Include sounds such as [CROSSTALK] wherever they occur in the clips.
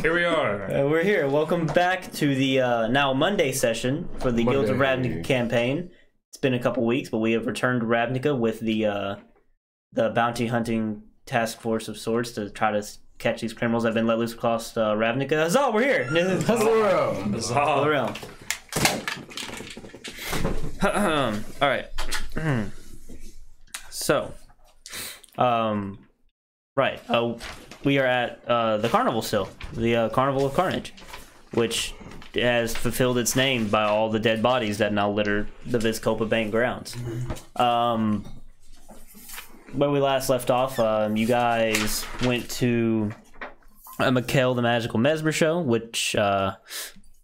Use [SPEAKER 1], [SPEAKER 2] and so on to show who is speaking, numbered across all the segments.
[SPEAKER 1] Here we are.
[SPEAKER 2] Uh, we're here. Welcome back to the uh, now Monday session for the Guild of
[SPEAKER 3] Monday.
[SPEAKER 2] Ravnica campaign. It's been a couple weeks, but we have returned to Ravnica with the uh, the bounty hunting task force of sorts to try to s- catch these criminals that have been let loose across uh, Ravnica. Huzzah, we're here! [LAUGHS] Huzzah,
[SPEAKER 3] Hello.
[SPEAKER 2] the
[SPEAKER 1] Bizarre.
[SPEAKER 2] realm. [CLEARS THROAT]
[SPEAKER 1] All right.
[SPEAKER 2] [CLEARS THROAT] So, um, right, uh, we are at uh, the carnival still, the uh, Carnival of Carnage, which has fulfilled its name by all the dead bodies that now litter the Viscopa Bank grounds. Um, where we last left off, um, you guys went to uh, Mikhail the Magical Mesmer show, which uh,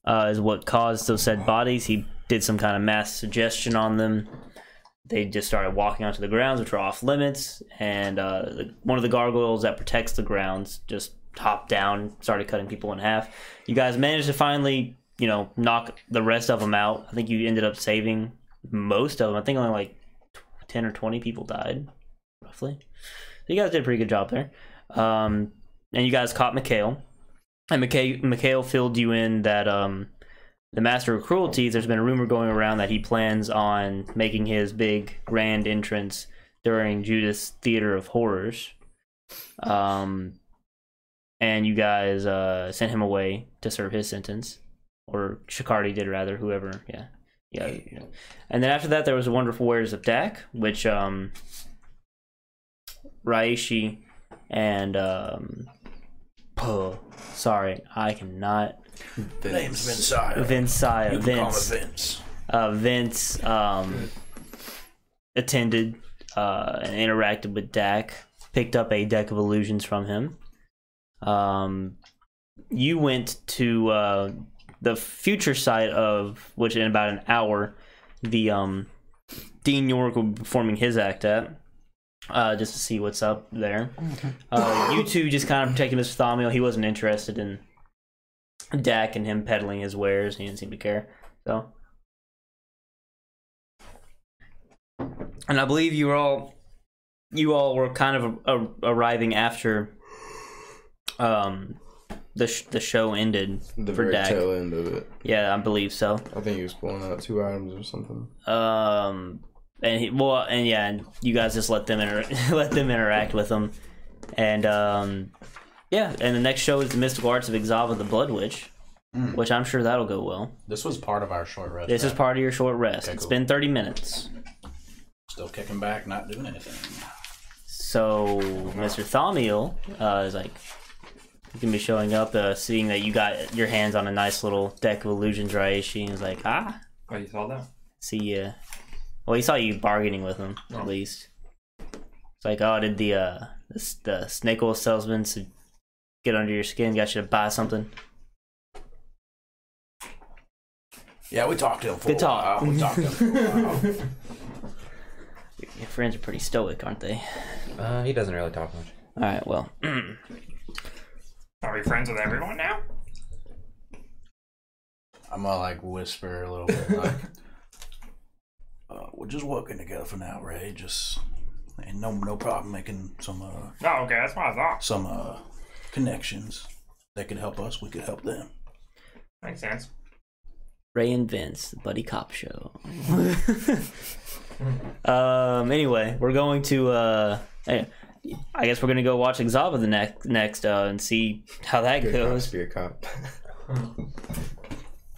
[SPEAKER 2] uh, is what caused those said bodies. He did some kind of mass suggestion on them they just started walking onto the grounds, which were off limits, and uh, the, one of the gargoyles that protects the grounds just hopped down, started cutting people in half. You guys managed to finally, you know, knock the rest of them out. I think you ended up saving most of them. I think only like tw- ten or twenty people died, roughly. So you guys did a pretty good job there. Um, and you guys caught Mikhail, and Mikhail, Mikhail filled you in that um, the Master of Cruelty, there's been a rumor going around that he plans on making his big grand entrance during Judas Theater of Horrors. Um, and you guys uh, sent him away to serve his sentence, or Shikardi did rather, whoever. Yeah, yeah. you know. And then after that, there was a wonderful Warriors of Dak, which um, Raishi and um, Puh, sorry, I cannot.
[SPEAKER 4] Name's Vinsayo.
[SPEAKER 2] Vince Saya,
[SPEAKER 4] You can call
[SPEAKER 2] Vince,
[SPEAKER 4] me Vince.
[SPEAKER 2] uh, Vince um, attended uh, and interacted with Dak, picked up a deck of illusions from him. Um, you went to uh, the future side of which, in about an hour, the um, Dean York will be performing his act at. Uh, just to see what's up there. Uh, you two just kind of protected Mr. Thaumiel. He wasn't interested in Dak and him peddling his wares. He didn't seem to care. So and I believe you were all you all were kind of a, arriving after um the sh- the show ended
[SPEAKER 3] The
[SPEAKER 2] for
[SPEAKER 3] very
[SPEAKER 2] Dak.
[SPEAKER 3] tail end of it.
[SPEAKER 2] Yeah, I believe so.
[SPEAKER 3] I think he was pulling out two items or something.
[SPEAKER 2] Um and he, well and yeah, and you guys just let them inter- [LAUGHS] let them interact with them. And um yeah, and the next show is the Mystical Arts of Exava the Blood Witch,
[SPEAKER 4] Hmm.
[SPEAKER 2] which I'm sure that'll go well.
[SPEAKER 4] This was part of our short rest.
[SPEAKER 2] This is part of your short rest.
[SPEAKER 4] Okay,
[SPEAKER 2] It's
[SPEAKER 4] cool.
[SPEAKER 2] been 30 minutes.
[SPEAKER 4] Still kicking back, not doing anything.
[SPEAKER 2] So Mr. Thaumiel uh, is like he's gonna be showing up, uh, seeing that you got your hands on a nice little deck of illusions, Raishi, and he's like, ah,
[SPEAKER 1] Oh, you saw that?
[SPEAKER 2] see ya. Well, he saw you bargaining with him at least. It's like, oh, did the uh, the, s- the snake oil salesman s- get under your skin? Got you to buy something?
[SPEAKER 4] Yeah, we talked to him for
[SPEAKER 2] Good
[SPEAKER 4] a
[SPEAKER 2] talk.
[SPEAKER 4] while. We talked to him for a while.
[SPEAKER 2] [LAUGHS] Your friends are pretty stoic, aren't they?
[SPEAKER 5] Uh, he doesn't really talk much.
[SPEAKER 2] All right, well,
[SPEAKER 1] [CLEARS THROAT] Are we friends with everyone
[SPEAKER 6] [LAUGHS]
[SPEAKER 1] now?
[SPEAKER 4] [LAUGHS] I'm gonna like whisper a little bit.
[SPEAKER 1] Oh,
[SPEAKER 4] Like, [LAUGHS] uh, we're just working together for now, Ray. Just ain't no no problem making some uh,
[SPEAKER 1] Oh, okay. That's what I thought.
[SPEAKER 4] some uh, connections that could help us. We could help them.
[SPEAKER 1] Makes sense.
[SPEAKER 2] Ray and Vince, the Buddy Cop Show. um. Anyway, we're going to. Uh, eh, I guess we're gonna go watch Exava the next next uh, and see how that
[SPEAKER 3] Good cop,
[SPEAKER 2] goes.
[SPEAKER 3] spear cop. [LAUGHS]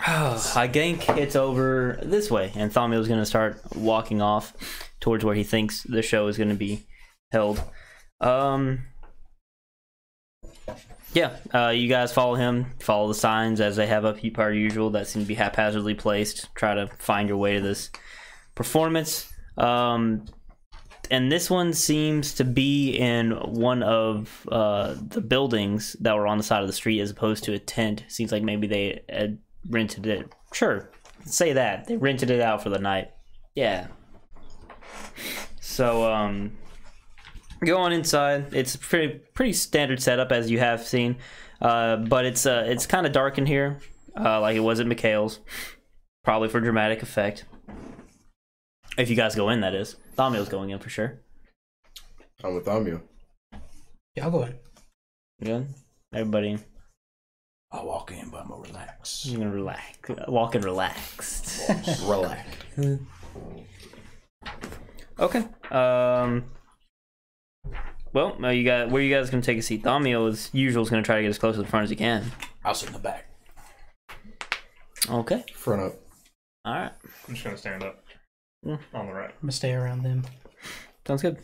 [SPEAKER 2] I think it's over this way, and Thaumiel's gonna start walking off towards where he thinks the show is gonna be held. Um. Yeah, uh, you guys follow him, follow the signs as they have up per usual that seem to be haphazardly placed. Try to find your way to this performance. Um, and this one seems to be in one of uh, the buildings that were on the side of the street as opposed to a tent. Seems like maybe they had rented it. Sure, say that. They rented it out for the night. Yeah. So, um, go on inside. It's pretty pretty standard setup as you have seen, uh, but it's uh, it's kind of dark in here, uh, like it was at Mikhail's, probably for dramatic effect. If you guys go in, that is. Thaumiel's going in for sure.
[SPEAKER 3] I'm with Amio.
[SPEAKER 2] Yeah. Everybody
[SPEAKER 4] I walk in, but I'm gonna relax.
[SPEAKER 2] I'm gonna relax. Walking relaxed. [LAUGHS]
[SPEAKER 3] Relax.
[SPEAKER 2] okay. Um. Well, now you got where you guys gonna take a seat? Thamio, as usual, is gonna try to get as close to the front as he can.
[SPEAKER 4] I'll sit in the back.
[SPEAKER 2] Okay.
[SPEAKER 3] Front up. [COUGHS]
[SPEAKER 2] All right.
[SPEAKER 1] I'm just gonna stand up
[SPEAKER 2] Mm.
[SPEAKER 1] on the right.
[SPEAKER 6] I'm gonna stay around them.
[SPEAKER 2] Sounds good.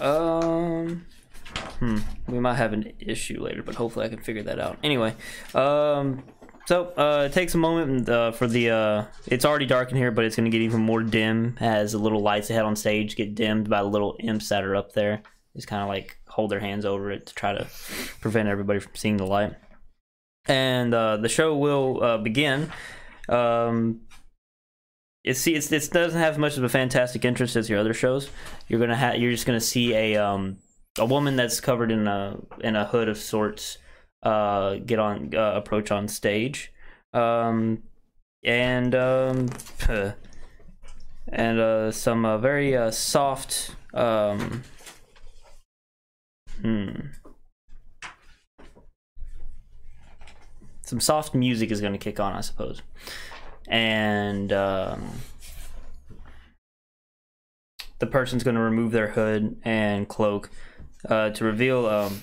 [SPEAKER 2] Um, hmm. We might have an issue later, but hopefully I can figure that out. Anyway, um, so uh, it takes a moment uh, for the. Uh, it's already dark in here, but it's going to get even more dim as the little lights they had on stage get dimmed by the little imps that are up there. Just kind of like hold their hands over it to try to prevent everybody from seeing the light. And uh, the show will uh, begin. Um, it's see it's it doesn't have as much of a fantastic interest as your other shows. You're gonna ha- you're just gonna see a um a woman that's covered in a in a hood of sorts uh get on uh, approach on stage, um and um and uh some uh, very uh, soft um hmm some soft music is gonna kick on I suppose and um, the person's going to remove their hood and cloak uh, to reveal um,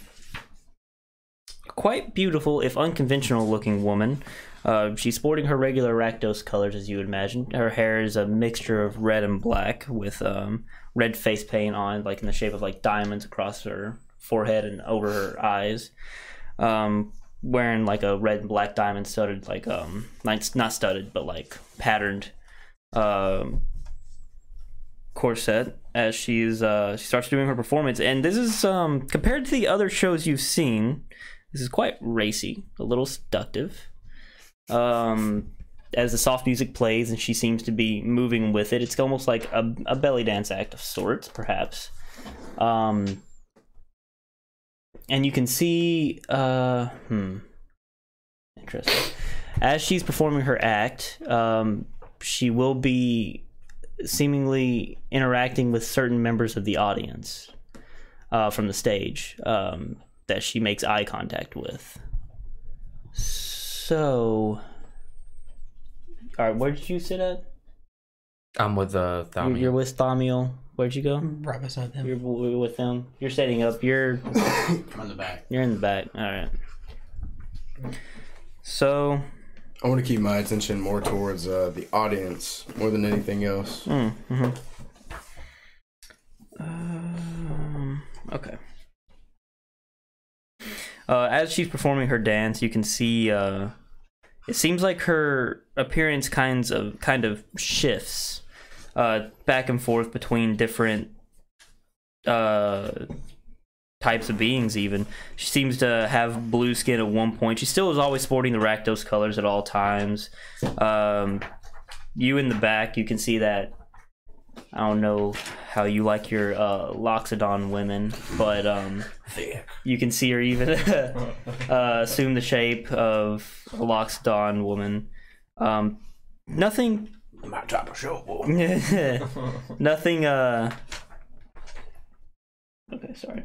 [SPEAKER 2] a quite beautiful, if unconventional looking woman. Uh, she's sporting her regular Rakdos colors, as you would imagine. Her hair is a mixture of red and black, with um, red face paint on, like in the shape of like diamonds across her forehead and over her eyes. Um, wearing like a red and black diamond studded like um not, not studded but like patterned um corset as she's uh she starts doing her performance and this is um compared to the other shows you've seen this is quite racy a little seductive um as the soft music plays and she seems to be moving with it it's almost like a, a belly dance act of sorts perhaps um and you can see uh hmm interesting as she's performing her act um she will be seemingly interacting with certain members of the audience uh from the stage um that she makes eye contact with so all right where did you sit at
[SPEAKER 5] I'm with uh, the
[SPEAKER 2] you're,
[SPEAKER 5] Thaumiel.
[SPEAKER 2] you're with thamiel where'd you
[SPEAKER 4] Mm-hmm.
[SPEAKER 2] go
[SPEAKER 6] Right beside them.
[SPEAKER 2] you're w- with them you're setting up you're
[SPEAKER 4] I'm in the back.
[SPEAKER 2] You're in the back. All right. So,
[SPEAKER 3] I want to keep my attention more towards uh, the audience more than anything else.
[SPEAKER 2] mm, mhm. um, okay. Uh, as she's performing her dance, you can see. Uh, it seems like her appearance kinds of kind of shifts uh, back and forth between different uh, types of beings even she seems to have blue skin at one point she still is always sporting the rakdos colors at all times um, you in the back you can see that i don't know how you like your uh, loxodon women but um,
[SPEAKER 4] Thick.
[SPEAKER 2] you can see her even [LAUGHS] uh, assume the shape of a loxodon woman um, nothing
[SPEAKER 4] My type of show, boy.
[SPEAKER 2] [LAUGHS] Nothing. Uh. Okay, sorry.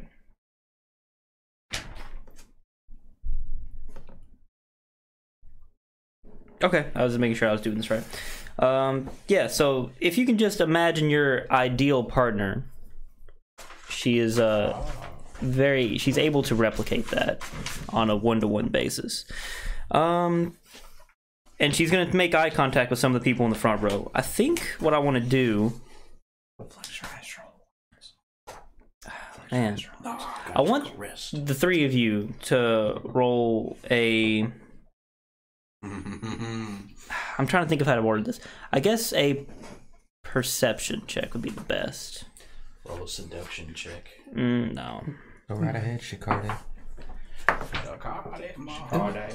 [SPEAKER 2] Okay, I was just making sure I was doing this right. Um, yeah. So if you can just imagine your ideal partner, she is uh very. She's able to replicate that on a one-to-one basis. Um, and she's going to make eye contact with some of the people in the front row. I think what I want to do,
[SPEAKER 1] Flex your eyes, roll.
[SPEAKER 2] man,
[SPEAKER 4] No,
[SPEAKER 2] I want
[SPEAKER 4] wrist.
[SPEAKER 2] the three of you to roll a. I'm trying to think of how to word this. I guess a perception check would be the best.
[SPEAKER 4] [LAUGHS] Roll a seduction check.
[SPEAKER 2] Mm, no.
[SPEAKER 5] Go right ahead, Shikari.
[SPEAKER 1] All day.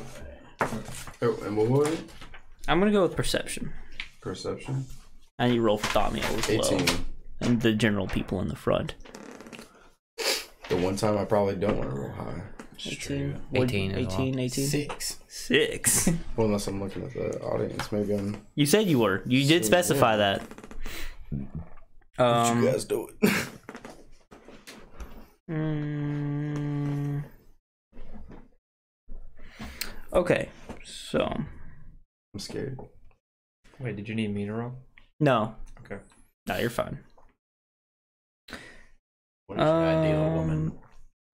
[SPEAKER 3] Oh, and what was it?
[SPEAKER 2] I'm going to go with perception.
[SPEAKER 3] Perception.
[SPEAKER 2] And you roll for Thamiel as well.
[SPEAKER 3] Eighteen.
[SPEAKER 2] And the general people in the front.
[SPEAKER 3] The one time I probably don't want to roll high.
[SPEAKER 2] Eighteen,
[SPEAKER 5] Eighteen as well.
[SPEAKER 2] 18, 18.
[SPEAKER 6] Six.
[SPEAKER 2] Six.
[SPEAKER 3] Well, unless I'm looking at the audience, maybe I'm.
[SPEAKER 2] You said you were. You did
[SPEAKER 3] So,
[SPEAKER 2] specify that. Um,
[SPEAKER 3] you guys do it.
[SPEAKER 2] Mm. Okay, so
[SPEAKER 3] [LAUGHS] I'm scared.
[SPEAKER 6] Wait, did you need me to roll?
[SPEAKER 2] no.
[SPEAKER 6] Okay.
[SPEAKER 2] No, you're fine.
[SPEAKER 4] What is your ideal woman?
[SPEAKER 2] Um,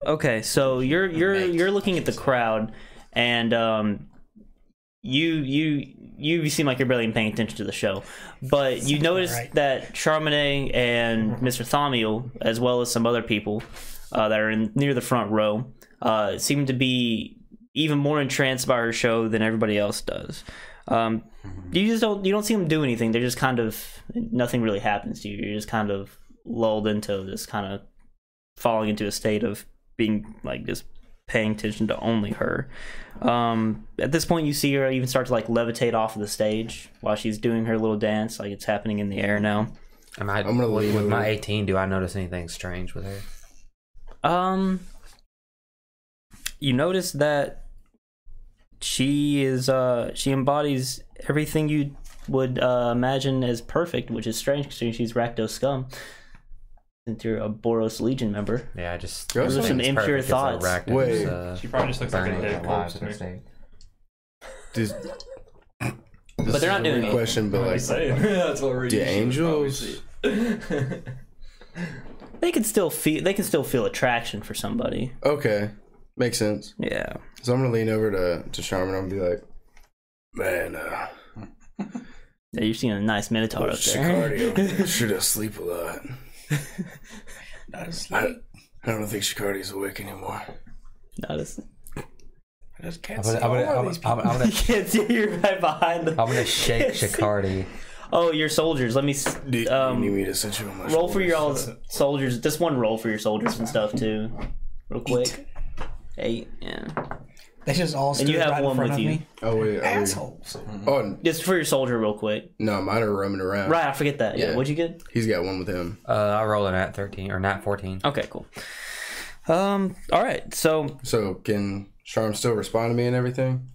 [SPEAKER 2] Okay, so you're you're
[SPEAKER 4] Mate.
[SPEAKER 2] you're looking at the crowd, and um, you you you seem like you're barely paying attention to the show, but you notice
[SPEAKER 7] right.
[SPEAKER 2] that Charmaine and Mr. Thaumiel, as well as some other people uh, that are in near the front row, uh, seem to be even more entranced by her show than everybody else does. Um, you just don't you don't see them do anything. They're just kind of nothing really happens to you. You're just kind of lulled into this kind of falling into a state of being like just paying attention to only her. Um, at this point, you see her even start to like levitate off of the stage while she's doing her little dance. Like it's happening in the air now.
[SPEAKER 5] Am I,
[SPEAKER 3] I'm gonna
[SPEAKER 5] with,
[SPEAKER 3] leave
[SPEAKER 5] with
[SPEAKER 3] her.
[SPEAKER 5] my 18, do I notice anything strange with her?
[SPEAKER 2] Um, you notice that she is uh she embodies everything you would uh, imagine as perfect, which is strange because she's Rakdos scum. Since you're a Boros Legion member,
[SPEAKER 5] Yeah, I just.
[SPEAKER 3] Those are
[SPEAKER 2] some
[SPEAKER 5] everything's
[SPEAKER 2] impure
[SPEAKER 5] perfect. It's like
[SPEAKER 2] thoughts.
[SPEAKER 5] Rakdos,
[SPEAKER 3] Wait.
[SPEAKER 5] uh,
[SPEAKER 6] She probably just looks like a
[SPEAKER 5] burning
[SPEAKER 6] dead
[SPEAKER 5] alive
[SPEAKER 6] corpse
[SPEAKER 5] at
[SPEAKER 6] to me.
[SPEAKER 5] the stake.
[SPEAKER 3] This, this
[SPEAKER 2] they're
[SPEAKER 3] is
[SPEAKER 2] not
[SPEAKER 3] a
[SPEAKER 2] doing
[SPEAKER 3] weird
[SPEAKER 2] it.
[SPEAKER 3] Question, but like,
[SPEAKER 6] [LAUGHS] That's what we're
[SPEAKER 3] do angels?
[SPEAKER 2] they can still feel they can still feel attraction for somebody.
[SPEAKER 3] Okay, makes sense.
[SPEAKER 2] Yeah.
[SPEAKER 3] So I'm gonna lean over to to Charmin and be like, man, uh,
[SPEAKER 2] Yeah, you're seeing a nice
[SPEAKER 5] Oh,
[SPEAKER 2] minotaur up [LAUGHS]
[SPEAKER 6] [LAUGHS]
[SPEAKER 2] there.
[SPEAKER 3] Shicardio [LAUGHS] should have sleep a lot.
[SPEAKER 4] Nice.
[SPEAKER 3] I, I don't think Shicardi's awake anymore.
[SPEAKER 2] Notice.
[SPEAKER 4] I just can't
[SPEAKER 5] I'm
[SPEAKER 4] see
[SPEAKER 5] gonna, I'm,
[SPEAKER 4] all
[SPEAKER 5] gonna,
[SPEAKER 4] these
[SPEAKER 5] I'm, I'm, I'm gonna,
[SPEAKER 2] [LAUGHS] You can't see you're right behind them.
[SPEAKER 5] I'm gonna
[SPEAKER 2] [LAUGHS]
[SPEAKER 5] shake Shikardi.
[SPEAKER 2] Oh, your soldiers. Let me s-
[SPEAKER 3] Do you,
[SPEAKER 2] Um,
[SPEAKER 3] you need me to set you on my
[SPEAKER 2] roll for
[SPEAKER 3] shoulders?
[SPEAKER 2] your all soldiers. Just one roll for your soldiers and stuff too, real quick. Eight. Yeah.
[SPEAKER 7] They just all stood
[SPEAKER 2] And you
[SPEAKER 7] right
[SPEAKER 2] have
[SPEAKER 7] in
[SPEAKER 2] one
[SPEAKER 7] front
[SPEAKER 2] with
[SPEAKER 7] of
[SPEAKER 2] you.
[SPEAKER 7] me.
[SPEAKER 3] Oh wait, are we,
[SPEAKER 7] Assholes.
[SPEAKER 4] Mm-hmm.
[SPEAKER 3] oh
[SPEAKER 2] Just for your soldier, real quick.
[SPEAKER 3] no, mine are roaming around.
[SPEAKER 2] Right. I forget that. Yeah.
[SPEAKER 3] Yeah.
[SPEAKER 2] What'd you get?
[SPEAKER 3] He's got one with him.
[SPEAKER 5] Uh, I roll a nat 13 or nat 14.
[SPEAKER 2] Okay. Cool. Um. All right. So.
[SPEAKER 3] So can Charm still respond to me and everything?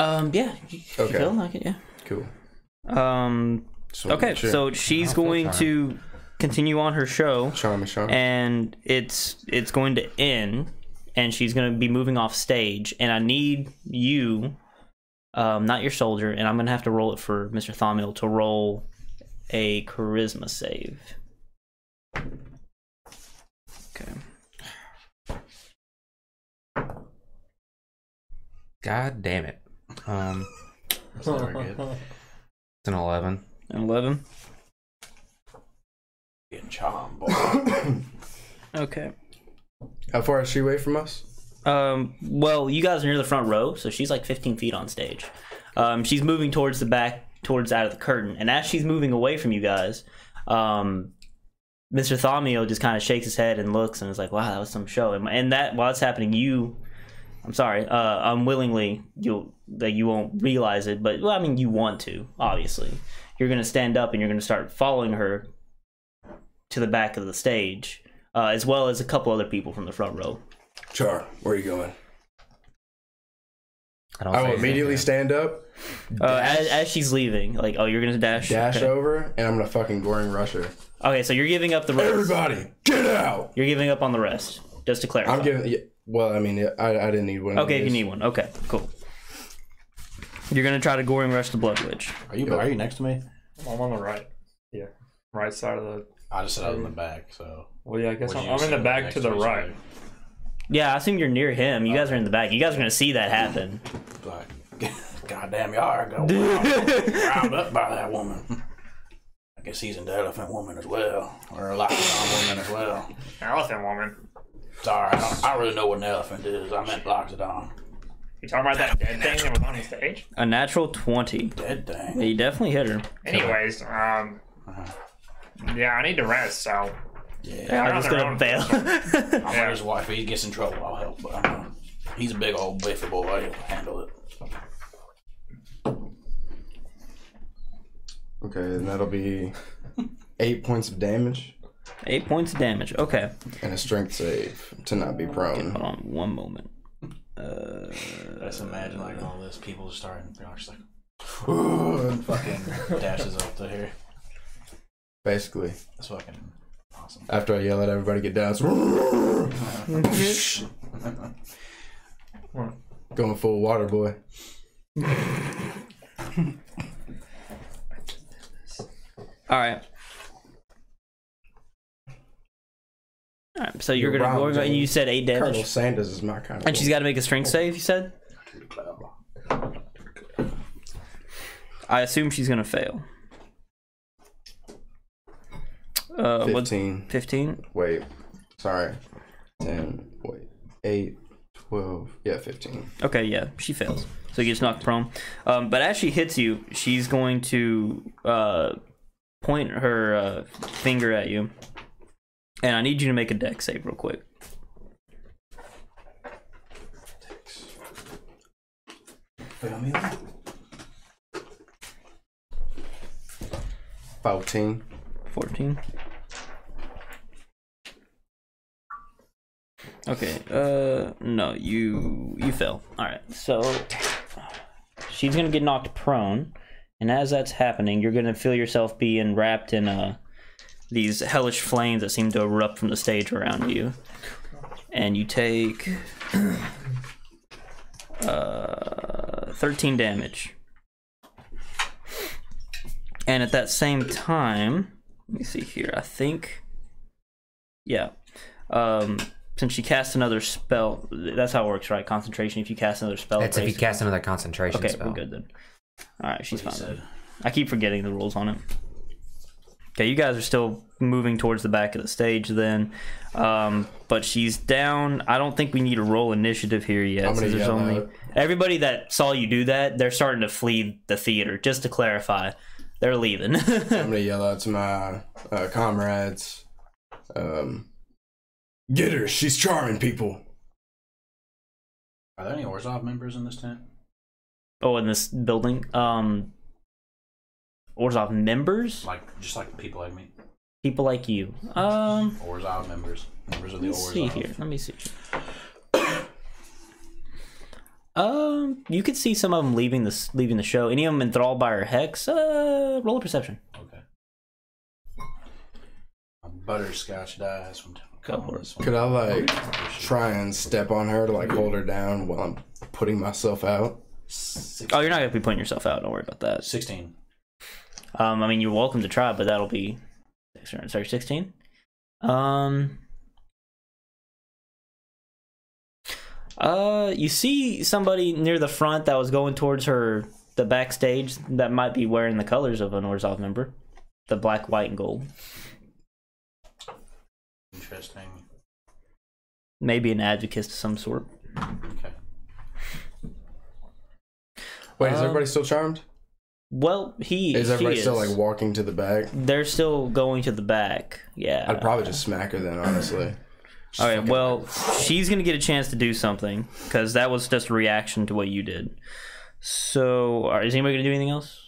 [SPEAKER 2] Um. Yeah. You,
[SPEAKER 3] Okay.
[SPEAKER 2] You feel like it. Yeah.
[SPEAKER 3] Cool.
[SPEAKER 2] Um.
[SPEAKER 3] Just wanna
[SPEAKER 2] Okay.
[SPEAKER 3] make sure.
[SPEAKER 2] So she's
[SPEAKER 5] I don't feel
[SPEAKER 2] going
[SPEAKER 5] tired.
[SPEAKER 2] to continue on her show.
[SPEAKER 3] Charm is Charm.
[SPEAKER 2] and it's it's going to end and she's going to be moving off stage and i need you um not your soldier and i'm going to have to roll it for mr thaumiel to roll a charisma save okay
[SPEAKER 5] God damn it. Um,
[SPEAKER 4] That's never good.
[SPEAKER 5] it's an 11.
[SPEAKER 2] an 11
[SPEAKER 4] Getting charmed, boy. [LAUGHS]
[SPEAKER 2] okay
[SPEAKER 3] How far is she away from us?
[SPEAKER 2] um well you guys are near the front row so she's like 15 feet on stage um she's moving towards the back towards out of the curtain and as she's moving away from you guys um mr thaumiel just kind of shakes his head and looks and is like wow that was some show and, and that while it's happening you i'm sorry uh unwillingly you'll that you won't realize it but well i mean you want to obviously you're gonna stand up and you're gonna start following her to the back of the stage uh, as well as a couple other people from the front row
[SPEAKER 3] Char, where are you going?
[SPEAKER 5] I don't
[SPEAKER 3] I
[SPEAKER 5] say
[SPEAKER 3] will
[SPEAKER 5] anything
[SPEAKER 3] immediately
[SPEAKER 5] yet.
[SPEAKER 3] stand up,
[SPEAKER 2] Uh, as, as she's leaving, like, oh, you're gonna dash.
[SPEAKER 3] dash
[SPEAKER 2] okay.
[SPEAKER 3] over, and I'm gonna fucking goring rush her.
[SPEAKER 2] Okay, so you're giving up the rest.
[SPEAKER 3] Everybody, get out!
[SPEAKER 2] You're giving up on the rest. Just to clarify.
[SPEAKER 3] I'm giving. Yeah, well, I mean, yeah, I, I didn't need one. of
[SPEAKER 2] Okay, if you
[SPEAKER 3] these.
[SPEAKER 2] need one. Okay, cool. You're gonna try to goring rush the blood witch.
[SPEAKER 4] Are you are you next to me?
[SPEAKER 6] I'm on the right. Yeah. Right side of the.
[SPEAKER 4] I just said I was in the back, so
[SPEAKER 6] Well, yeah, I guess
[SPEAKER 4] Would
[SPEAKER 6] I'm,
[SPEAKER 4] you
[SPEAKER 6] I'm in
[SPEAKER 4] say
[SPEAKER 6] the back
[SPEAKER 4] next
[SPEAKER 6] to the
[SPEAKER 4] to each
[SPEAKER 6] right.
[SPEAKER 2] Yeah, I assume you're near him. You guys are in the back. You guys are gonna see that
[SPEAKER 3] [LAUGHS]
[SPEAKER 2] happen.
[SPEAKER 4] like, [LAUGHS] goddamn, y'all are got [LAUGHS] wound, wound up by that woman. I guess he's an elephant woman as well, or a lion woman as well.
[SPEAKER 1] Elephant woman.
[SPEAKER 4] Sorry, I don't, I don't really know what an elephant is. I meant Loxodon.
[SPEAKER 1] You talking about that dead thing that was on the stage?
[SPEAKER 2] A natural twenty.
[SPEAKER 4] Dead thing.
[SPEAKER 2] Yeah, you definitely hit her.
[SPEAKER 1] Anyways, um,
[SPEAKER 6] Uh-huh.
[SPEAKER 1] yeah, I need to rest. So
[SPEAKER 4] Yeah,
[SPEAKER 2] I'm just gonna bail.
[SPEAKER 4] I'm with his wife. If he gets in trouble, I'll help. But I'm not. He's a big old biffy boy. He'll handle it.
[SPEAKER 3] Okay, and that'll be eight points of damage
[SPEAKER 2] [LAUGHS] Eight points of damage. Okay.
[SPEAKER 3] and a strength save to not be
[SPEAKER 2] Hold
[SPEAKER 3] prone.
[SPEAKER 2] on one moment. Uh,
[SPEAKER 4] Let's imagine like all this people just starting. They're all just like,
[SPEAKER 3] [SIGHS]
[SPEAKER 4] and fucking
[SPEAKER 2] [LAUGHS]
[SPEAKER 4] dashes up to here.
[SPEAKER 3] Basically,
[SPEAKER 4] That's fucking awesome.
[SPEAKER 3] after I yell at everybody, get down. it's-
[SPEAKER 6] What?
[SPEAKER 3] Go [LAUGHS] Going full water boy.
[SPEAKER 5] All right.
[SPEAKER 2] All right, so you're
[SPEAKER 3] You're
[SPEAKER 2] gonna
[SPEAKER 3] wrong,
[SPEAKER 2] go and you said eight
[SPEAKER 3] Colonel
[SPEAKER 2] damage,
[SPEAKER 3] Sanders is my kind of.
[SPEAKER 2] and she's got to make a strength save. You said. I assume she's gonna fail. Uh, what?
[SPEAKER 3] fifteen.
[SPEAKER 2] Fifteen.
[SPEAKER 3] Wait, sorry. Ten. Wait, eight. Twelve. Yeah, fifteen.
[SPEAKER 2] Okay, yeah, she fails. So he gets knocked prone. Um, but as she hits you, she's going to uh, point her uh, finger at you. And I need you to make a deck save real quick.
[SPEAKER 4] Feel me?
[SPEAKER 3] Fourteen.
[SPEAKER 2] 14. Okay, uh, no, you, you fail. Alright, so she's gonna get knocked prone. And as that's happening, you're gonna feel yourself being wrapped in, uh, these hellish flames that seem to erupt from the stage around you. And you take, [CLEARS THROAT] uh, 13 damage. And at that same time, let me see here. I think, yeah. Um, since she cast another spell, that's how it works, right? Concentration. If you cast another spell, it
[SPEAKER 5] That's if you
[SPEAKER 2] breaks-
[SPEAKER 5] cast another concentration
[SPEAKER 2] Okay,
[SPEAKER 5] spell.
[SPEAKER 2] we're good then. All right, she's
[SPEAKER 4] He
[SPEAKER 2] fine. then.
[SPEAKER 4] said,
[SPEAKER 2] I keep forgetting the rules on it. Okay, you guys are still moving towards the back of the stage then. Um, but she's down. I don't think we need to roll initiative here yet.
[SPEAKER 3] I'm gonna
[SPEAKER 2] since there's
[SPEAKER 3] yell
[SPEAKER 2] only
[SPEAKER 3] out.
[SPEAKER 2] everybody that saw you do that, they're starting to flee the theater, just to clarify. They're leaving. [LAUGHS]
[SPEAKER 3] I'm gonna yell out to my uh, comrades. Um, get her. She's charming people.
[SPEAKER 4] Are there any Orzov members in this tent?
[SPEAKER 2] oh, in this building. Um Orzov members?
[SPEAKER 4] Like, just like people like me.
[SPEAKER 2] People like you. Um
[SPEAKER 4] Orzov members. Members of the
[SPEAKER 2] Let's see
[SPEAKER 4] Orzov.
[SPEAKER 2] here. Let me see. [COUGHS] um, you could see some of them leaving the leaving the show. Any of them enthralled by her hex? Uh, roll a perception.
[SPEAKER 4] Okay. My butterscotch dies from
[SPEAKER 2] Go for it.
[SPEAKER 4] this one.
[SPEAKER 3] Could I like
[SPEAKER 4] Appreciate
[SPEAKER 3] try and step on her to like hold her down while I'm putting myself out?
[SPEAKER 4] Six-
[SPEAKER 2] Oh, you're not gonna be putting yourself out. Don't worry about that.
[SPEAKER 4] 16.
[SPEAKER 2] Um, I mean, you're welcome to try, but that'll be sorry, sixteen. Um. Uh, you see somebody near the front that was going towards her the backstage that might be wearing the colors of an Orzov member, the black, white, and gold.
[SPEAKER 4] Interesting.
[SPEAKER 2] maybe an advocate of some sort.
[SPEAKER 4] Okay.
[SPEAKER 3] Wait, is
[SPEAKER 2] Um,
[SPEAKER 3] everybody still charmed?
[SPEAKER 2] Well, he
[SPEAKER 3] Is
[SPEAKER 2] she
[SPEAKER 3] everybody still
[SPEAKER 2] is.
[SPEAKER 3] like walking to the back?
[SPEAKER 2] They're still going to the back. Yeah.
[SPEAKER 3] I'd probably just smack her then, honestly.
[SPEAKER 2] All right. Well, she's gonna get a chance to do something because that was just a reaction to what you did. So, all right, is anybody gonna do anything else?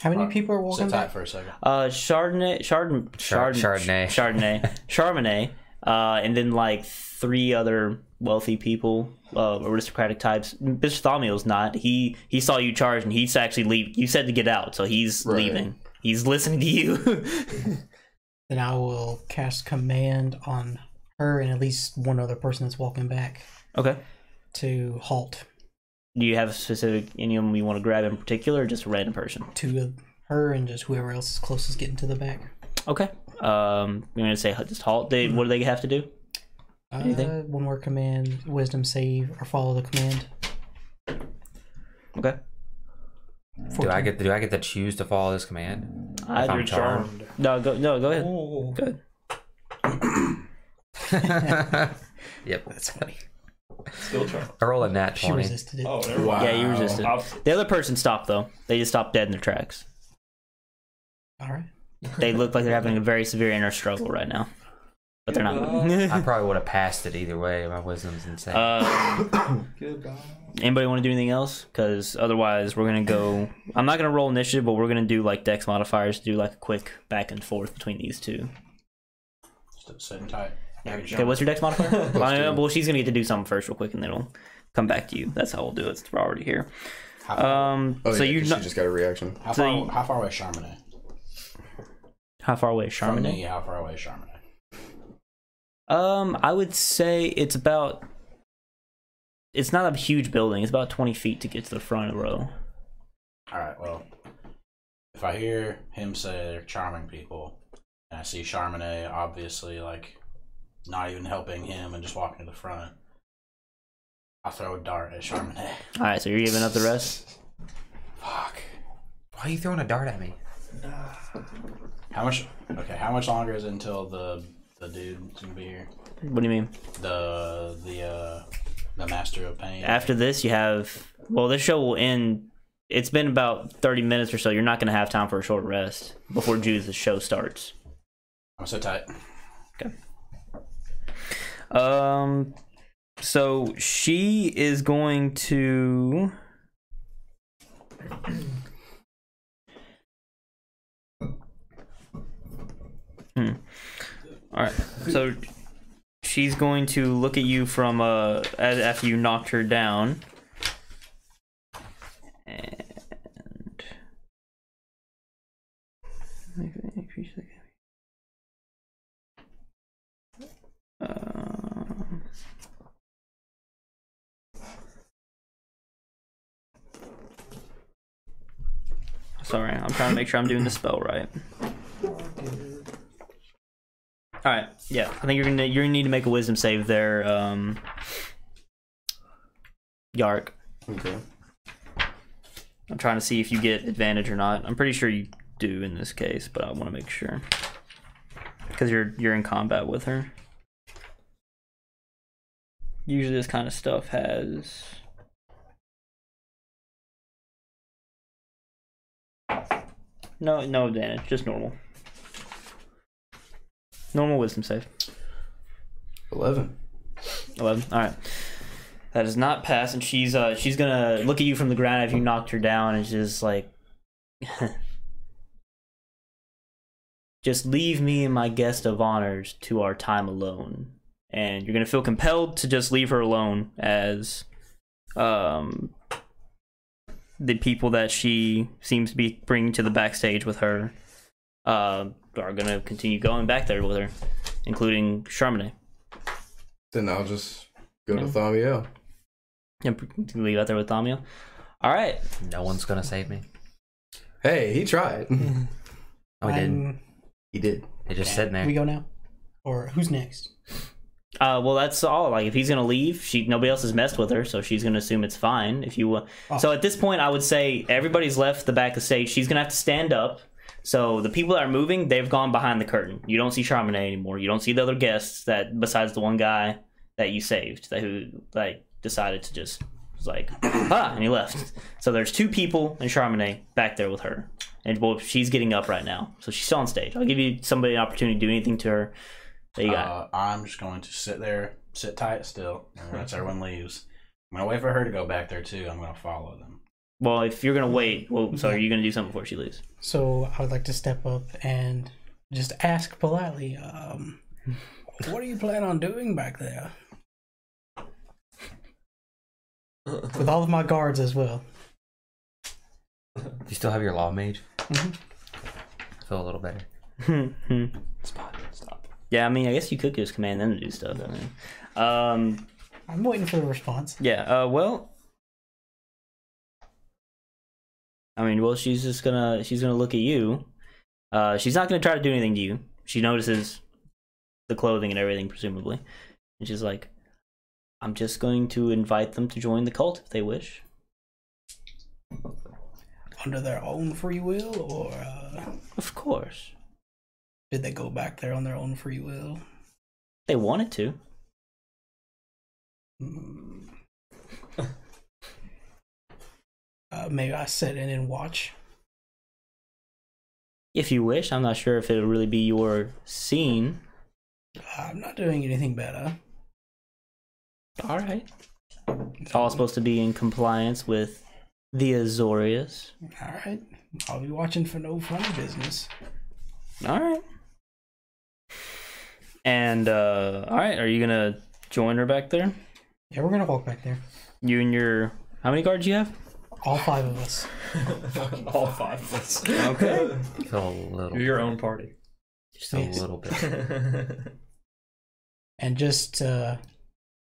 [SPEAKER 5] How many
[SPEAKER 4] Alright.
[SPEAKER 5] people are walking
[SPEAKER 4] Sit
[SPEAKER 5] back?
[SPEAKER 4] tight for a second.
[SPEAKER 2] Uh, Chardonnay, Chardon,
[SPEAKER 5] Char-
[SPEAKER 2] Chardonnay, Chardonnay, [LAUGHS] Chardonnay, uh, and then like three other wealthy people, uh, aristocratic types. Bartholomew's not. He he saw you charge and he's actually leave. You said to get out, so he's
[SPEAKER 3] Right.
[SPEAKER 2] leaving. He's listening to you. [LAUGHS]
[SPEAKER 7] Then I will cast command on her and at least one other person that's walking back
[SPEAKER 2] okay.
[SPEAKER 7] to halt
[SPEAKER 2] Do you have a specific any of them you want to grab in particular, or just a random person?
[SPEAKER 7] to uh, her and just whoever else is closest getting to the back.
[SPEAKER 2] Okay. Um, I'm gonna say h- just halt. They, What do they have to do? Anything?
[SPEAKER 7] Uh, one more command, wisdom save, or follow the command.
[SPEAKER 2] Okay.
[SPEAKER 5] Do I get do I get to choose to follow this command?
[SPEAKER 2] I,
[SPEAKER 5] If I'm
[SPEAKER 6] You're charmed.
[SPEAKER 2] no, go no, go ahead.
[SPEAKER 7] Oh,
[SPEAKER 2] Good.
[SPEAKER 5] [LAUGHS] yep. That's funny.
[SPEAKER 6] Still charmed.
[SPEAKER 5] I roll a nat
[SPEAKER 7] she
[SPEAKER 5] twenty.
[SPEAKER 7] resisted it.
[SPEAKER 6] Oh, never mind.
[SPEAKER 3] Wow.
[SPEAKER 2] Yeah, you resisted.
[SPEAKER 6] I'll-
[SPEAKER 2] The other person stopped though. They just stopped dead in their tracks.
[SPEAKER 7] All right.
[SPEAKER 2] They look like they're having a very severe inner struggle right now, but they're
[SPEAKER 5] I
[SPEAKER 2] not.
[SPEAKER 5] probably would have passed it either way. My wisdom's
[SPEAKER 2] [LAUGHS]
[SPEAKER 5] insane.
[SPEAKER 2] uh,
[SPEAKER 6] Goodbye.
[SPEAKER 2] anybody want to do anything else? Because otherwise, we're gonna go. I'm not gonna roll initiative, but we're gonna do like dex modifiers to do like a quick back and forth between these two.
[SPEAKER 4] Still sitting tight.
[SPEAKER 2] Okay, [LAUGHS] what's your dex modifier? Uh, well, she's gonna get to do something first, real quick, and then it'll come back to you. That's how we'll do it. Since we're already here.
[SPEAKER 4] How far,
[SPEAKER 2] Um,
[SPEAKER 3] Oh,
[SPEAKER 2] so
[SPEAKER 3] yeah,
[SPEAKER 2] you're
[SPEAKER 3] 'cause
[SPEAKER 2] not
[SPEAKER 3] she just got a reaction.
[SPEAKER 4] how,
[SPEAKER 2] so
[SPEAKER 4] far
[SPEAKER 2] you-
[SPEAKER 4] how far away is Charminade?
[SPEAKER 2] how far away is
[SPEAKER 4] From me,
[SPEAKER 2] Charminade?
[SPEAKER 4] how far away is Charminade?
[SPEAKER 2] Um, I would say it's about it's not a huge building. It's about twenty feet to get to the front row.
[SPEAKER 4] All right. Well, if I hear him say they're charming people, and I see Charminay obviously like not even helping him and just walking to the front, I throw a dart at Charminay.
[SPEAKER 2] All right, so you're giving up the rest.
[SPEAKER 4] [LAUGHS] Fuck.
[SPEAKER 5] Why are you throwing a dart at me?
[SPEAKER 4] How much? Okay. How much longer is it until the the dude's gonna be here?
[SPEAKER 2] What do you mean?
[SPEAKER 4] The the uh the master of pain.
[SPEAKER 2] After this, you have well, this show will end. It's been about thirty minutes or so. You're not going to have time for a short rest before Judith's show starts.
[SPEAKER 4] I'm so tight.
[SPEAKER 2] Um, so she is going to. Hmm. All right. So she's going to look at you from uh as, after you knocked her down. And Uh, um, sorry, I'm trying to make sure I'm doing the spell right. All right, yeah, I think you're gonna you're gonna need to make a wisdom save there, um, Yark.
[SPEAKER 3] Okay.
[SPEAKER 2] I'm trying to see if you get advantage or not. I'm pretty sure you do in this case, but I want to make sure because you're you're in combat with her. Usually, this kind of stuff has. No, no advantage, just normal. Normal wisdom save.
[SPEAKER 3] 11.
[SPEAKER 2] Eleven. All right. That does not pass, and she's uh she's gonna look at you from the ground if you knocked her down, and she's just like, [LAUGHS] just leave me and my guest of honors to our time alone, and you're gonna feel compelled to just leave her alone as, um, the people that she seems to be bringing to the backstage with her, uh, are gonna continue going back there with her, including Charminay.
[SPEAKER 3] Then I'll just go
[SPEAKER 2] Yeah.
[SPEAKER 3] to Thamiel.
[SPEAKER 2] Yep, leave out there with Thamio. All right.
[SPEAKER 5] No one's gonna save me.
[SPEAKER 3] Hey, he tried. [LAUGHS]
[SPEAKER 5] Oh, we didn't.
[SPEAKER 7] I'm-
[SPEAKER 3] he did.
[SPEAKER 5] They're just sitting there.
[SPEAKER 7] Um, we go now, or who's next?
[SPEAKER 2] Uh, well, that's all. Like, if he's gonna leave, she nobody else has messed with her, so she's gonna assume it's fine. If you, uh, so at this point, I would say everybody's left the back of stage. She's gonna have to stand up. So the people that are moving, they've gone behind the curtain. You don't see Charminade anymore. You don't see the other guests that besides the one guy that you saved that who like decided to just was like [COUGHS] ah and he left. So there's two people and Charminade back there with her, and well, she's getting up right now, so she's still on stage. I'll give you somebody an opportunity to do anything to her. That you got.
[SPEAKER 4] Uh, I'm just going to sit there, sit tight still, and once everyone leaves, I'm gonna wait for her to go back there too. I'm gonna follow them.
[SPEAKER 2] Well, if you're gonna wait, well, so are you gonna do something before she leaves?
[SPEAKER 7] So I would like to step up and just ask politely, um, what do you plan on doing
[SPEAKER 2] [LAUGHS]
[SPEAKER 7] back there? With all of my guards as well.
[SPEAKER 5] You still have your law mage?
[SPEAKER 7] Mhm.
[SPEAKER 5] I feel a little better. Spot. [LAUGHS] Stop.
[SPEAKER 2] yeah, I mean, I guess you could just command them to do stuff. I mean. Um,
[SPEAKER 7] I'm waiting for the response.
[SPEAKER 2] yeah. Uh, well, I mean, well, she's just gonna she's gonna look at you. Uh, she's not gonna try to do anything to you. She notices the clothing and everything, presumably, and she's like, "I'm just going to invite them to join the cult if they wish."
[SPEAKER 7] Under their own free will, or uh,
[SPEAKER 2] Of course,
[SPEAKER 7] did they go back there on their own
[SPEAKER 2] [LAUGHS]
[SPEAKER 7] free will?
[SPEAKER 2] they wanted to.
[SPEAKER 7] Hmm. uh, maybe I sit in and watch.
[SPEAKER 2] If you wish, I'm not sure if it'll really be your scene.
[SPEAKER 7] I'm not doing anything better.
[SPEAKER 2] All right. It's all supposed to be in compliance with the Azorius.
[SPEAKER 7] All right. I'll be watching for no funny business.
[SPEAKER 2] All right. And uh all right, are you gonna join her back there?
[SPEAKER 7] Yeah, we're gonna walk back there.
[SPEAKER 2] You and your how many guards you have?
[SPEAKER 7] All five of us.
[SPEAKER 6] [LAUGHS] All five of us.
[SPEAKER 2] Okay.
[SPEAKER 5] I feel a little.
[SPEAKER 6] You're your own party.
[SPEAKER 5] Just a
[SPEAKER 7] [LAUGHS] Yes.
[SPEAKER 5] little bit.
[SPEAKER 7] And just uh,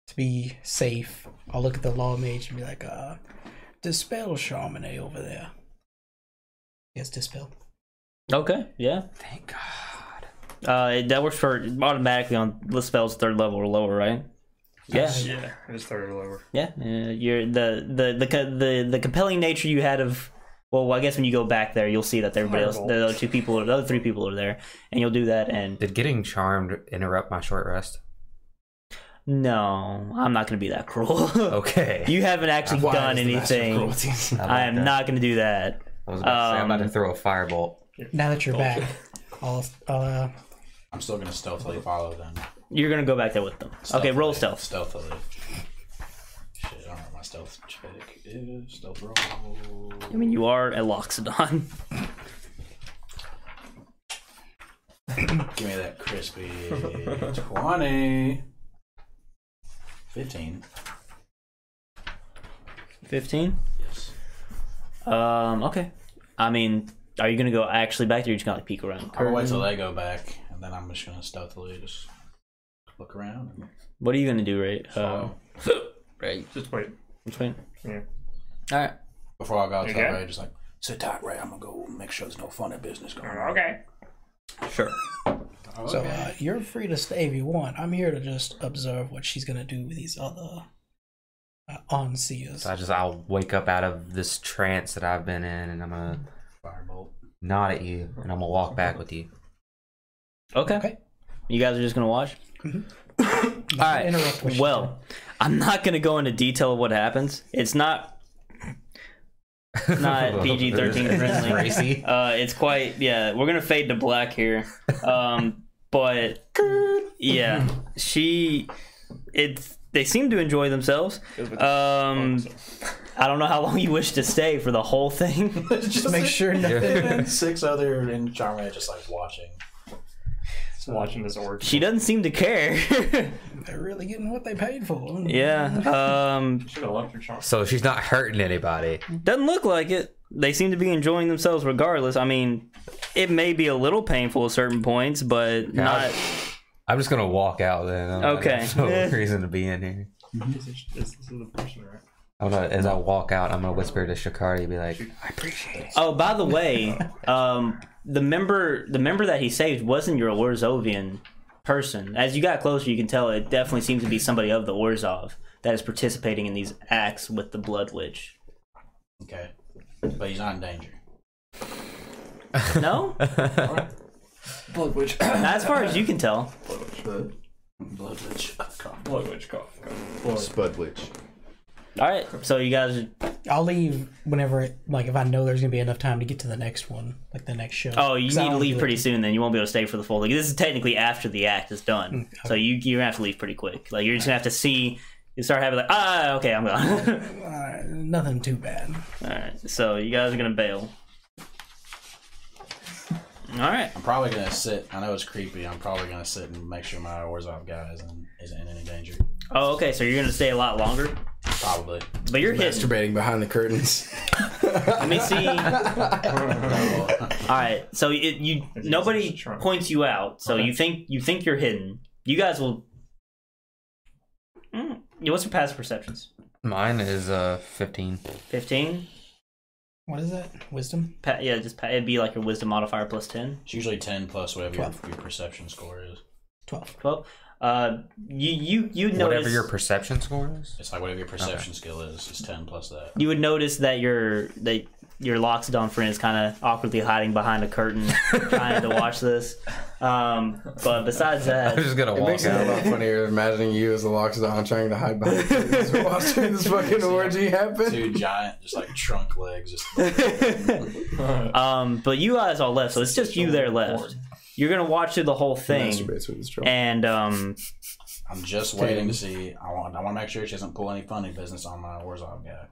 [SPEAKER 7] to be safe, I'll look at the law mage and be like, uh, dispel Charmony over there. Yes, dispel.
[SPEAKER 2] Okay, yeah.
[SPEAKER 5] Thank God.
[SPEAKER 2] Uh, it- that works for automatically on the spells third level or lower, right? Yeah,
[SPEAKER 1] Yeah, it's third or lower.
[SPEAKER 2] yeah. Uh, you're the, the the co- the the compelling nature you had of. Well, I guess when you go back there, you'll see that everybody else, the other two people or the other three people are there, and you'll do that. And
[SPEAKER 5] Did getting charmed interrupt my short rest?
[SPEAKER 2] no, I'm not gonna be that cruel. [LAUGHS]
[SPEAKER 5] Okay.
[SPEAKER 2] you haven't actually
[SPEAKER 3] Why
[SPEAKER 2] done
[SPEAKER 3] is the master
[SPEAKER 2] anything.
[SPEAKER 3] cruelty?
[SPEAKER 2] I am not gonna do that.
[SPEAKER 5] I was about to say, I'm about to
[SPEAKER 2] um,
[SPEAKER 5] throw a firebolt.
[SPEAKER 7] Now that you're back, I'll, I'll uh,
[SPEAKER 4] I'm still gonna stealthily follow them.
[SPEAKER 2] You're gonna go back there with them. Okay, roll
[SPEAKER 4] Stealthily.
[SPEAKER 2] stealth.
[SPEAKER 4] Stealthily. Shit, I don't know what my stealth check is. Stealth roll.
[SPEAKER 2] I mean, you are a Loxodon. [LAUGHS]
[SPEAKER 4] Give me
[SPEAKER 2] [LAUGHS]
[SPEAKER 4] that crispy 20. 15.
[SPEAKER 2] Fifteen.
[SPEAKER 4] Yes.
[SPEAKER 2] Um. Okay. I mean, are you gonna go actually back there? Or you just gonna like peek around?
[SPEAKER 4] I'm gonna wait till
[SPEAKER 2] curtain?
[SPEAKER 4] they go back, and then I'm just gonna stealthily just look around and
[SPEAKER 2] What are you gonna do, right? Uh,
[SPEAKER 4] follow.
[SPEAKER 5] Right.
[SPEAKER 1] [LAUGHS] Just wait.
[SPEAKER 2] between.
[SPEAKER 1] Yeah.
[SPEAKER 5] All right.
[SPEAKER 4] Before I go outside,
[SPEAKER 1] Okay.
[SPEAKER 4] Ray just like, sit tight, Ray. I'm gonna go make sure there's no funny business going
[SPEAKER 6] Uh-huh.
[SPEAKER 4] on.
[SPEAKER 1] Okay.
[SPEAKER 2] Sure.
[SPEAKER 7] So uh, you're free to stay if you want. I'm here to just observe what she's gonna do with these other uh, on-seers.
[SPEAKER 5] So I just I'll wake up out of this trance that I've been in, and I'm gonna
[SPEAKER 7] [LAUGHS]
[SPEAKER 4] Firebolt.
[SPEAKER 5] nod at you, and I'm gonna walk back with you.
[SPEAKER 2] Okay.
[SPEAKER 7] Okay.
[SPEAKER 2] You guys are just gonna watch.
[SPEAKER 7] All
[SPEAKER 2] right. Well, I'm not gonna go into detail of what happens. It's not
[SPEAKER 5] [LAUGHS]
[SPEAKER 2] Not PG-13
[SPEAKER 5] It's
[SPEAKER 2] friendly.
[SPEAKER 5] Racy.
[SPEAKER 2] Uh, it's quite yeah. We're gonna fade to black here, um, [LAUGHS] but yeah, she. It's they seem to enjoy themselves. Um, I don't know how long you wish to stay for the whole thing. [LAUGHS]
[SPEAKER 4] just
[SPEAKER 7] make sure nothing.
[SPEAKER 4] [LAUGHS] six other in Charmander just like watching.
[SPEAKER 1] Just watching this orc.
[SPEAKER 2] She doesn't seem to care. [LAUGHS]
[SPEAKER 7] They're really getting what they paid for.
[SPEAKER 2] yeah, um,
[SPEAKER 1] Should have left
[SPEAKER 2] [LAUGHS]
[SPEAKER 1] your shop.
[SPEAKER 5] So she's not hurting anybody.
[SPEAKER 2] doesn't look like it. They seem to be enjoying themselves regardless. I mean, it may be a little painful at certain points, but not.
[SPEAKER 5] I'm just gonna walk out then. I'm like,
[SPEAKER 2] Okay.
[SPEAKER 5] [LAUGHS] There's no
[SPEAKER 2] Eh. [LAUGHS]
[SPEAKER 5] reason to be in here.
[SPEAKER 1] Is this, is this the person, right?
[SPEAKER 5] I'm gonna as I walk out, I'm gonna whisper to Shakari, be like, "I appreciate it."
[SPEAKER 2] Oh, by the way, um, the member the member that he saved wasn't your Orzovian person. As you got closer, you can tell it definitely seems to be somebody of the Orzov that is participating in these acts with the Blood Witch.
[SPEAKER 4] Okay. But he's not in danger.
[SPEAKER 2] No,
[SPEAKER 1] Blood witch.
[SPEAKER 2] as far as you can tell.
[SPEAKER 4] Blood Witch.
[SPEAKER 1] Blood witch cough.
[SPEAKER 3] Spud Witch.
[SPEAKER 2] All right, so you guys.
[SPEAKER 7] I'll leave whenever, it, like, if I know there's gonna be enough time to get to the next one, like the next show.
[SPEAKER 2] Oh, you
[SPEAKER 7] 'Cause I
[SPEAKER 2] need to
[SPEAKER 7] don't
[SPEAKER 2] leave
[SPEAKER 7] do
[SPEAKER 2] pretty
[SPEAKER 7] it.
[SPEAKER 2] soon. Then you won't be able to stay for the full. Like, this is technically after the act is
[SPEAKER 1] Mm,
[SPEAKER 2] done, so you you're gonna have to leave pretty quick. Like you're just gonna have to see. You start having like ah okay I'm gone. [LAUGHS]
[SPEAKER 7] Alright, nothing too bad.
[SPEAKER 2] All right, so you guys are gonna bail. All right.
[SPEAKER 4] I'm probably gonna sit. I know it's creepy. I'm probably gonna sit and make sure my Orzov guy isn't, isn't in any danger.
[SPEAKER 2] Oh, okay. So you're gonna stay a lot longer,
[SPEAKER 4] Probably.
[SPEAKER 2] but you're hidden.
[SPEAKER 3] Masturbating behind the curtains. [LAUGHS]
[SPEAKER 2] Let
[SPEAKER 5] [LAUGHS]
[SPEAKER 2] me see. All right. So it, you nobody
[SPEAKER 1] it's shrunk.
[SPEAKER 2] points you out. So
[SPEAKER 1] Okay.
[SPEAKER 2] you think you think you're hidden. You guys will. Mm, yeah, what's your past perceptions?
[SPEAKER 5] Mine is uh 15.
[SPEAKER 2] Fifteen.
[SPEAKER 7] What is that? Wisdom?
[SPEAKER 2] Pa- yeah, just pa- it'd be like your wisdom modifier plus ten.
[SPEAKER 4] It's usually ten plus whatever your, your perception score is.
[SPEAKER 7] 12.
[SPEAKER 2] Twelve. Uh, you you you notice
[SPEAKER 5] Whatever your perception score is. [LAUGHS]
[SPEAKER 4] It's like whatever your perception skill is. It's ten plus that.
[SPEAKER 2] you would notice that your that your Loxodon friend is kind of awkwardly hiding behind a curtain, trying to watch this. Um, but besides
[SPEAKER 5] I'm
[SPEAKER 2] that,
[SPEAKER 5] just gonna
[SPEAKER 3] It
[SPEAKER 5] walk
[SPEAKER 3] makes it a
[SPEAKER 5] out.
[SPEAKER 3] lot funnier imagining you as a Loxodon trying to hide behind the curtains while watching this [LAUGHS] fucking orgy happen.
[SPEAKER 4] Two giant, just like trunk legs. Just
[SPEAKER 5] [LAUGHS]
[SPEAKER 2] um, but you guys all left, so it's just you there left. You're gonna watch through the whole thing,
[SPEAKER 3] Masturbates with his troll.
[SPEAKER 2] and um,
[SPEAKER 4] I'm just waiting to see. I want. I want to make sure she doesn't pull any funny business on my Orzov guy.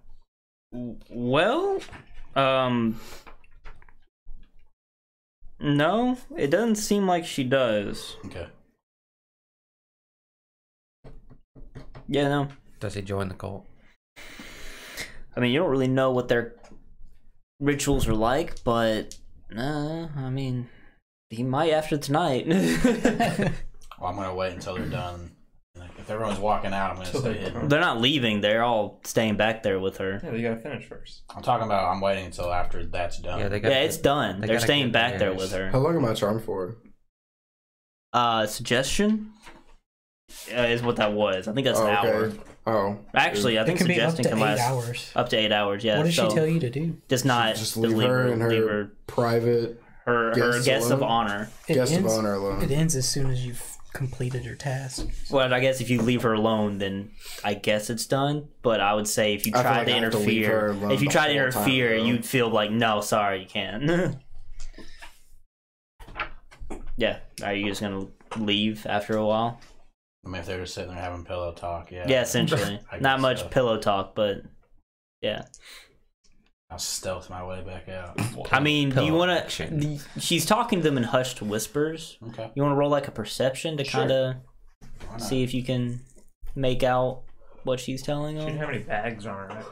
[SPEAKER 2] well, um, no, it doesn't seem like she does.
[SPEAKER 4] Okay.
[SPEAKER 2] Yeah, no.
[SPEAKER 5] Does he join the cult?
[SPEAKER 2] I mean, you don't really know what their rituals are like, but uh, I mean, he might after tonight.
[SPEAKER 4] Well, I'm gonna wait until they're done. And like, if If everyone's walking out, I'm gonna
[SPEAKER 6] Till
[SPEAKER 4] stay
[SPEAKER 6] they
[SPEAKER 4] hidden.
[SPEAKER 6] come.
[SPEAKER 2] They're not leaving. They're all staying back there with her.
[SPEAKER 6] Yeah, but you gotta finish first.
[SPEAKER 4] I'm talking about I'm waiting until after that's done.
[SPEAKER 5] Yeah, they got
[SPEAKER 2] Yeah, it's done.
[SPEAKER 5] they
[SPEAKER 2] They're
[SPEAKER 5] gotta
[SPEAKER 2] staying
[SPEAKER 5] get
[SPEAKER 2] back there
[SPEAKER 5] theirs.
[SPEAKER 2] with her.
[SPEAKER 3] How long am I charmed for?
[SPEAKER 2] Uh, suggestion uh, is what that was. I think that's
[SPEAKER 3] Oh,
[SPEAKER 2] an hour.
[SPEAKER 3] okay. Oh,
[SPEAKER 2] Actually, I
[SPEAKER 7] It
[SPEAKER 2] think
[SPEAKER 7] can be up
[SPEAKER 2] suggestion
[SPEAKER 7] to
[SPEAKER 2] can
[SPEAKER 7] eight
[SPEAKER 2] last
[SPEAKER 7] hours.
[SPEAKER 2] up to eight hours. Yeah.
[SPEAKER 7] what does
[SPEAKER 2] so
[SPEAKER 7] she tell you to do?
[SPEAKER 2] Just not
[SPEAKER 3] Just
[SPEAKER 2] to
[SPEAKER 3] leave her and her
[SPEAKER 2] leave her,
[SPEAKER 3] private
[SPEAKER 2] her, her
[SPEAKER 3] guests
[SPEAKER 2] guest of
[SPEAKER 3] alone?
[SPEAKER 2] honor.
[SPEAKER 3] guest of honor
[SPEAKER 7] It
[SPEAKER 3] alone.
[SPEAKER 7] ends as soon as you've completed your task.
[SPEAKER 2] Well, I guess if you leave her alone, then I guess it's done. But I would say if you
[SPEAKER 3] I feel
[SPEAKER 2] tried
[SPEAKER 3] like
[SPEAKER 2] to
[SPEAKER 3] I have to leave her
[SPEAKER 2] interfere,
[SPEAKER 3] alone
[SPEAKER 2] if you
[SPEAKER 3] the
[SPEAKER 2] tried to
[SPEAKER 3] whole time,
[SPEAKER 2] interfere,
[SPEAKER 3] bro.
[SPEAKER 2] you'd feel like, no, sorry, you can't. [LAUGHS] yeah. Are you just gonna leave after a while?
[SPEAKER 4] I mean, if they're just sitting there having pillow talk, yeah.
[SPEAKER 2] Yeah,
[SPEAKER 3] [LAUGHS]
[SPEAKER 2] essentially.
[SPEAKER 4] I
[SPEAKER 2] Not
[SPEAKER 4] guess
[SPEAKER 2] much
[SPEAKER 4] so.
[SPEAKER 2] pillow talk, but yeah.
[SPEAKER 4] I'll stealth my way back out.
[SPEAKER 2] I mean, do you
[SPEAKER 5] pillow
[SPEAKER 2] want to?
[SPEAKER 5] action.
[SPEAKER 2] She's talking to them in hushed whispers.
[SPEAKER 4] Okay.
[SPEAKER 2] You want to roll like a perception to kind of
[SPEAKER 4] why not?
[SPEAKER 2] see if you can make out what she's telling
[SPEAKER 1] She didn't
[SPEAKER 2] them.
[SPEAKER 1] have any bags on her. right?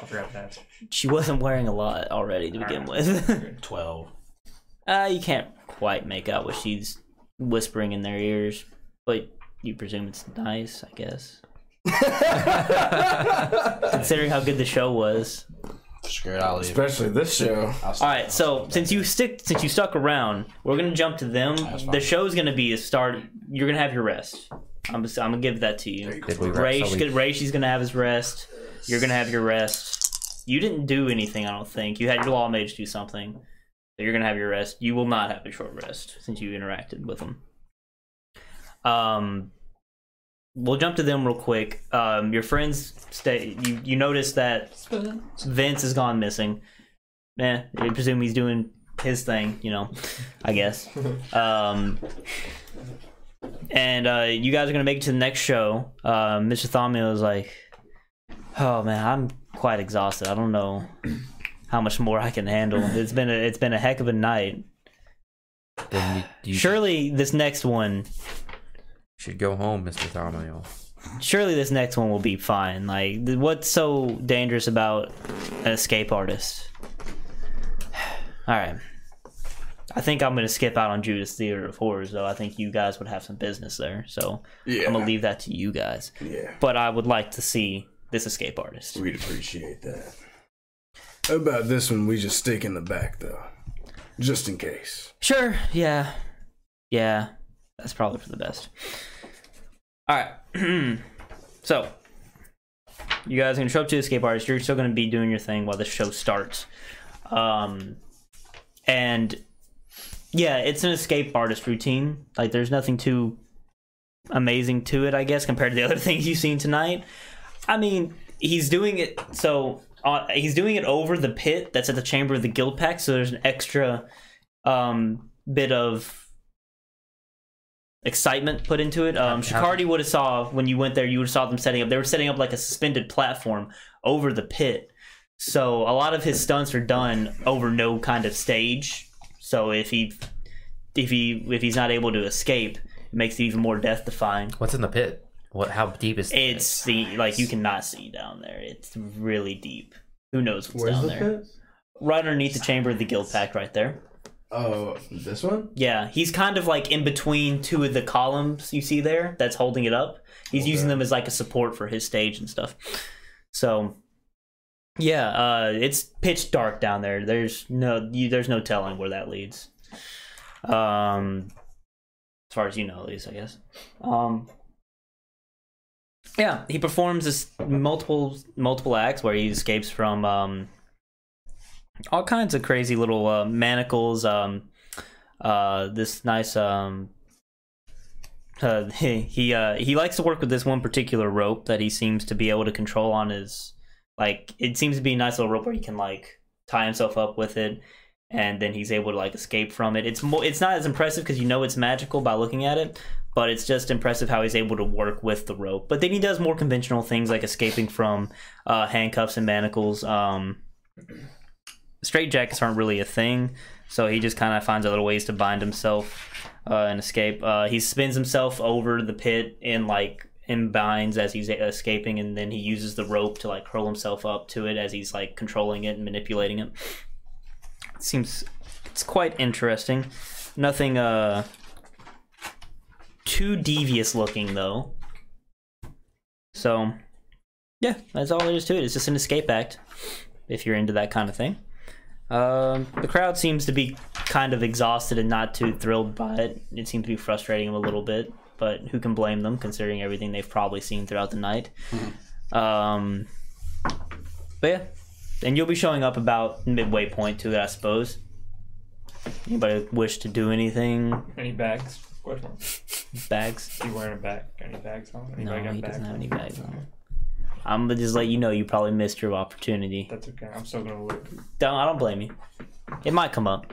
[SPEAKER 1] I'll grab that.
[SPEAKER 2] She wasn't wearing a lot already to begin with. [LAUGHS]
[SPEAKER 4] Twelve.
[SPEAKER 2] uh, you can't quite make out what she's whispering in their ears, but you presume it's nice, I guess. Considering how good the show was.
[SPEAKER 4] Screw it. I'll leave.
[SPEAKER 3] Especially this show.
[SPEAKER 4] I'll stealth.
[SPEAKER 2] All right, so since you stick, since you stuck around, we're gonna jump to them. The
[SPEAKER 4] fine.
[SPEAKER 2] show's gonna be a start. You're gonna have your rest. I'm, just, I'm gonna give that to you.
[SPEAKER 5] Did we
[SPEAKER 2] Ray,
[SPEAKER 5] so
[SPEAKER 2] she's
[SPEAKER 5] we-
[SPEAKER 2] gonna- Ray, she's gonna have his rest. You're gonna have your rest. You didn't do anything, I don't think. You had your law mage do something, so you're gonna have your rest. You will not have a short rest since you interacted with them. Um, we'll jump to them real quick. Um, your friends stay. You you notice that Vince has gone missing. Eh, I presume he's doing his thing, you know, I guess. Um, and uh, you guys are gonna make it to the next show. Uh, Mr. Thomio is like, "Oh man, I'm quite exhausted. I don't know how much more I can handle. It's been a, it's been a heck of a night.
[SPEAKER 5] Then you, you
[SPEAKER 2] Surely this next one,
[SPEAKER 5] should go home, Mr. Tharmiel.
[SPEAKER 2] surely this next one will be fine. Like, th- what's so dangerous about an escape artist? [SIGHS] All right." I think I'm gonna skip out on Judas Theater of Horrors, though. I think you guys would have some business there, so
[SPEAKER 3] Yeah.
[SPEAKER 2] I'm gonna leave that to you guys.
[SPEAKER 3] yeah.
[SPEAKER 2] but I would like to see this escape artist.
[SPEAKER 3] We'd appreciate that. How about this one? We just stick in the back though, just in case.
[SPEAKER 2] Sure, yeah. Yeah, that's probably for the best. Alright, [CLEARS THROAT] so you guys are gonna show up to the escape artist. You're still gonna be doing your thing while the show starts. Um, and yeah, it's an escape artist routine. Like, there's nothing too amazing to it, I guess, compared to the [LAUGHS] other things you've seen tonight. I mean, he's doing it so uh, he's doing it over the pit that's at the chamber of the guild pack. So there's an extra um, bit of excitement put into it. Um, Shikardi would have saw when you went there. You would have saw them setting up. They were setting up like a suspended platform over the pit. So a lot of his stunts are done over no kind of stage. So if he if he if he's not able to escape, it makes it even more death defying.
[SPEAKER 5] What's in the pit? What? How deep is [LAUGHS] the pit?
[SPEAKER 2] It's the like you cannot see down there. It's really deep. Who knows what's down there?
[SPEAKER 3] pit?
[SPEAKER 2] Right underneath the chamber of the guild pack, right there.
[SPEAKER 3] Oh, this one.
[SPEAKER 2] Yeah, he's kind of like in between two of the columns you see there that's holding it up. He's using them as like a support for his stage and stuff. So yeah, uh it's pitch dark down there. There's no you, there's no telling where that leads. Um as far as you know at least, I guess. Um yeah, he performs this multiple multiple acts where he escapes from um all kinds of crazy little uh, manacles um uh, this nice um uh, [LAUGHS] he he, uh, he likes to work with this one particular rope that he seems to be able to control on his like it seems to be a nice little rope where he can like tie himself up with it and then he's able to like escape from it it's more it's not as impressive because you know it's magical by looking at it but it's just impressive how he's able to work with the rope but then he does more conventional things like escaping from uh, handcuffs and manacles um straight jackets aren't really a thing so he just kind of finds other ways to bind himself uh, and escape. Uh, he spins himself over the pit and like and binds as he's escaping, and then he uses the rope to like curl himself up to it as he's like controlling it and manipulating it. it seems it's quite interesting. Nothing uh too devious looking though. So, yeah, that's all there is to it. It's just an escape act, if you're into that kind of thing. Um, the crowd seems to be kind of exhausted and not too thrilled by it. It seems to be frustrating them a little bit, but who can blame them considering everything they've probably seen throughout the night?
[SPEAKER 1] Hmm.
[SPEAKER 2] Um, but yeah, and you'll be showing up about midway point to it, I suppose. Anybody wish to do anything?
[SPEAKER 1] Any bags? Question mark.
[SPEAKER 2] Bags?
[SPEAKER 1] You wearing a bag? Any bags on?
[SPEAKER 2] No,
[SPEAKER 1] Anybody
[SPEAKER 2] he
[SPEAKER 1] got bags?
[SPEAKER 2] doesn't have any bags on. I'm gonna just let you know you probably missed your opportunity.
[SPEAKER 1] That's okay. I'm still gonna look.
[SPEAKER 2] Don't I don't blame you. It might come up.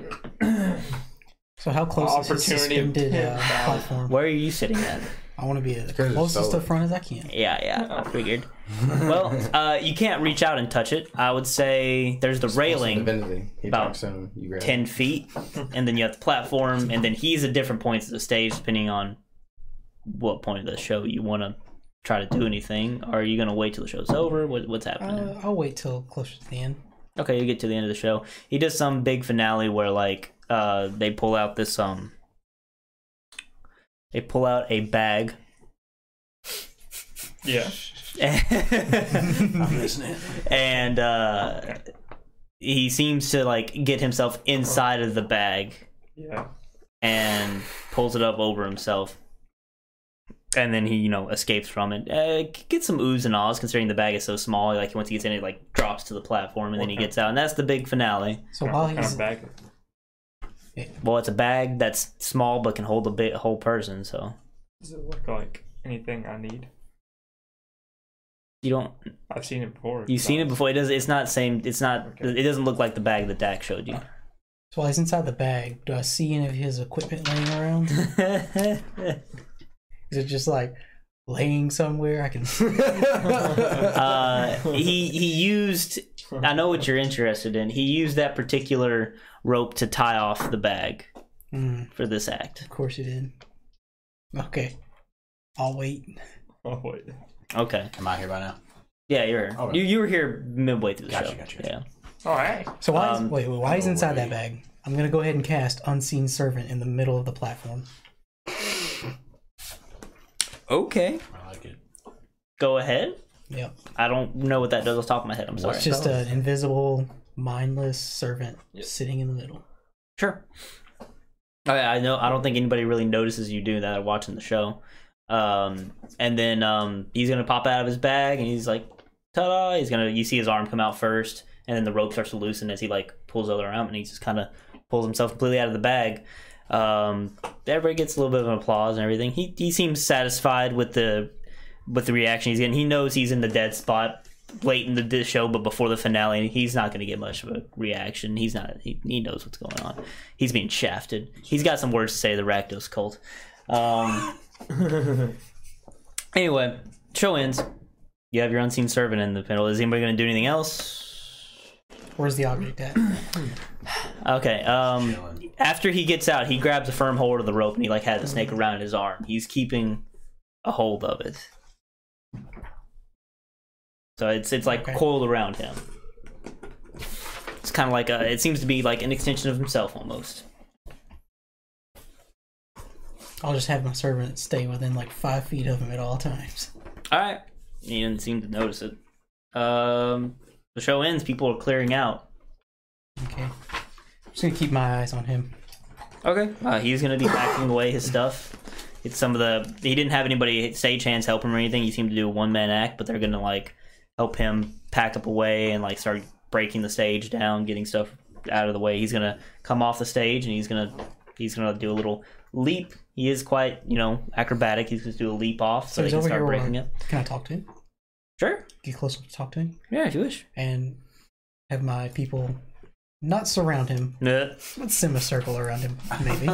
[SPEAKER 7] So how close is his
[SPEAKER 1] Opportunity.
[SPEAKER 7] suspended uh,
[SPEAKER 1] Yeah.
[SPEAKER 7] platform?
[SPEAKER 2] Where are you sitting at?
[SPEAKER 7] I want to be as
[SPEAKER 3] Because it's
[SPEAKER 7] closest to
[SPEAKER 3] solid.
[SPEAKER 7] front as I can.
[SPEAKER 2] Yeah, yeah, I figured. well, uh, you can't reach out and touch it. I would say there's the railing,
[SPEAKER 3] Divinity. He
[SPEAKER 2] About
[SPEAKER 3] talks him. You grab.
[SPEAKER 2] 10 feet and then you have the platform and then he's at different points of the stage depending on what point of the show you want to try to do anything or are you going to wait till the show's over what, what's happening
[SPEAKER 7] Uh, I'll wait till closer to the end.
[SPEAKER 2] okay you get to the end of the show he does some big finale where like uh they pull out this um they pull out a bag
[SPEAKER 1] Yeah.
[SPEAKER 4] I'm listening.
[SPEAKER 2] and uh he seems to like get himself inside of the bag
[SPEAKER 1] Yeah.
[SPEAKER 2] and pulls it up over himself. And then he, you know, escapes from it. Uh, gets some oohs and ahs considering the bag is so small. Like once he gets in, it like drops to the platform, and then he gets out, and that's the big finale.
[SPEAKER 7] So while
[SPEAKER 1] kind of
[SPEAKER 7] he's
[SPEAKER 1] bag.
[SPEAKER 2] Well, it's a bag that's small but can hold a bit whole person, so
[SPEAKER 1] Does it look like anything I need?
[SPEAKER 2] you don't
[SPEAKER 1] I've seen it before.
[SPEAKER 2] you've seen it
[SPEAKER 1] [LAUGHS]
[SPEAKER 2] before. It does. It's not same. It's not.
[SPEAKER 1] Okay.
[SPEAKER 2] It doesn't look like the bag that Dak showed you.
[SPEAKER 7] so while he's inside the bag, do I see any of his equipment laying around?
[SPEAKER 2] [LAUGHS]
[SPEAKER 7] Is it just like laying somewhere I can?
[SPEAKER 2] [LAUGHS] uh, he he used. I know what you're interested in. He used that particular rope to tie off the bag
[SPEAKER 7] Mm,
[SPEAKER 2] for this act.
[SPEAKER 7] of course you did. Okay, I'll wait.
[SPEAKER 1] Oh wait.
[SPEAKER 2] Okay.
[SPEAKER 4] Am I here by now?
[SPEAKER 2] Yeah, you're here.
[SPEAKER 4] Okay.
[SPEAKER 2] You, you were here midway through the
[SPEAKER 4] Gotcha,
[SPEAKER 2] show.
[SPEAKER 4] gotcha,
[SPEAKER 2] Yeah.
[SPEAKER 1] All right.
[SPEAKER 7] So while
[SPEAKER 2] Um,
[SPEAKER 7] he's, wait, wait, while he's inside that bag, I'm gonna go ahead and cast Unseen Servant in the middle of the platform.
[SPEAKER 2] Okay.
[SPEAKER 4] I like it.
[SPEAKER 2] Go ahead.
[SPEAKER 7] Yep,
[SPEAKER 2] I don't know what that does off the top of my head. I'm sorry.
[SPEAKER 7] it's just an invisible, mindless servant sitting in the middle.
[SPEAKER 2] Sure. I, I know. I don't think anybody really notices you doing that. Watching the show, um, and then um, he's gonna pop out of his bag, and he's like, "Ta-da!" He's gonna. You see his arm come out first, and then the rope starts to loosen as he like pulls the other arm, and he just kind of pulls himself completely out of the bag. Um, everybody gets a little bit of an applause and everything. He he seems satisfied with the with the reaction he's getting. He knows he's in the dead spot late in the di- show, but before the finale, he's not going to get much of a reaction. He's not. He, he knows what's going on. He's being shafted. He's got some words to say. to The Rakdos cult. Um, anyway, show ends. You have your unseen servant in the panel. Is anybody going to do anything else?
[SPEAKER 7] Where's the object at?
[SPEAKER 2] Okay. Um,
[SPEAKER 4] Chilling.
[SPEAKER 2] after he gets out, he grabs a firm hold of the rope and he like has the snake around his arm. He's keeping a hold of it. So it's it's like
[SPEAKER 7] Okay.
[SPEAKER 2] coiled around him. It's kind of like a. It seems to be like an extension of himself almost.
[SPEAKER 7] I'll just have my servant stay within like five feet of him at all times.
[SPEAKER 2] All right. He didn't seem to notice it. Um, the show ends. People are clearing out.
[SPEAKER 7] Okay. just gonna keep my eyes on him.
[SPEAKER 2] Okay. Uh, he's gonna be packing away his stuff. It's some of the he didn't have anybody stagehands help him or anything. He seemed to do a one man act, but they're gonna like help him pack up away and like start breaking the stage down, getting stuff out of the way. He's gonna come off the stage and he's gonna he's gonna do a little leap. He is quite you know acrobatic. He's gonna do a leap off so,
[SPEAKER 7] So
[SPEAKER 2] they
[SPEAKER 7] he's
[SPEAKER 2] can
[SPEAKER 7] over
[SPEAKER 2] start
[SPEAKER 7] here where
[SPEAKER 2] breaking
[SPEAKER 7] I-
[SPEAKER 2] it.
[SPEAKER 7] Can I talk to him?
[SPEAKER 2] Sure.
[SPEAKER 7] Get close enough to talk to him
[SPEAKER 2] Yeah, if you wish.
[SPEAKER 7] and have my people not surround him,
[SPEAKER 2] Yeah.
[SPEAKER 7] but semicircle around him, [LAUGHS] maybe.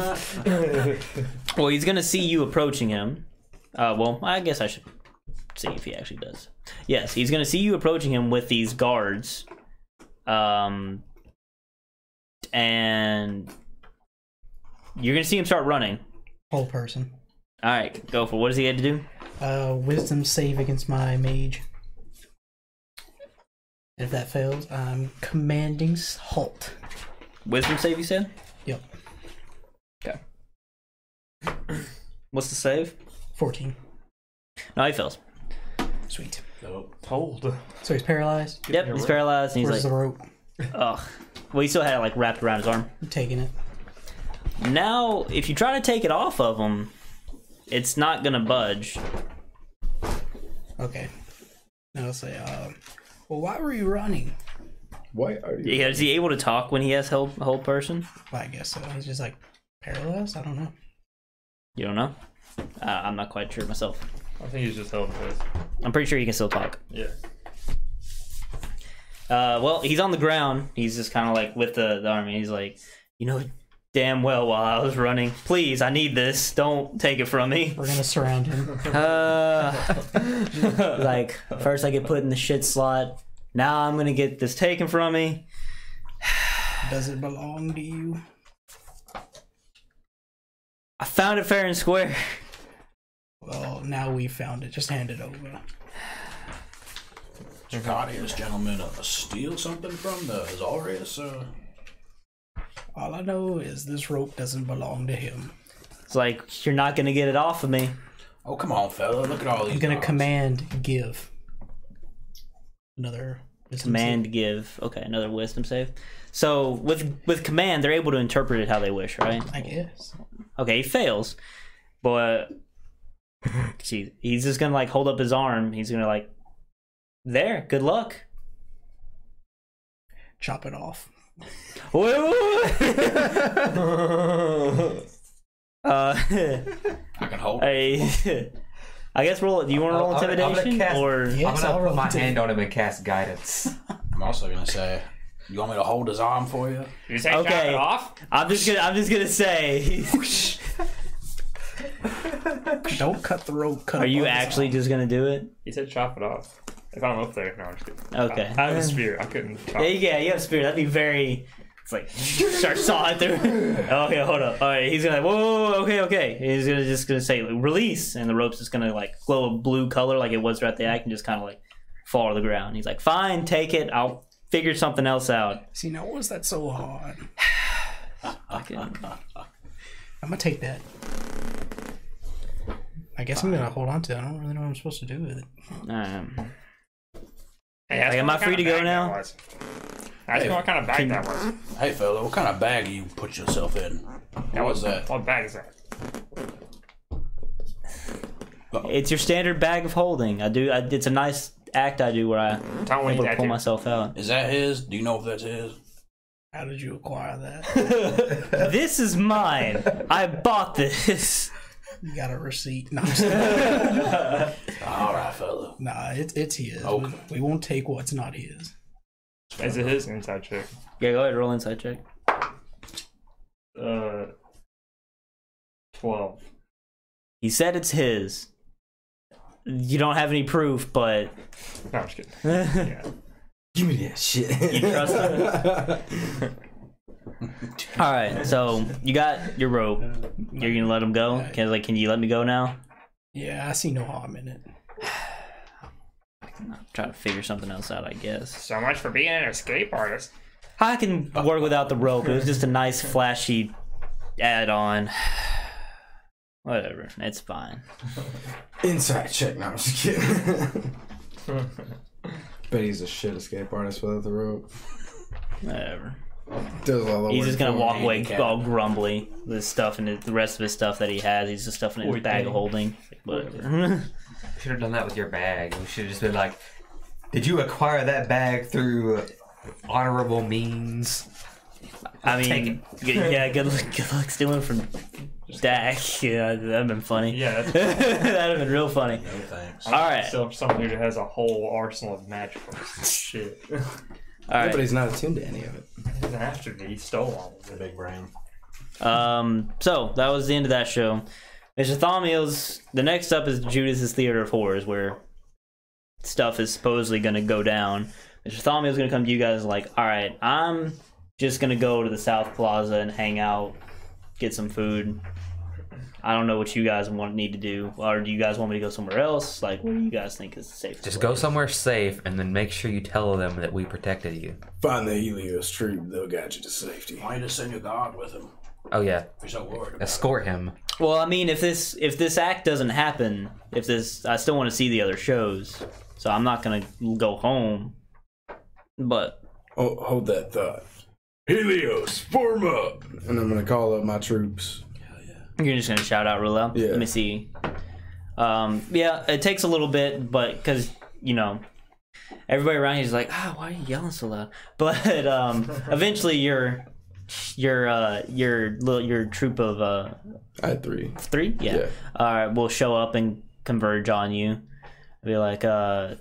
[SPEAKER 2] Well, he's gonna see you approaching him. Uh, well, I guess I should see if he actually does. Yes, he's gonna see you approaching him with these guards. Um, and you're gonna see him start running.
[SPEAKER 7] Whole person.
[SPEAKER 2] All right, go for it. what does he had to do?
[SPEAKER 7] Uh, wisdom save against my mage. If that fails, I'm commanding s- halt.
[SPEAKER 2] Wisdom save, you said.
[SPEAKER 7] Yep,
[SPEAKER 2] [CLEARS THROAT] What's the save?
[SPEAKER 7] 14.
[SPEAKER 2] No, he fails.
[SPEAKER 7] Sweet.
[SPEAKER 4] Nope.
[SPEAKER 6] Told.
[SPEAKER 7] So he's paralyzed.
[SPEAKER 2] Yep, he's paralyzed, and
[SPEAKER 7] Where's
[SPEAKER 2] he's
[SPEAKER 7] the
[SPEAKER 2] like,
[SPEAKER 7] rope?
[SPEAKER 2] "Ugh." Well, he still had it like wrapped around his arm.
[SPEAKER 7] I'm taking it.
[SPEAKER 2] Now, if you try to take it off of him, it's not gonna budge.
[SPEAKER 7] Okay. And I'll say, um, well, why were you running?
[SPEAKER 3] Why are you?
[SPEAKER 2] Yeah, is he able to talk when he has whole whole person?
[SPEAKER 7] Well, I guess so. He's just like paralyzed. I don't know.
[SPEAKER 2] You don't know. Uh, I'm not quite sure myself.
[SPEAKER 6] I think he's just held place.
[SPEAKER 2] I'm pretty sure he can still talk.
[SPEAKER 6] Yeah.
[SPEAKER 2] Uh, well, he's on the ground. He's just kind of like with the, the army. He's like, you know, damn well while I was running. Please, I need this. Don't take it from me.
[SPEAKER 7] We're gonna surround him.
[SPEAKER 2] Uh, [LAUGHS] like first I get put in the shit slot. Now I'm gonna get this taken from me.
[SPEAKER 7] [LAUGHS] Does it belong to you?
[SPEAKER 2] I found it fair and square.
[SPEAKER 7] Well, now we found it. Just hand it over.
[SPEAKER 4] Jacati, this gentleman uh, steal something from the Azorius. Uh,
[SPEAKER 7] All I know is this rope doesn't belong to him.
[SPEAKER 2] It's like you're not gonna get it off of me.
[SPEAKER 4] oh, come on, fella. Look at all these.
[SPEAKER 7] I'm gonna
[SPEAKER 4] dogs.
[SPEAKER 7] command give. Another wisdom
[SPEAKER 2] Command give. Okay, another wisdom save. So with with command, they're able to interpret it how they wish, right?
[SPEAKER 7] save, I guess.
[SPEAKER 2] Okay, he fails, but [LAUGHS] geez, he's just gonna like hold up his arm. He's gonna like, there. Good luck. [LAUGHS]
[SPEAKER 7] Chop it off.
[SPEAKER 2] Wait, wait,
[SPEAKER 5] [LAUGHS]
[SPEAKER 2] wait. uh, [LAUGHS]
[SPEAKER 4] I can hold.
[SPEAKER 2] I, [LAUGHS] I guess roll. Do you want to roll
[SPEAKER 5] I'm gonna- I'm gonna
[SPEAKER 2] intimidation
[SPEAKER 5] cast-
[SPEAKER 2] or?
[SPEAKER 5] I'm
[SPEAKER 7] Yes,
[SPEAKER 5] gonna
[SPEAKER 7] I'll
[SPEAKER 5] put
[SPEAKER 7] roll
[SPEAKER 5] my
[SPEAKER 7] to-
[SPEAKER 5] hand on him and cast guidance.
[SPEAKER 4] I'm also gonna say, you want me to hold his arm for you?
[SPEAKER 1] You say chop
[SPEAKER 2] Okay.
[SPEAKER 1] it off?
[SPEAKER 2] I'm just gonna. I'm just
[SPEAKER 5] [LAUGHS]
[SPEAKER 2] gonna say. [LAUGHS]
[SPEAKER 7] Don't cut the rope. Cut
[SPEAKER 2] Are
[SPEAKER 7] up
[SPEAKER 2] you
[SPEAKER 7] all this
[SPEAKER 2] actually just gonna do it?
[SPEAKER 1] He said chop it off. If I'm up there, no, I'm just kidding.
[SPEAKER 2] Okay.
[SPEAKER 1] I, I have a spear. I couldn't. Chop.
[SPEAKER 2] Yeah, you- yeah, you have spirit. That'd be very. It's like start sawing through. okay, hold up. All right, he's gonna. Whoa, whoa, whoa, okay, okay. He's gonna just gonna say like, release, and the rope's just gonna like glow a blue color like it was throughout the act, and just kind of like fall to the ground. He's like, fine, take it. I'll figure something else out.
[SPEAKER 7] off. See, now was that so hard? I'm gonna take that. I guess I'm gonna hold on to it. I don't really know what I'm supposed to do with it.
[SPEAKER 2] Um,
[SPEAKER 1] Hey, ask
[SPEAKER 2] Like,
[SPEAKER 1] him
[SPEAKER 2] am
[SPEAKER 1] what
[SPEAKER 2] I free
[SPEAKER 1] kinda
[SPEAKER 2] to go
[SPEAKER 1] bag that
[SPEAKER 2] now?
[SPEAKER 1] was. Ask him what kind of bag that was.
[SPEAKER 4] Hey, fella, what kind of bag you put yourself in? What was that?
[SPEAKER 1] What bag is that?
[SPEAKER 2] it's your standard bag of holding. I do. I, it's a nice act I do where I
[SPEAKER 1] Tell him what
[SPEAKER 2] able to
[SPEAKER 1] he did.
[SPEAKER 2] pull myself
[SPEAKER 4] [LAUGHS]
[SPEAKER 2] out.
[SPEAKER 4] Is that his? Do you know if that's his?
[SPEAKER 7] How did you acquire
[SPEAKER 3] [LAUGHS]
[SPEAKER 7] that?
[SPEAKER 2] this is mine. I bought this.
[SPEAKER 7] You got a receipt? No, I'm just-
[SPEAKER 3] [LAUGHS]
[SPEAKER 4] All right, fella.
[SPEAKER 7] nah, it's it's his.
[SPEAKER 4] Okay.
[SPEAKER 7] We, we won't take what's not his.
[SPEAKER 1] Is it his inside check?
[SPEAKER 2] Yeah, go ahead. Roll inside check.
[SPEAKER 6] Uh, 12.
[SPEAKER 2] He said it's his. You don't have any proof, but
[SPEAKER 1] No, I'm just kidding.
[SPEAKER 2] you
[SPEAKER 1] Yeah.
[SPEAKER 3] Give me that shit.
[SPEAKER 2] trust him. All right, so you got your rope. You're gonna let him go. Can like, can you let me go now?
[SPEAKER 7] Yeah, I see no harm in it.
[SPEAKER 2] I'm trying to figure something else out, I guess.
[SPEAKER 1] So much for being an escape artist.
[SPEAKER 2] I can work without the rope. It was just a nice, flashy add-on. [SIGHS] Whatever, it's fine.
[SPEAKER 3] Inside check. No, I'm just [LAUGHS] kidding. Bet he's a shit escape artist without the rope.
[SPEAKER 2] Whatever.
[SPEAKER 3] Does all the
[SPEAKER 2] He's just gonna walk away
[SPEAKER 4] handicap.
[SPEAKER 2] all grumbly. The stuff and the rest of his stuff that he has, he's just stuffing it in his bag of holding. Whatever.
[SPEAKER 5] Should have done that with your bag. You should have just been like, "Did you acquire that bag through honorable means?"
[SPEAKER 2] I mean, g- yeah, good luck, good luck stealing from Dak. Yeah, that'd have been funny.
[SPEAKER 1] Yeah, that's
[SPEAKER 2] [LAUGHS]
[SPEAKER 1] [LAUGHS]
[SPEAKER 2] that'd have been real funny.
[SPEAKER 4] No thanks.
[SPEAKER 2] All right, all
[SPEAKER 1] still someone who has a whole arsenal of magical shit. Doesn't
[SPEAKER 3] But
[SPEAKER 2] right.
[SPEAKER 3] he's not attuned to any of it.
[SPEAKER 1] have to be. He stole all of
[SPEAKER 4] The
[SPEAKER 1] it.
[SPEAKER 4] big brain.
[SPEAKER 2] Um, so that was the end of that show. Mr. Thaumiel's. The next up is Judas's Theater of Horrors, where stuff is supposedly going to go down. Mr. Thaumiel's going to come to you guys like, all right, I'm just going to go to the South Plaza and hang out, get some food. I don't know what you guys want need to do, or do you guys want me to go somewhere else? Like, what do you guys think is the safest?
[SPEAKER 5] Just
[SPEAKER 2] way?
[SPEAKER 5] go somewhere safe, and then make sure you tell them that we protected you.
[SPEAKER 3] Find the Helios troop. They'll guide you to safety.
[SPEAKER 4] Why don't you just send your guard with him?
[SPEAKER 5] Oh yeah,
[SPEAKER 4] If you're so worried about
[SPEAKER 5] escort him.
[SPEAKER 2] Well, I mean, if this if this act doesn't happen, if this, I still want to see the other shows, so I'm not gonna go home. But
[SPEAKER 3] Oh, hold that thought. Helios, form up! And I'm gonna call up my troops.
[SPEAKER 2] you're just gonna shout out real loud.
[SPEAKER 3] Yeah.
[SPEAKER 2] Let me see. Um, yeah, it takes a little bit, but because you know, everybody around here's like, ah, why are you yelling so loud? [LAUGHS] But um, eventually, your your uh, your little your troop of uh,
[SPEAKER 3] I had three.
[SPEAKER 2] three yeah,
[SPEAKER 3] Yeah.
[SPEAKER 2] Uh, will show up and converge on you be like uh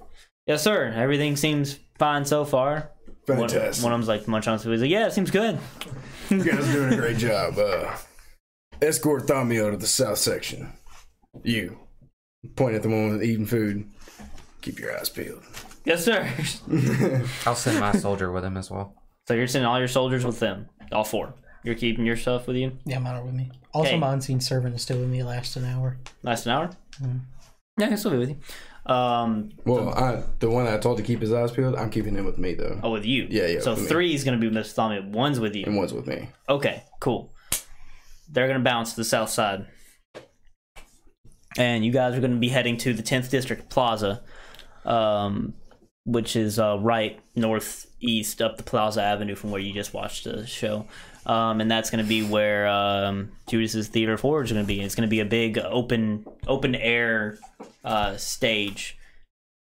[SPEAKER 2] yes sir everything seems fine so far One-
[SPEAKER 3] Fantastic.
[SPEAKER 2] One, of them's like munch on something. He's like, yeah, it seems good.
[SPEAKER 3] You guys are doing a great [LAUGHS] job. Uh, escort Thamio to the south section. You. Point at the woman eating food. Keep your eyes peeled.
[SPEAKER 2] Yes, sir. [LAUGHS]
[SPEAKER 5] I'll send my soldier with him as well.
[SPEAKER 2] so you're sending all your soldiers with them, all four. You're keeping your stuff with you.
[SPEAKER 7] Yeah, mine are with me. Also,
[SPEAKER 2] Okay.
[SPEAKER 7] my unseen servant is still with me. Last an hour.
[SPEAKER 2] Last an hour. Yeah, I can still be with you. Um,
[SPEAKER 3] Well, I, the one I told to keep his eyes peeled, I'm keeping him with me, though.
[SPEAKER 2] oh, with you.
[SPEAKER 3] Yeah, yeah,
[SPEAKER 2] So
[SPEAKER 3] with me.
[SPEAKER 2] three is gonna be with Thami. One's with you.
[SPEAKER 3] And one's with me.
[SPEAKER 2] Okay, cool. They're gonna bounce to the south side, and you guys are gonna be heading to the 10th District Plaza, um, which is uh, right northeast up the Plaza Avenue from where you just watched the show, um, and that's gonna be where um, Judas's Theater of Horror is gonna be. It's gonna be a big open open air uh, stage.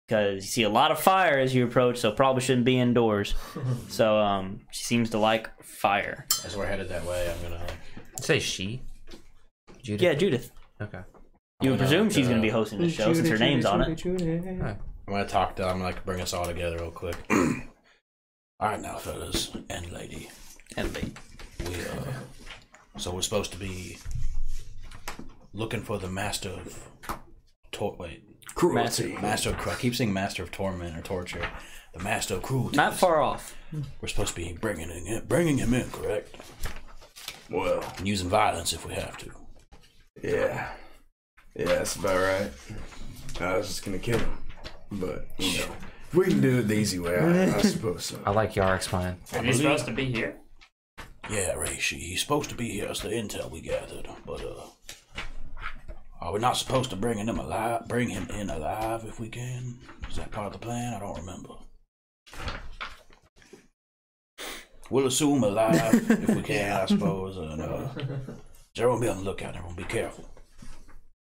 [SPEAKER 2] Because you see a lot of fire as you approach, so probably shouldn't be indoors. so um, she seems to like fire.
[SPEAKER 4] As we're headed that way, I'm gonna like
[SPEAKER 5] Say she. Judith.
[SPEAKER 2] Yeah, Judith.
[SPEAKER 5] Okay.
[SPEAKER 2] You would
[SPEAKER 4] Oh, no,
[SPEAKER 2] presume she's
[SPEAKER 4] uh,
[SPEAKER 2] going to be hosting the show since her name's on it.
[SPEAKER 4] I'm gonna talk to him, like bring us all together real quick. [CLEARS THROAT] all right, now, fellas and lady,
[SPEAKER 2] And they-
[SPEAKER 4] we uh, so we're supposed to be looking for the master of tor- wait,
[SPEAKER 3] Cruelty.
[SPEAKER 4] master of. cru- I keep saying master of torment or torture, the master of cruelty.
[SPEAKER 2] Not far off.
[SPEAKER 4] We're supposed to be bringing him in, bringing him in, correct?
[SPEAKER 3] Well,
[SPEAKER 4] And using violence if we have to.
[SPEAKER 3] yeah. Yeah, that's about right. I was just gonna kill him. But, you know. if We can do it the easy way, I, I suppose so.
[SPEAKER 5] I like Yarik's plan.
[SPEAKER 1] Are you supposed to be here?
[SPEAKER 4] Yeah, Reishi, he's supposed to be here. It's the intel we gathered, but uh, are we not supposed to bring him alive? Bring him in alive if we can. Is that part of the plan? I don't remember. We'll assume alive if we can, I suppose. And uh, everyone be on the lookout. Everyone be careful.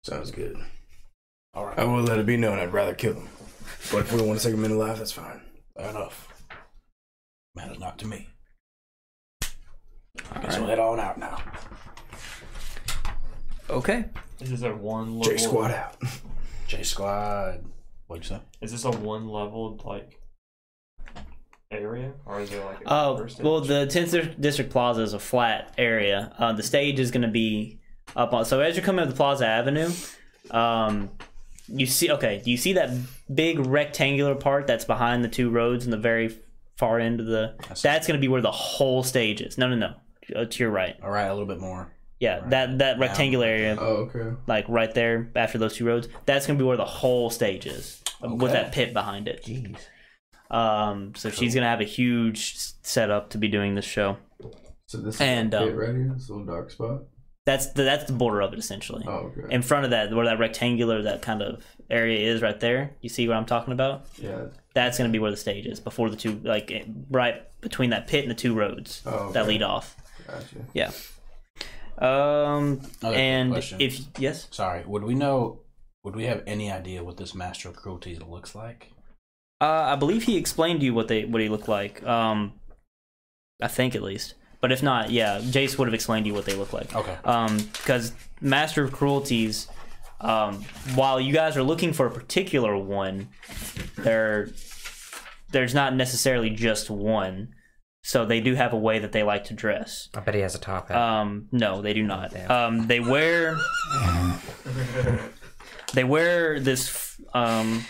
[SPEAKER 3] Sounds good. Oh,
[SPEAKER 4] All right,
[SPEAKER 3] I will let it be known I'd rather kill him. But if we want to take him in alive, that's fine.
[SPEAKER 4] fair enough. Matters not to me. Guess we'll head on out now.
[SPEAKER 2] Okay.
[SPEAKER 6] Is this a one level?
[SPEAKER 3] J squad out.
[SPEAKER 4] J Squad. What'd you say?
[SPEAKER 6] Is this a one leveled like area, or is it like? A
[SPEAKER 2] Uh,
[SPEAKER 6] first
[SPEAKER 2] well,
[SPEAKER 6] stage?
[SPEAKER 2] the 10th Dis- District Plaza is a flat area. Uh, the stage is going to be up on. So as you're coming up the Plaza Avenue, um, you see. Okay, you see that big rectangular part that's behind the two roads in the very far end of the. That's going to be where the whole stage is. No, no, no. Uh, to your right.
[SPEAKER 4] All right, a little bit more.
[SPEAKER 2] Yeah, that that rectangular area.
[SPEAKER 3] Oh, okay.
[SPEAKER 2] like right there after those two roads. That's gonna be where the whole stage is um, with
[SPEAKER 4] Okay.
[SPEAKER 2] that pit behind it.
[SPEAKER 5] Jeez.
[SPEAKER 2] Um, so she's gonna have a huge s- setup to be doing this show.
[SPEAKER 3] So this
[SPEAKER 2] And, um,
[SPEAKER 3] right here, this little dark spot.
[SPEAKER 2] That's the that's the border of it essentially.
[SPEAKER 3] okay.
[SPEAKER 2] In front of that, where that rectangular that kind of area is right there. You see what I'm talking about?
[SPEAKER 3] yeah.
[SPEAKER 2] That's gonna be where the stage is before the two like it- right between that pit and the two roads
[SPEAKER 3] Oh,
[SPEAKER 2] that
[SPEAKER 3] okay.
[SPEAKER 2] lead off.
[SPEAKER 3] Gotcha.
[SPEAKER 2] Yeah. Um,
[SPEAKER 4] Another
[SPEAKER 2] and
[SPEAKER 4] question.
[SPEAKER 2] if yes,
[SPEAKER 4] Sorry, would we know? Would we have any idea what this master of cruelty looks like?
[SPEAKER 2] Uh, I believe he explained to you what they what he looked like. Um, I think at least. But if not, yeah, Jace would have explained to you what they look like.
[SPEAKER 4] Okay.
[SPEAKER 2] Um, because Master of Cruelties, um, while you guys are looking for a particular one, there there's not necessarily just one. So they do have a way that they like to dress.
[SPEAKER 5] I bet he has a top hat.
[SPEAKER 2] Um, no, they do not.
[SPEAKER 5] Damn.
[SPEAKER 2] Um, they wear they wear this. f- Um,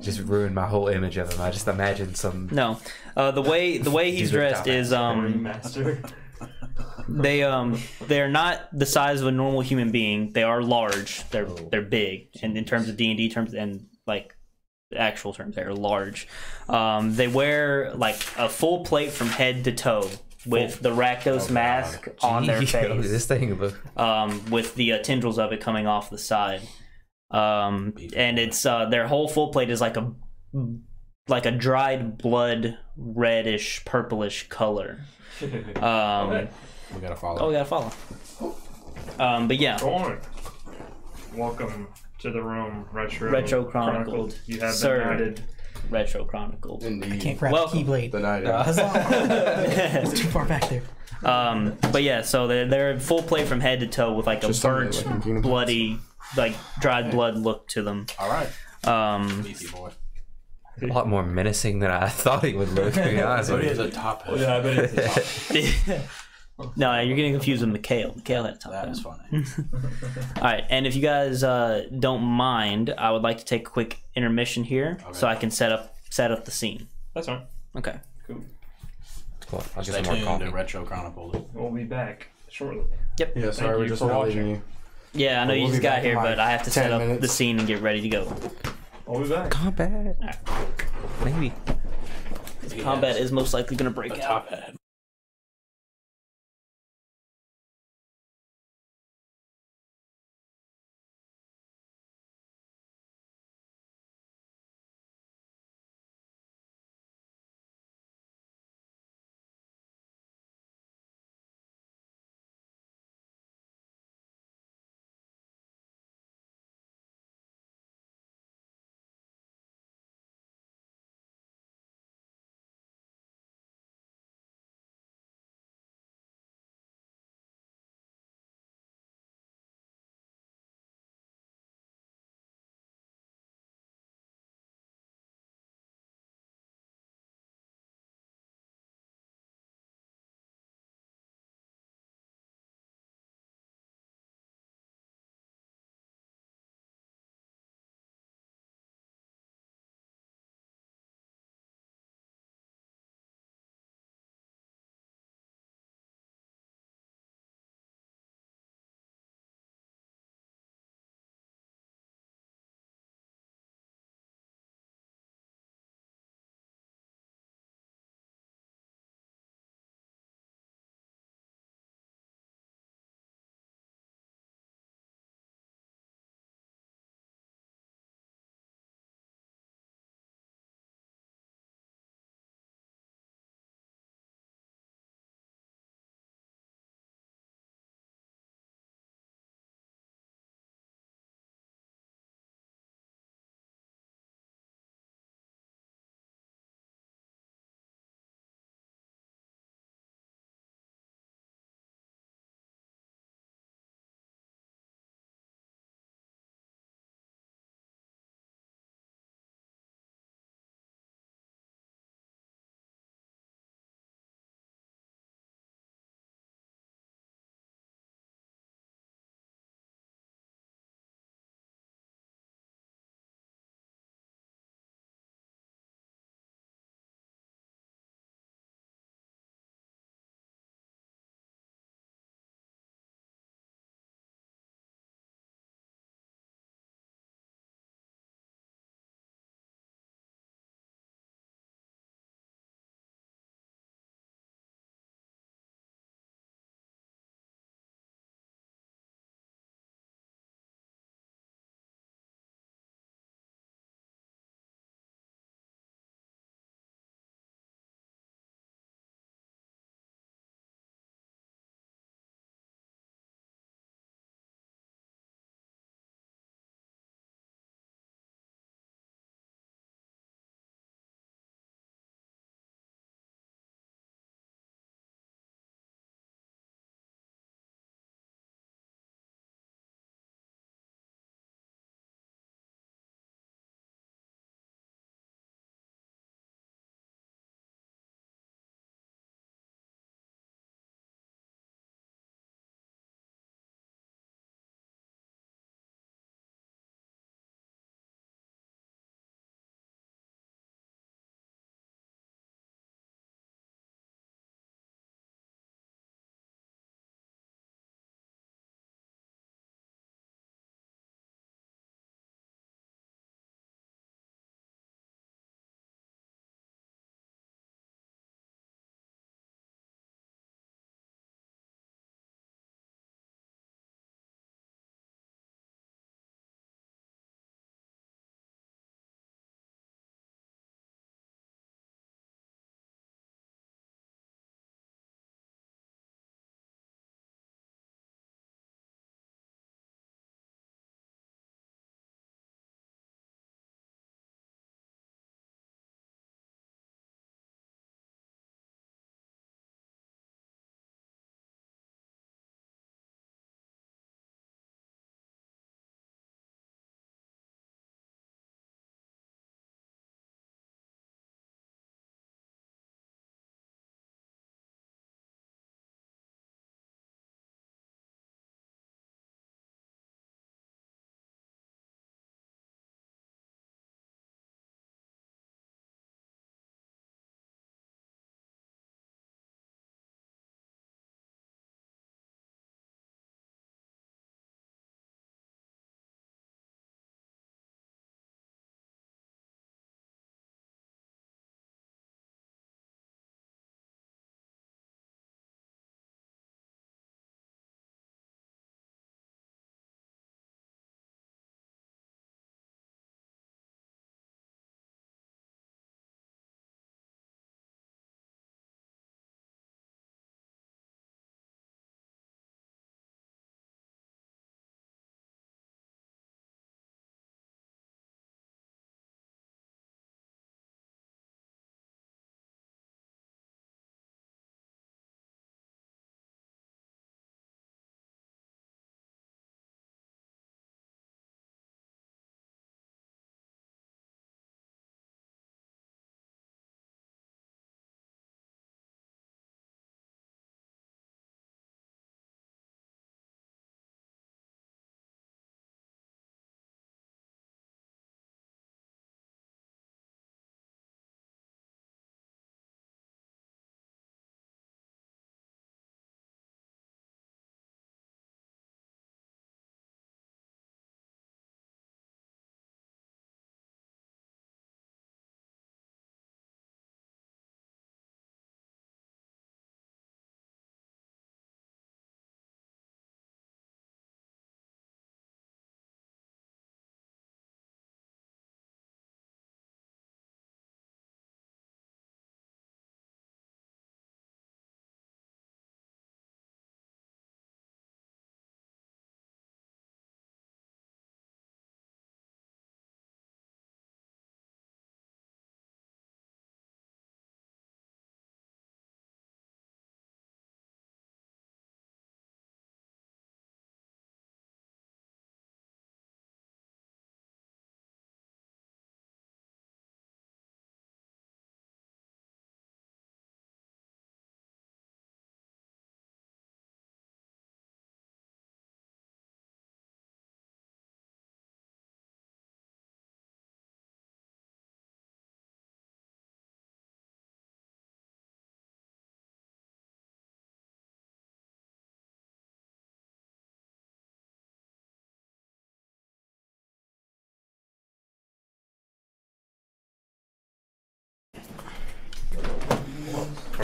[SPEAKER 5] Just ruined my whole image of him. I just imagined some.
[SPEAKER 2] Um, No, uh, the way the way he's
[SPEAKER 5] Dude,
[SPEAKER 2] dressed
[SPEAKER 5] dumbass.
[SPEAKER 2] is um
[SPEAKER 6] Remaster.
[SPEAKER 2] they um they're not the size of a normal human being. They are large. They're they're big, and in terms of D and D terms and like actual terms, they're large. Um, they wear like a full plate from head to toe with the Rakdos mask
[SPEAKER 5] [LAUGHS]
[SPEAKER 2] on their
[SPEAKER 8] Gee, [LAUGHS]
[SPEAKER 2] face
[SPEAKER 8] This thing of a
[SPEAKER 2] um, with the uh, tendrils of it coming off the side. Um, and it's uh, their whole full plate is like a like a dried blood reddish
[SPEAKER 6] [LAUGHS]
[SPEAKER 2] purplish color. Um,
[SPEAKER 4] We gotta
[SPEAKER 2] Oh,
[SPEAKER 4] follow.
[SPEAKER 2] we gotta follow. Um, but yeah,
[SPEAKER 6] Boy. Welcome to the room, Retro.
[SPEAKER 2] Retro Chronicled.
[SPEAKER 6] You have been
[SPEAKER 2] Sir.
[SPEAKER 6] knighted. [LAUGHS]
[SPEAKER 2] retro chronicled.
[SPEAKER 3] Indeed.
[SPEAKER 7] Can't Uh, grab the
[SPEAKER 2] Welcome.
[SPEAKER 7] keyblade. [LAUGHS]
[SPEAKER 3] The night.
[SPEAKER 2] [LAUGHS]
[SPEAKER 7] It's too far back there.
[SPEAKER 2] Um, but yeah, so they're, they're in full play from head to toe with like a
[SPEAKER 3] Just something
[SPEAKER 2] burnt,
[SPEAKER 3] like in Kingdom
[SPEAKER 2] bloody, like dried blood look to them.
[SPEAKER 4] All right,
[SPEAKER 2] Um,
[SPEAKER 4] beefy boy.
[SPEAKER 8] lot more menacing
[SPEAKER 5] [LAUGHS]
[SPEAKER 8] than I thought he would look. To be honest
[SPEAKER 4] He
[SPEAKER 8] with
[SPEAKER 4] is
[SPEAKER 8] you.
[SPEAKER 4] a top hat.
[SPEAKER 9] Yeah, I bet it's a top.
[SPEAKER 2] [LAUGHS] no, you're getting confused with Mikhail. Mikhail had a top
[SPEAKER 4] That
[SPEAKER 2] hat.
[SPEAKER 4] is funny.
[SPEAKER 2] All right, and if you guys uh, don't mind, I would like to take a quick intermission here so I can set up set up the scene.
[SPEAKER 6] That's fine.
[SPEAKER 2] Okay.
[SPEAKER 8] Cool. I'll get
[SPEAKER 4] Stay
[SPEAKER 8] some more
[SPEAKER 4] tuned to
[SPEAKER 8] coffee.
[SPEAKER 4] Retro Chronicle.
[SPEAKER 6] We'll be back shortly.
[SPEAKER 3] Yeah,
[SPEAKER 6] Thank
[SPEAKER 3] sorry, we're
[SPEAKER 6] you
[SPEAKER 3] just
[SPEAKER 6] for
[SPEAKER 3] now
[SPEAKER 6] watching.
[SPEAKER 3] leaving you.
[SPEAKER 2] Yeah, I know
[SPEAKER 3] Well,
[SPEAKER 2] you
[SPEAKER 3] we'll
[SPEAKER 2] just
[SPEAKER 3] be
[SPEAKER 2] got
[SPEAKER 3] back
[SPEAKER 2] here,
[SPEAKER 3] in, like,
[SPEAKER 2] but I have to
[SPEAKER 3] 10
[SPEAKER 2] set up the
[SPEAKER 3] minutes.
[SPEAKER 2] scene and get ready to go.
[SPEAKER 6] I'll be back.
[SPEAKER 8] Combat. Maybe.
[SPEAKER 2] Combat is most likely going to break out.
[SPEAKER 4] a top hat.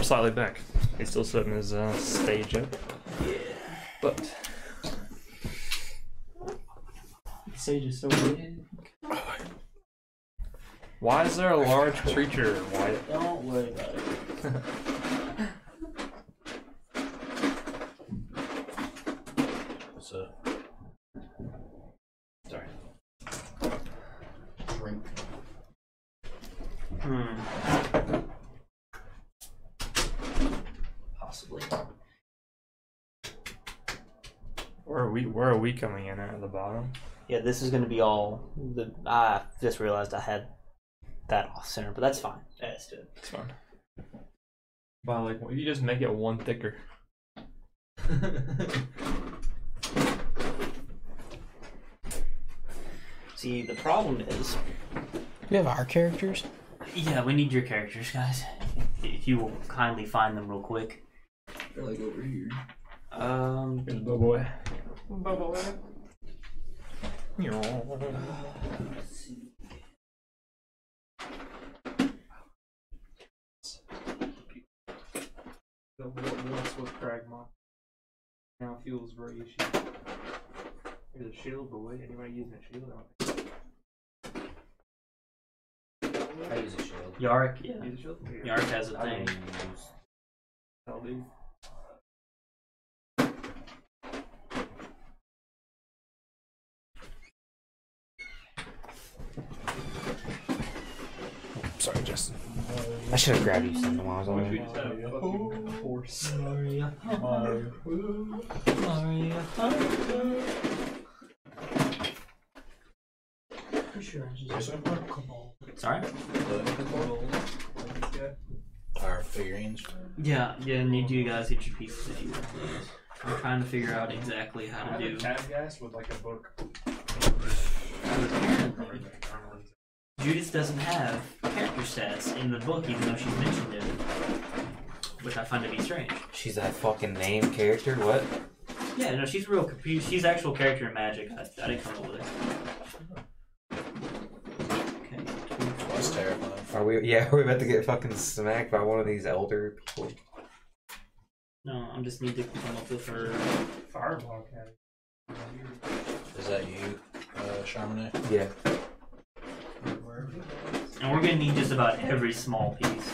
[SPEAKER 6] slightly back. He's still setting his uh, stage up. Yeah. But. Sage is so weird. Why is there a large creature? Why?
[SPEAKER 2] Don't worry about it.
[SPEAKER 4] So, sorry.
[SPEAKER 2] Possibly.
[SPEAKER 6] Where are we? Where are we coming in at, at the bottom?
[SPEAKER 2] Yeah, this is going to be all the. I just realized I had that off center, but that's fine. That's good.
[SPEAKER 6] It's fine. By like, you just make it one thicker.
[SPEAKER 2] See, the problem is.
[SPEAKER 7] We have our characters.
[SPEAKER 2] Yeah, we need your characters, guys. If you will kindly find them real quick.
[SPEAKER 3] Like over here.
[SPEAKER 2] Um,
[SPEAKER 6] boy.
[SPEAKER 10] the what once was Pragma. Now fuels Reishi. There's a shield, but wait, anybody using a shield? I
[SPEAKER 5] I use a shield.
[SPEAKER 2] Yarick. Yeah.
[SPEAKER 10] don't use a shield? Here,
[SPEAKER 2] Yarick has a
[SPEAKER 5] I
[SPEAKER 2] thing.
[SPEAKER 5] don't use-
[SPEAKER 10] I'll do.
[SPEAKER 3] Sorry, Justin.
[SPEAKER 5] I should have grabbed you something while I was on
[SPEAKER 10] We
[SPEAKER 5] it.
[SPEAKER 10] just had a fucking horse.
[SPEAKER 2] Mario. Mario. Sorry?
[SPEAKER 4] Our figurines.
[SPEAKER 2] Yeah, yeah, I need you guys get your pieces anywhere, please. I'm trying to figure out exactly how to do.
[SPEAKER 10] gas with like a book.
[SPEAKER 2] Judith doesn't have character stats in the book, even though she's mentioned it, which I find to be strange.
[SPEAKER 5] She's that fucking name character. What?
[SPEAKER 2] Yeah, no, she's real. compu- She's actual character in Magic. I, I didn't come up with it. Okay.
[SPEAKER 4] That's terrifying.
[SPEAKER 5] Are we?
[SPEAKER 8] [LAUGHS]
[SPEAKER 5] Yeah, are we about to get fucking smacked by one of these elder people?
[SPEAKER 2] No, I just need to come up with her.
[SPEAKER 10] Fireball cat.
[SPEAKER 4] Is that you, uh, Charminade?
[SPEAKER 5] Yeah.
[SPEAKER 2] And we're gonna need just about every small piece.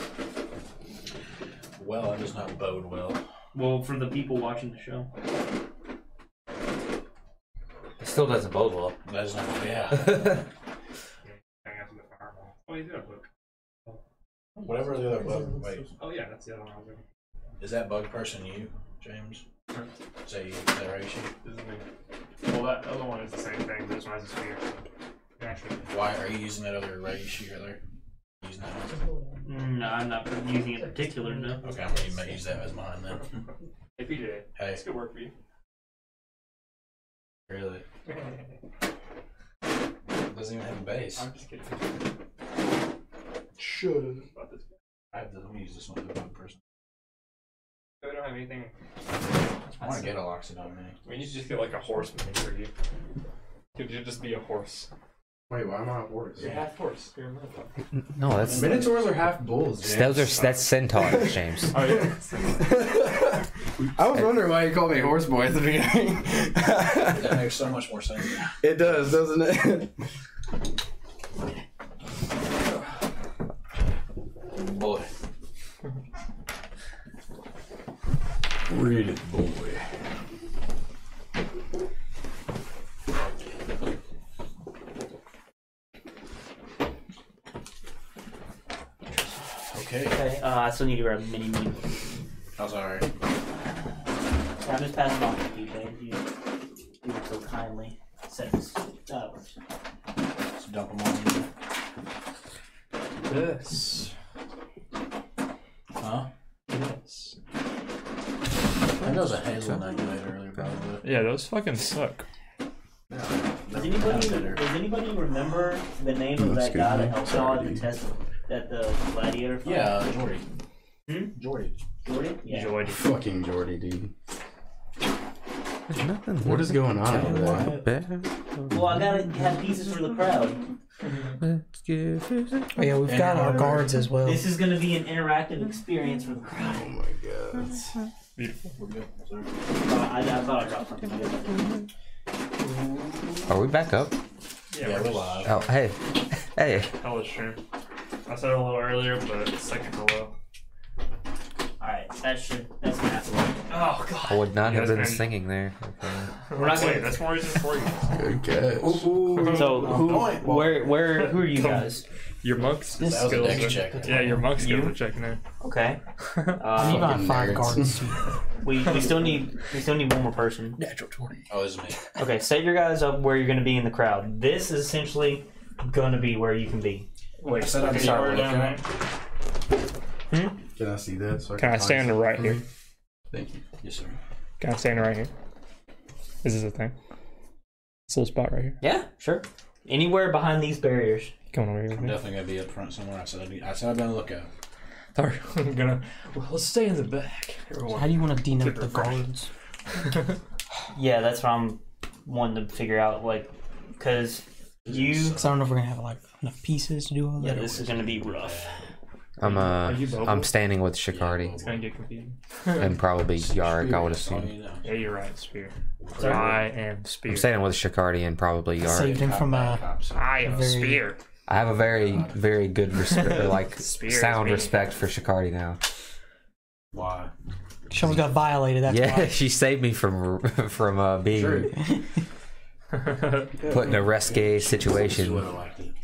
[SPEAKER 4] Well, that does not bode well.
[SPEAKER 2] Well, for the people watching the show.
[SPEAKER 5] It still doesn't bode well.
[SPEAKER 4] That is not. Yeah.
[SPEAKER 8] [LAUGHS]
[SPEAKER 5] That's
[SPEAKER 10] Oh, he's got a book.
[SPEAKER 4] Whatever the other bug. Wait,
[SPEAKER 10] Oh, yeah, that's the other one I was in.
[SPEAKER 4] is that bug person you, James? Is that you? Is that Reishi?
[SPEAKER 10] This is me. Well, that other one is the same thing, but this one has a spear. Naturally.
[SPEAKER 4] Why are you using that other Reishi other? Using that one?
[SPEAKER 2] Mm, No, I'm not using it in particular. No.
[SPEAKER 4] Okay, I'm gonna use that as mine then.
[SPEAKER 10] Hey, PJ,
[SPEAKER 4] Hey,
[SPEAKER 10] this could work for you.
[SPEAKER 4] really? It doesn't even have a base.
[SPEAKER 10] I'm just kidding.
[SPEAKER 3] Should.
[SPEAKER 10] About this guy.
[SPEAKER 4] I have to, let me use this one. The bug person.
[SPEAKER 10] So we don't have anything.
[SPEAKER 4] I want to get a Loxodon.
[SPEAKER 10] We need to just get like a horse made for you. Could you just be a horse?
[SPEAKER 3] Wait, why am I worse?
[SPEAKER 10] You're half horse. You're a motherfucker.
[SPEAKER 5] no, that's
[SPEAKER 3] Minotaurs are half bulls. James.
[SPEAKER 5] those are that's [LAUGHS] centaurs, James.
[SPEAKER 10] Oh yeah.
[SPEAKER 3] I was wondering why you called me horseboy at the [LAUGHS] beginning.
[SPEAKER 4] That makes so much more sense.
[SPEAKER 3] it does, doesn't it?
[SPEAKER 4] Boy.
[SPEAKER 3] Read it, boy.
[SPEAKER 4] Okay.
[SPEAKER 2] Okay. Uh, I still need to grab mini me.
[SPEAKER 4] I'm sorry.
[SPEAKER 2] I just pass it on to you, babe. You, you were so kindly. Set this. That works.
[SPEAKER 4] Just dump them all in.
[SPEAKER 6] This.
[SPEAKER 4] Huh?
[SPEAKER 6] Yes.
[SPEAKER 4] I think that was a hazelnut you had earlier, probably.
[SPEAKER 6] Yeah, those fucking suck.
[SPEAKER 2] Does anybody, does anybody remember the name of that guy that helped y'all at the test at the gladiator fight?
[SPEAKER 4] Yeah, uh, Jordy.
[SPEAKER 2] Hmm?
[SPEAKER 4] Jordy.
[SPEAKER 2] Jordan? Yeah.
[SPEAKER 6] Joy.
[SPEAKER 3] Fucking Jordy, dude.
[SPEAKER 8] There's nothing.
[SPEAKER 3] What is going on over there?
[SPEAKER 2] Well, I gotta have pieces for the crowd.
[SPEAKER 7] Oh, yeah, we've got our guards as well.
[SPEAKER 2] This is gonna be an interactive experience for the crowd. Uh,
[SPEAKER 3] Oh my god.
[SPEAKER 2] I, I thought I dropped something.
[SPEAKER 8] Are we back up?
[SPEAKER 1] Yeah, yeah we're live.
[SPEAKER 8] Oh, hey. [LAUGHS] Hey.
[SPEAKER 1] Hello, stream. I said hello earlier, but it's second hello.
[SPEAKER 2] Alright, that should. That's massive.
[SPEAKER 1] Oh, God.
[SPEAKER 8] I would not
[SPEAKER 1] You
[SPEAKER 8] have
[SPEAKER 1] guys
[SPEAKER 8] been
[SPEAKER 1] can-
[SPEAKER 8] singing there. Okay.
[SPEAKER 1] We're not going That's more reason for you.
[SPEAKER 3] Good catch.
[SPEAKER 2] So, who, where, where, who are you guys?
[SPEAKER 1] Your monk's
[SPEAKER 7] This-
[SPEAKER 4] That was a
[SPEAKER 1] skills.
[SPEAKER 4] dex
[SPEAKER 1] are-
[SPEAKER 4] check.
[SPEAKER 1] Yeah, your monk skills are checking in.
[SPEAKER 2] Okay.
[SPEAKER 7] We've
[SPEAKER 2] Uh,
[SPEAKER 7] got five guards.
[SPEAKER 8] [LAUGHS]
[SPEAKER 2] we, we still need we still need one more person.
[SPEAKER 7] Natural 20.
[SPEAKER 4] Oh, it's me.
[SPEAKER 2] Okay, set your guys up where you're gonna be in the crowd. This is essentially gonna be where you can be.
[SPEAKER 1] Wait,
[SPEAKER 4] said I could start
[SPEAKER 1] were down
[SPEAKER 4] looking.
[SPEAKER 1] there?
[SPEAKER 3] Can I see that? So
[SPEAKER 1] Can I stand right here?
[SPEAKER 4] Thank you. Yes, sir.
[SPEAKER 1] Can I stand right here? Is this a thing? This little spot right here.
[SPEAKER 2] Yeah, sure. Anywhere behind these barriers.
[SPEAKER 1] Come on over here with
[SPEAKER 4] I'm
[SPEAKER 1] me.
[SPEAKER 4] definitely gonna be up front somewhere. I said I'd be. I said I'd be on the lookout.
[SPEAKER 1] Sorry, [LAUGHS] I'm gonna. Well, let's stay in the back.
[SPEAKER 7] How
[SPEAKER 1] Everyone.
[SPEAKER 7] do you want to denote
[SPEAKER 1] Super
[SPEAKER 7] the
[SPEAKER 1] fresh.
[SPEAKER 7] guards?
[SPEAKER 1] [LAUGHS]
[SPEAKER 2] Yeah, that's what I'm wanting to figure out, like, because you.
[SPEAKER 7] Because I don't know if we're going to have like enough pieces to do all
[SPEAKER 2] Yeah,
[SPEAKER 7] that.
[SPEAKER 2] this is gonna be rough.
[SPEAKER 8] I'm uh,
[SPEAKER 1] you mobile?
[SPEAKER 8] I'm standing with Shikardi
[SPEAKER 1] It's gonna get confusing.
[SPEAKER 8] and probably Yarg. I would
[SPEAKER 4] All
[SPEAKER 8] assume.
[SPEAKER 4] you know.
[SPEAKER 1] [LAUGHS] Yeah, you're right, Spear.
[SPEAKER 2] Sorry?
[SPEAKER 1] I am Spear.
[SPEAKER 8] I'm standing with Shikardi and probably Yarg.
[SPEAKER 7] Saved him from uh,
[SPEAKER 4] Cops.
[SPEAKER 1] I am
[SPEAKER 2] [LAUGHS]
[SPEAKER 7] Very-
[SPEAKER 1] Spear.
[SPEAKER 8] I have a
[SPEAKER 2] Oh,
[SPEAKER 8] very, very good respect, like
[SPEAKER 1] Spear is
[SPEAKER 8] sound
[SPEAKER 1] me.
[SPEAKER 8] respect for Shikardi now.
[SPEAKER 4] Why?
[SPEAKER 7] Someone got violated. That's
[SPEAKER 8] yeah, [LAUGHS]
[SPEAKER 7] why.
[SPEAKER 8] she saved me from [LAUGHS] from uh, being put in a risque
[SPEAKER 4] She would
[SPEAKER 8] situation.
[SPEAKER 4] have liked it.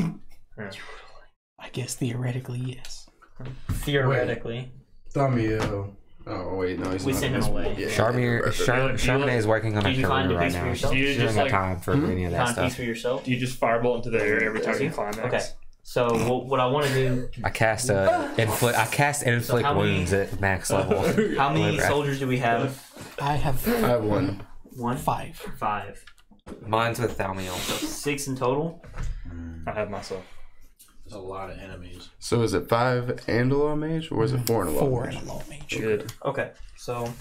[SPEAKER 7] [LAUGHS] I guess theoretically, yes.
[SPEAKER 2] Theoretically,
[SPEAKER 3] Thumbio. Oh wait, no, he's
[SPEAKER 2] We
[SPEAKER 3] not.
[SPEAKER 2] sent him
[SPEAKER 3] He's-
[SPEAKER 2] away.
[SPEAKER 3] Yeah,
[SPEAKER 8] Charmier, Char-
[SPEAKER 1] Do you
[SPEAKER 8] Charmier
[SPEAKER 1] look-
[SPEAKER 8] is working on
[SPEAKER 2] do
[SPEAKER 8] a
[SPEAKER 2] you find
[SPEAKER 8] career
[SPEAKER 2] a
[SPEAKER 8] right
[SPEAKER 2] piece for
[SPEAKER 8] now. She
[SPEAKER 2] yourself?
[SPEAKER 1] Do you
[SPEAKER 8] doesn't
[SPEAKER 1] just
[SPEAKER 8] have
[SPEAKER 1] like
[SPEAKER 8] time for any of that
[SPEAKER 2] found a piece
[SPEAKER 8] stuff.
[SPEAKER 2] for yourself.
[SPEAKER 1] do you just fireball into the air every time you climax?
[SPEAKER 2] Okay. So what, what I want to do?
[SPEAKER 8] I cast a inflict. I cast inflict
[SPEAKER 2] how many-
[SPEAKER 8] wounds
[SPEAKER 2] [LAUGHS]
[SPEAKER 8] at max level.
[SPEAKER 2] How many
[SPEAKER 8] Whatever.
[SPEAKER 2] soldiers do we have?
[SPEAKER 7] I
[SPEAKER 3] I
[SPEAKER 7] have
[SPEAKER 8] Uh,
[SPEAKER 3] have one.
[SPEAKER 2] One,
[SPEAKER 7] five.
[SPEAKER 2] five,
[SPEAKER 8] Mine's with Thalmiel.
[SPEAKER 2] six in total.
[SPEAKER 1] I have myself.
[SPEAKER 4] There's a lot of enemies.
[SPEAKER 3] So is it five and a law mage, or is it four and a law?
[SPEAKER 7] Four
[SPEAKER 3] mage?
[SPEAKER 7] and a law mage.
[SPEAKER 1] Good.
[SPEAKER 2] Okay, so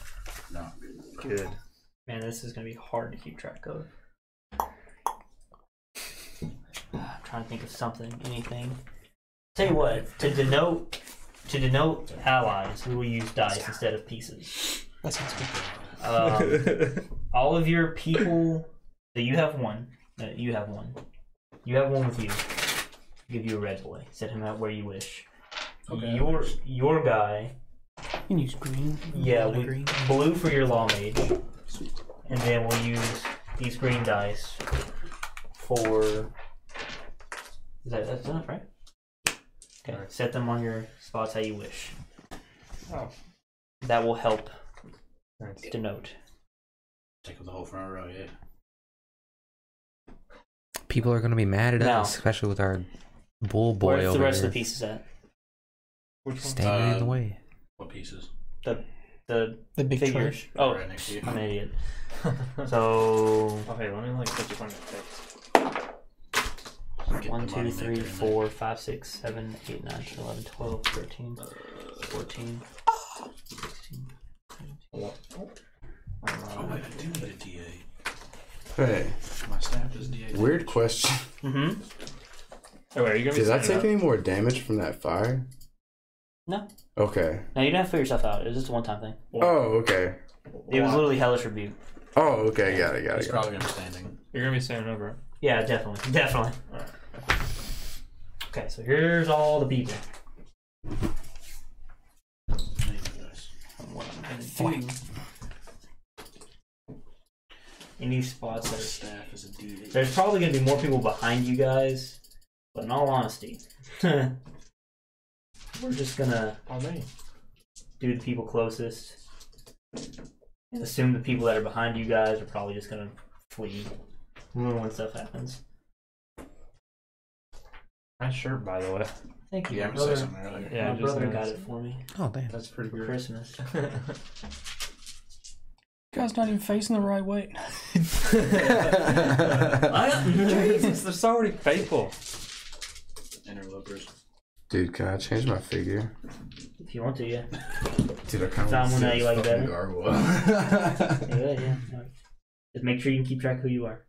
[SPEAKER 4] No.
[SPEAKER 1] Good.
[SPEAKER 2] man, this is gonna be hard to keep track of. I'm trying to think of something, anything. Tell you what, to denote to denote allies, we will use dice instead of pieces.
[SPEAKER 7] That sounds good.
[SPEAKER 2] Um, all of your people. So you have one. No, you have one. You have one with you. Give you a red away. Set him out where you wish.
[SPEAKER 4] Okay.
[SPEAKER 2] Your your guy.
[SPEAKER 7] You can use green.
[SPEAKER 2] Yeah,
[SPEAKER 7] a lot of
[SPEAKER 2] we,
[SPEAKER 7] green.
[SPEAKER 2] blue for your law mage, and then we'll use these green dice for. Is that that's enough, right? Okay, set them on your spots how you wish.
[SPEAKER 1] Oh.
[SPEAKER 2] That will help
[SPEAKER 1] Nice.
[SPEAKER 2] denote.
[SPEAKER 4] Take up the whole front row. Yeah.
[SPEAKER 8] People are gonna be mad at
[SPEAKER 2] No.
[SPEAKER 8] us, especially with our bull boy
[SPEAKER 2] Where's
[SPEAKER 8] over
[SPEAKER 2] the rest
[SPEAKER 8] here
[SPEAKER 2] of the pieces at?
[SPEAKER 8] standing in the
[SPEAKER 2] [LAUGHS]
[SPEAKER 4] Uh,
[SPEAKER 8] way.
[SPEAKER 4] What pieces?
[SPEAKER 2] The
[SPEAKER 7] The big
[SPEAKER 2] figures.
[SPEAKER 7] church.
[SPEAKER 2] Oh,
[SPEAKER 4] Right next to you.
[SPEAKER 2] I'm an
[SPEAKER 4] [LAUGHS]
[SPEAKER 2] idiot. So
[SPEAKER 1] Okay, Oh, let me like put this on your face.
[SPEAKER 4] Get
[SPEAKER 2] one,
[SPEAKER 4] the
[SPEAKER 2] two,
[SPEAKER 4] moneymaker
[SPEAKER 2] three,
[SPEAKER 4] in there.
[SPEAKER 2] four, five, six, seven, eight, nine, ten, eleven, twelve, thirteen, fourteen, sixteen,
[SPEAKER 4] Oh wait, I do need a D8.
[SPEAKER 3] Hey,
[SPEAKER 4] My staff is D8.
[SPEAKER 3] weird question.
[SPEAKER 2] Mm-hmm.
[SPEAKER 1] Hey, Oh, wait, are you gonna be
[SPEAKER 3] Did I
[SPEAKER 1] standing
[SPEAKER 3] take any more damage from that fire?
[SPEAKER 2] No.
[SPEAKER 3] Okay.
[SPEAKER 2] No, you didn't have to figure yourself out. It was just a one time thing.
[SPEAKER 3] Oh, okay.
[SPEAKER 2] It was literally hellish rebuke.
[SPEAKER 3] Oh, okay. Got it. Got
[SPEAKER 4] He's
[SPEAKER 3] it. Got it.
[SPEAKER 4] probably gonna be standing.
[SPEAKER 1] up? You're gonna be standing over. it.
[SPEAKER 2] Yeah, definitely. [LAUGHS] Definitely. Okay, so here's all the people. What I'm gonna do. Any spots
[SPEAKER 4] My
[SPEAKER 2] that are
[SPEAKER 4] staff is a D8.
[SPEAKER 2] There's probably gonna be more people behind you guys, but in all honesty, [LAUGHS] we're just gonna
[SPEAKER 1] On me.
[SPEAKER 2] do the people closest. And assume the people that are behind you guys are probably just gonna flee when stuff happens.
[SPEAKER 1] Nice shirt, by the way.
[SPEAKER 2] Thank you.
[SPEAKER 4] Yeah,
[SPEAKER 2] my
[SPEAKER 4] I'm gonna say
[SPEAKER 2] brother,
[SPEAKER 4] something earlier.
[SPEAKER 1] Yeah,
[SPEAKER 2] my
[SPEAKER 1] just
[SPEAKER 2] brother got
[SPEAKER 1] noticed.
[SPEAKER 2] it for me
[SPEAKER 8] Oh damn!
[SPEAKER 1] That's pretty
[SPEAKER 2] for
[SPEAKER 1] good.
[SPEAKER 2] Christmas.
[SPEAKER 1] [LAUGHS]
[SPEAKER 7] guy's not even facing the right way.
[SPEAKER 1] Jesus, they're so already faithful.
[SPEAKER 4] Interlopers.
[SPEAKER 3] Dude, can I change my figure?
[SPEAKER 2] If you want to, yeah.
[SPEAKER 3] Dude, I kind
[SPEAKER 2] Someone that you like better?
[SPEAKER 3] [LAUGHS] gargoyle.
[SPEAKER 2] You would, yeah. Alright. Just make sure you can keep track of who you are.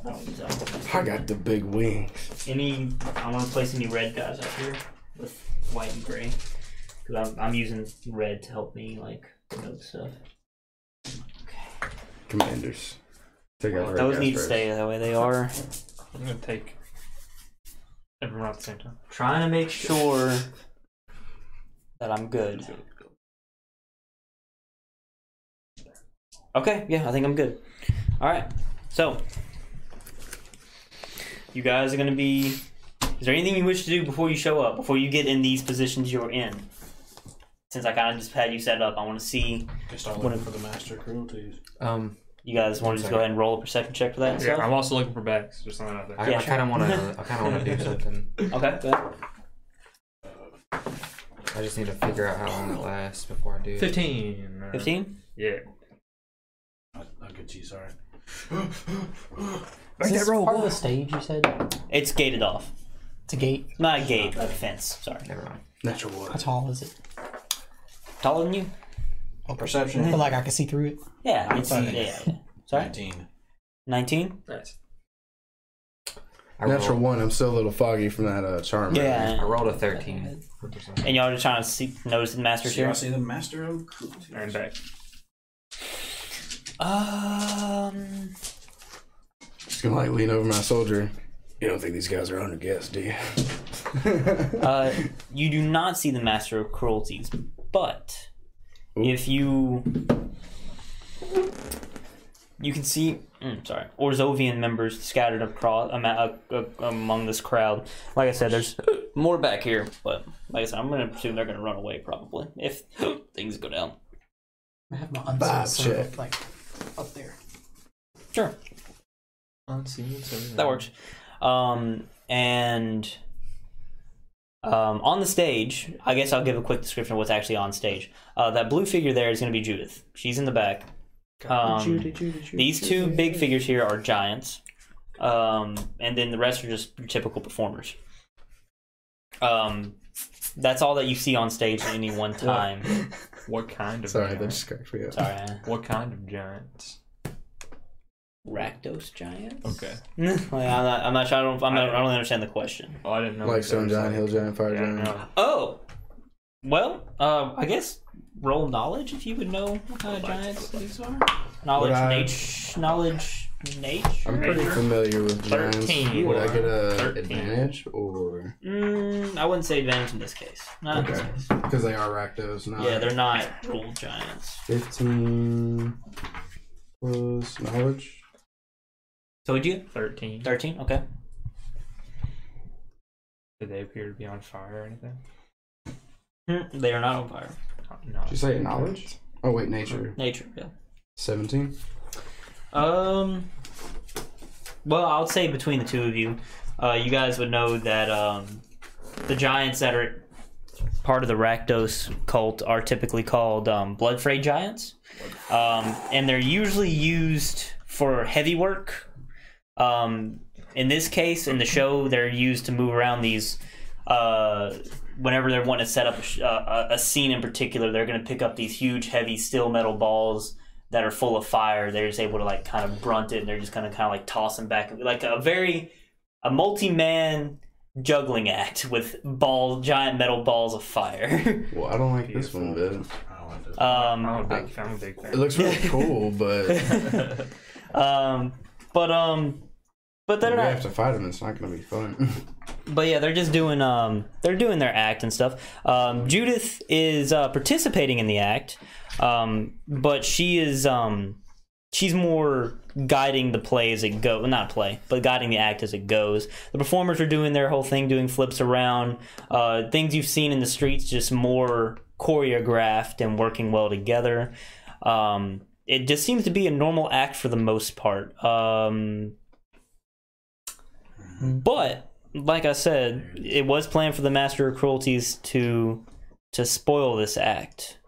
[SPEAKER 2] I don't think so.
[SPEAKER 3] I got the big wings.
[SPEAKER 2] Any, I want to place any red guys up here with white and gray. Because I'm, I'm using red to help me, like, note stuff.
[SPEAKER 3] Commanders. Take out red
[SPEAKER 2] Those
[SPEAKER 3] guys
[SPEAKER 2] need to
[SPEAKER 3] first.
[SPEAKER 2] stay the way they are.
[SPEAKER 6] I'm gonna take everyone at the same time.
[SPEAKER 2] Trying to make sure that I'm good. Okay, yeah, I think I'm good. Alright, so. You guys are gonna be. Is there anything you wish to do before you show up? Before you get in these positions you're in? Since I kind of just had you set up, I want to see.
[SPEAKER 4] Can start
[SPEAKER 2] What
[SPEAKER 4] looking for the master cruelties.
[SPEAKER 8] [LAUGHS] Um,
[SPEAKER 2] You guys want to just go ahead and roll a perception check for that and
[SPEAKER 6] Yeah,
[SPEAKER 2] stuff?
[SPEAKER 6] I'm also looking for bags. Just something out there.
[SPEAKER 8] I,
[SPEAKER 2] Yeah,
[SPEAKER 8] I
[SPEAKER 2] sure.
[SPEAKER 8] kind of want
[SPEAKER 2] [LAUGHS]
[SPEAKER 8] to. I kind of want to do something.
[SPEAKER 2] Okay, go ahead.
[SPEAKER 8] I just need to figure out how long it lasts before I do. it.
[SPEAKER 6] Fifteen. uh,
[SPEAKER 2] 15?
[SPEAKER 6] Yeah.
[SPEAKER 4] Not, not good to you, sorry.
[SPEAKER 7] Is this part of the stage you said?
[SPEAKER 2] It's gated off.
[SPEAKER 7] It's a gate.
[SPEAKER 2] Not a gate, but a fence. Sorry.
[SPEAKER 8] Never mind.
[SPEAKER 3] Natural water.
[SPEAKER 7] How tall is it?
[SPEAKER 2] Taller than you?
[SPEAKER 7] I
[SPEAKER 4] Perception. [GASPS]
[SPEAKER 7] feel like I can see through it.
[SPEAKER 2] Yeah, it's, yeah, yeah. yeah. Sorry?
[SPEAKER 4] 19.
[SPEAKER 2] 19?
[SPEAKER 6] Nice.
[SPEAKER 8] I
[SPEAKER 3] Natural
[SPEAKER 8] rolled,
[SPEAKER 3] one. I'm still a little foggy from that uh, charm.
[SPEAKER 8] I
[SPEAKER 2] Yeah.
[SPEAKER 8] rolled a thirteen.
[SPEAKER 2] And y'all are just trying to see, notice the master's
[SPEAKER 4] See, I
[SPEAKER 2] here?
[SPEAKER 4] see the master of cruelties.
[SPEAKER 6] And back.
[SPEAKER 2] Um.
[SPEAKER 3] Just gonna like lean over my soldier. You don't think these guys are under guess, do you?
[SPEAKER 2] Uh, you do not see the master of cruelties, but if you you can see, mm, sorry, Orzovian members scattered across ama- uh, uh, among this crowd. Like I said, there's more back here, but like I said, I'm gonna assume they're gonna run away probably if [GASPS] things go down.
[SPEAKER 7] I have my
[SPEAKER 3] Vibe
[SPEAKER 7] unsold sort
[SPEAKER 3] check.
[SPEAKER 7] of, like up there.
[SPEAKER 2] Sure,
[SPEAKER 6] Unseen. So yeah.
[SPEAKER 2] that works. Um, and um, on the stage, I guess I'll give a quick description of what's actually on stage. Uh, that blue figure there is going to be Judith. She's in the back. Um, these two big figures here are giants, um, and then the rest are just your typical performers. Um, that's all that you see on stage at any one time.
[SPEAKER 6] What kind of?
[SPEAKER 3] [LAUGHS] Sorry, that
[SPEAKER 6] giant?
[SPEAKER 3] just cracked me up.
[SPEAKER 2] Sorry, uh,
[SPEAKER 6] What kind of giants?
[SPEAKER 2] Rakdos giants.
[SPEAKER 6] Okay.
[SPEAKER 2] [LAUGHS] like, I'm not. I'm not sure. I don't. I'm not, I don't understand the question.
[SPEAKER 6] Oh, I didn't know.
[SPEAKER 3] Like
[SPEAKER 6] that
[SPEAKER 3] stone
[SPEAKER 6] there was,
[SPEAKER 3] giant, hill giant, fire
[SPEAKER 6] Yeah,
[SPEAKER 3] giant.
[SPEAKER 6] no.
[SPEAKER 2] Oh, well, uh, I guess roll knowledge if you would know what kind of giants these are. Knowledge,
[SPEAKER 3] Would I-
[SPEAKER 2] nature, knowledge, nature.
[SPEAKER 3] I'm pretty familiar with giants.
[SPEAKER 6] 13.
[SPEAKER 3] Would I get a
[SPEAKER 6] 13.
[SPEAKER 3] advantage or
[SPEAKER 2] Mm, I wouldn't say advantage in this case. Not in
[SPEAKER 3] Okay.
[SPEAKER 2] this case.
[SPEAKER 3] because they are Rakdos? Not
[SPEAKER 2] Yeah, they're not rule giants.
[SPEAKER 3] fifteen plus knowledge.
[SPEAKER 2] So would you?
[SPEAKER 6] Thirteen.
[SPEAKER 2] Thirteen. Okay.
[SPEAKER 6] Did they appear to be on fire or anything?
[SPEAKER 2] Hmm, They are not on fire.
[SPEAKER 6] No.
[SPEAKER 3] Did you say knowledge? Oh wait, nature.
[SPEAKER 2] Nature. Yeah.
[SPEAKER 3] Seventeen.
[SPEAKER 2] Um. Well, I would say between the two of you, uh, you guys would know that um, the giants that are part of the Rakdos cult are typically called um, Bloodfray giants, um, and they're usually used for heavy work. Um, in this case, in the show, they're used to move around these. Uh, whenever they want to set up a, sh- uh, a a scene in particular, they're going to pick up these huge, heavy steel metal balls that are full of fire. They're just able to like kind of brunt it, and they're just kind of kind of like toss them back, like a very a multi-man juggling act with ball giant metal balls of fire. [LAUGHS]
[SPEAKER 3] Well, I don't like this one, but
[SPEAKER 4] I don't like this.
[SPEAKER 6] I'm a [LAUGHS]
[SPEAKER 2] um, [LAUGHS]
[SPEAKER 6] big fan. I'm a big
[SPEAKER 3] it
[SPEAKER 6] fan.
[SPEAKER 3] looks really cool.
[SPEAKER 4] [LAUGHS]
[SPEAKER 3] But if
[SPEAKER 2] um, but um, but
[SPEAKER 3] we
[SPEAKER 2] they're not.
[SPEAKER 3] have to fight them. It's not gonna be fun.
[SPEAKER 2] but yeah, they're just doing um, they're doing their act and stuff. Um, Judith is uh, participating in the act, um, but she is um, she's more guiding the play as it goes. Well, not play, but guiding the act as it goes. The performers are doing their whole thing, doing flips around, uh, things you've seen in the streets, just more choreographed and working well together. Um, it just seems to be a normal act for the most part. Um, but like I said, it was planned for the Master of Cruelties to to spoil this act.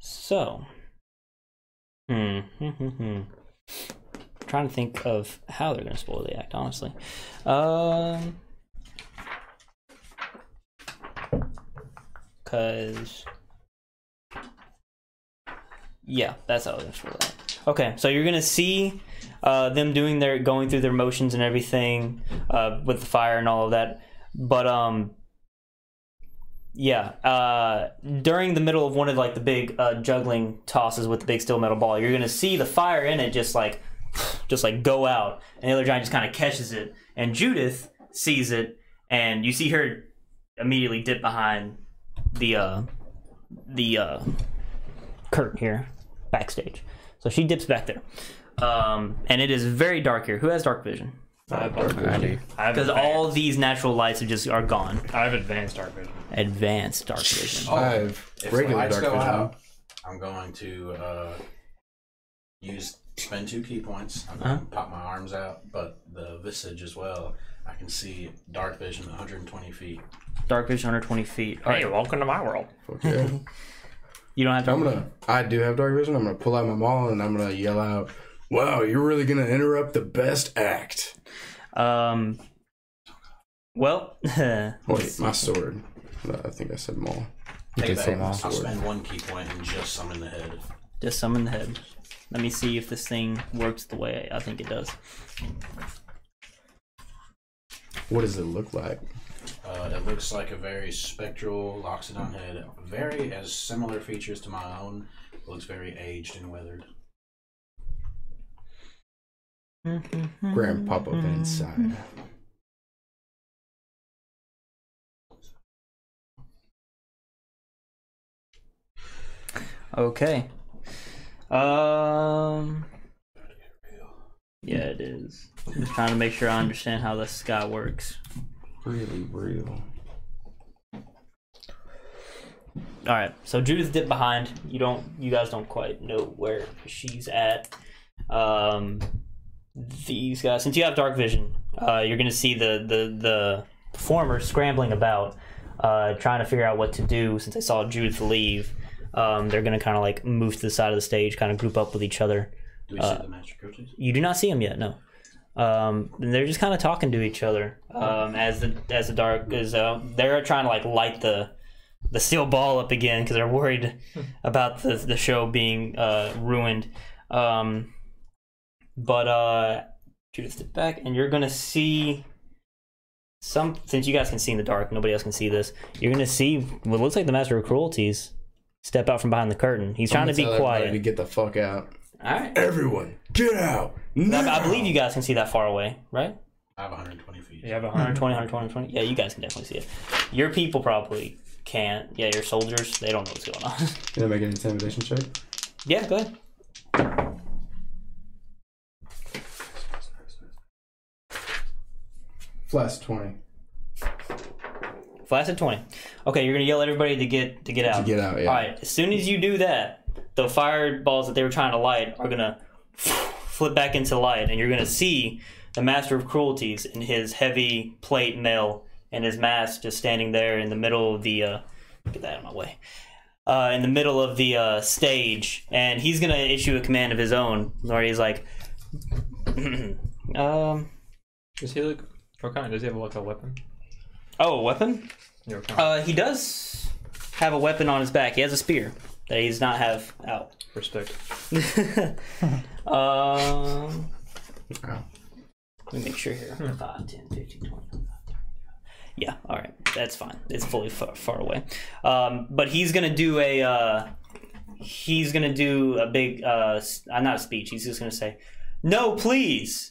[SPEAKER 2] So, hmm, [LAUGHS] hmm, hmm, hmm. trying to think of how they're going to spoil the act. Honestly, um, Cause yeah, that's how it is for that. Okay, so you're gonna see uh, them doing their going through their motions and everything uh, with the fire and all of that, but um, yeah, uh, during the middle of one of like the big uh, juggling tosses with the big steel metal ball, you're gonna see the fire in it just like [SIGHS] just like go out, and the other giant just kind of catches it, and Judith sees it, and you see her immediately dip behind the uh, the uh, curtain here backstage. So she dips back there, um, and it is very dark here. Who has dark vision?
[SPEAKER 6] I have dark vision. I have
[SPEAKER 2] Because
[SPEAKER 6] advanced-
[SPEAKER 2] all these natural lights are just are gone.
[SPEAKER 6] I have advanced dark vision.
[SPEAKER 2] Advanced dark vision.
[SPEAKER 3] [LAUGHS] I've
[SPEAKER 4] Oh, If the
[SPEAKER 3] regular
[SPEAKER 4] lights
[SPEAKER 3] dark
[SPEAKER 4] go
[SPEAKER 3] vision.
[SPEAKER 4] out, I'm going to uh, use spend two key points. I'm
[SPEAKER 3] Uh-huh.
[SPEAKER 4] going to pop my arms out, but the visage as well. I can see dark vision 120 feet.
[SPEAKER 2] Dark vision 120 feet. All
[SPEAKER 6] Hey,
[SPEAKER 2] right,
[SPEAKER 6] welcome to my world.
[SPEAKER 3] Fuck yeah.
[SPEAKER 2] you don't have to.
[SPEAKER 3] I'm gonna. I do have dark vision. I'm gonna pull out my maul and I'm gonna yell out, "Wow, you're really gonna interrupt the best act."
[SPEAKER 2] Um. Well, [LAUGHS]
[SPEAKER 3] Wait, my sword. No, I think I said maul.
[SPEAKER 8] You did
[SPEAKER 4] that
[SPEAKER 8] say
[SPEAKER 4] one.
[SPEAKER 8] mall.
[SPEAKER 4] I'll spend one key point and just summon the head.
[SPEAKER 2] just summon the head. Let me see if this thing works the way I think it does.
[SPEAKER 3] What does it look like?
[SPEAKER 4] Uh, it looks like a very spectral Loxodon head. Very as similar features to my own. Looks very aged and weathered.
[SPEAKER 3] Grandpapa
[SPEAKER 2] Mm-hmm.
[SPEAKER 3] Van inside.
[SPEAKER 2] Okay. Um. Yeah, it is. I'm just trying to make sure I understand how this guy works.
[SPEAKER 3] Really real.
[SPEAKER 2] All right, so Judith dipped behind. You don't, you guys don't quite know where she's at. Um, these guys, since you have dark vision, uh, you're gonna see the the the performers scrambling about, uh, trying to figure out what to do. Since they saw Judith leave, um, they're gonna kind of like move to the side of the stage, kind of group up with each other.
[SPEAKER 4] Do we
[SPEAKER 3] Uh,
[SPEAKER 4] see the master coaches?
[SPEAKER 2] You do not see them yet, no. Um, and they're just kind of talking to each other um, as the as the dark is. Uh, they're trying to like light the the steel ball up again because they're worried about the the show being uh, ruined. Um, but uh, Judith, step back, and you're gonna see some. Since you guys can see in the dark, nobody else can see this. You're gonna see what looks like the Master of Cruelties step out from behind the curtain. He's trying to be
[SPEAKER 3] To
[SPEAKER 2] quiet.
[SPEAKER 3] get the fuck out.
[SPEAKER 2] All right.
[SPEAKER 3] Everyone, get out
[SPEAKER 2] I, I
[SPEAKER 3] now!
[SPEAKER 2] believe you guys can see that far away, right?
[SPEAKER 4] I have 120 feet.
[SPEAKER 6] You have a hundred.
[SPEAKER 2] 120, 120, 120. Yeah, you guys can definitely see it. Your people probably can't. Yeah, your soldiers, they don't know what's going on. [LAUGHS]
[SPEAKER 3] Can I make an intimidation check?
[SPEAKER 2] yeah, go ahead.
[SPEAKER 3] Flash twenty.
[SPEAKER 2] Flash at 20. Okay, you're going to yell at everybody to get to get out.
[SPEAKER 3] To get out. Yeah.
[SPEAKER 2] All right, as soon as you do that, the fireballs that they were trying to light are going to flip back into light, and you're going to see the Master of Cruelties in his heavy plate mail and his mask just standing there in the middle of the. Uh, get that out of my way. Uh, in the middle of the uh, stage, and he's going to issue a command of his own where he's like, [CLEARS THROAT] um,
[SPEAKER 6] Does he look? What kind? Does he have like a weapon?
[SPEAKER 2] oh, a weapon?
[SPEAKER 6] Yeah, what kind?
[SPEAKER 2] Uh, he does have a weapon on his back. He has a spear that he does not have out. [LAUGHS]
[SPEAKER 6] Respect.
[SPEAKER 2] um, let me make sure here. 5, 10, 15, 20. Yeah, all right. That's fine. It's fully far, far away. Um, but he's going to do a. Uh, he's going to do a big. Uh, s- uh, not a speech. He's just going to say, No, please!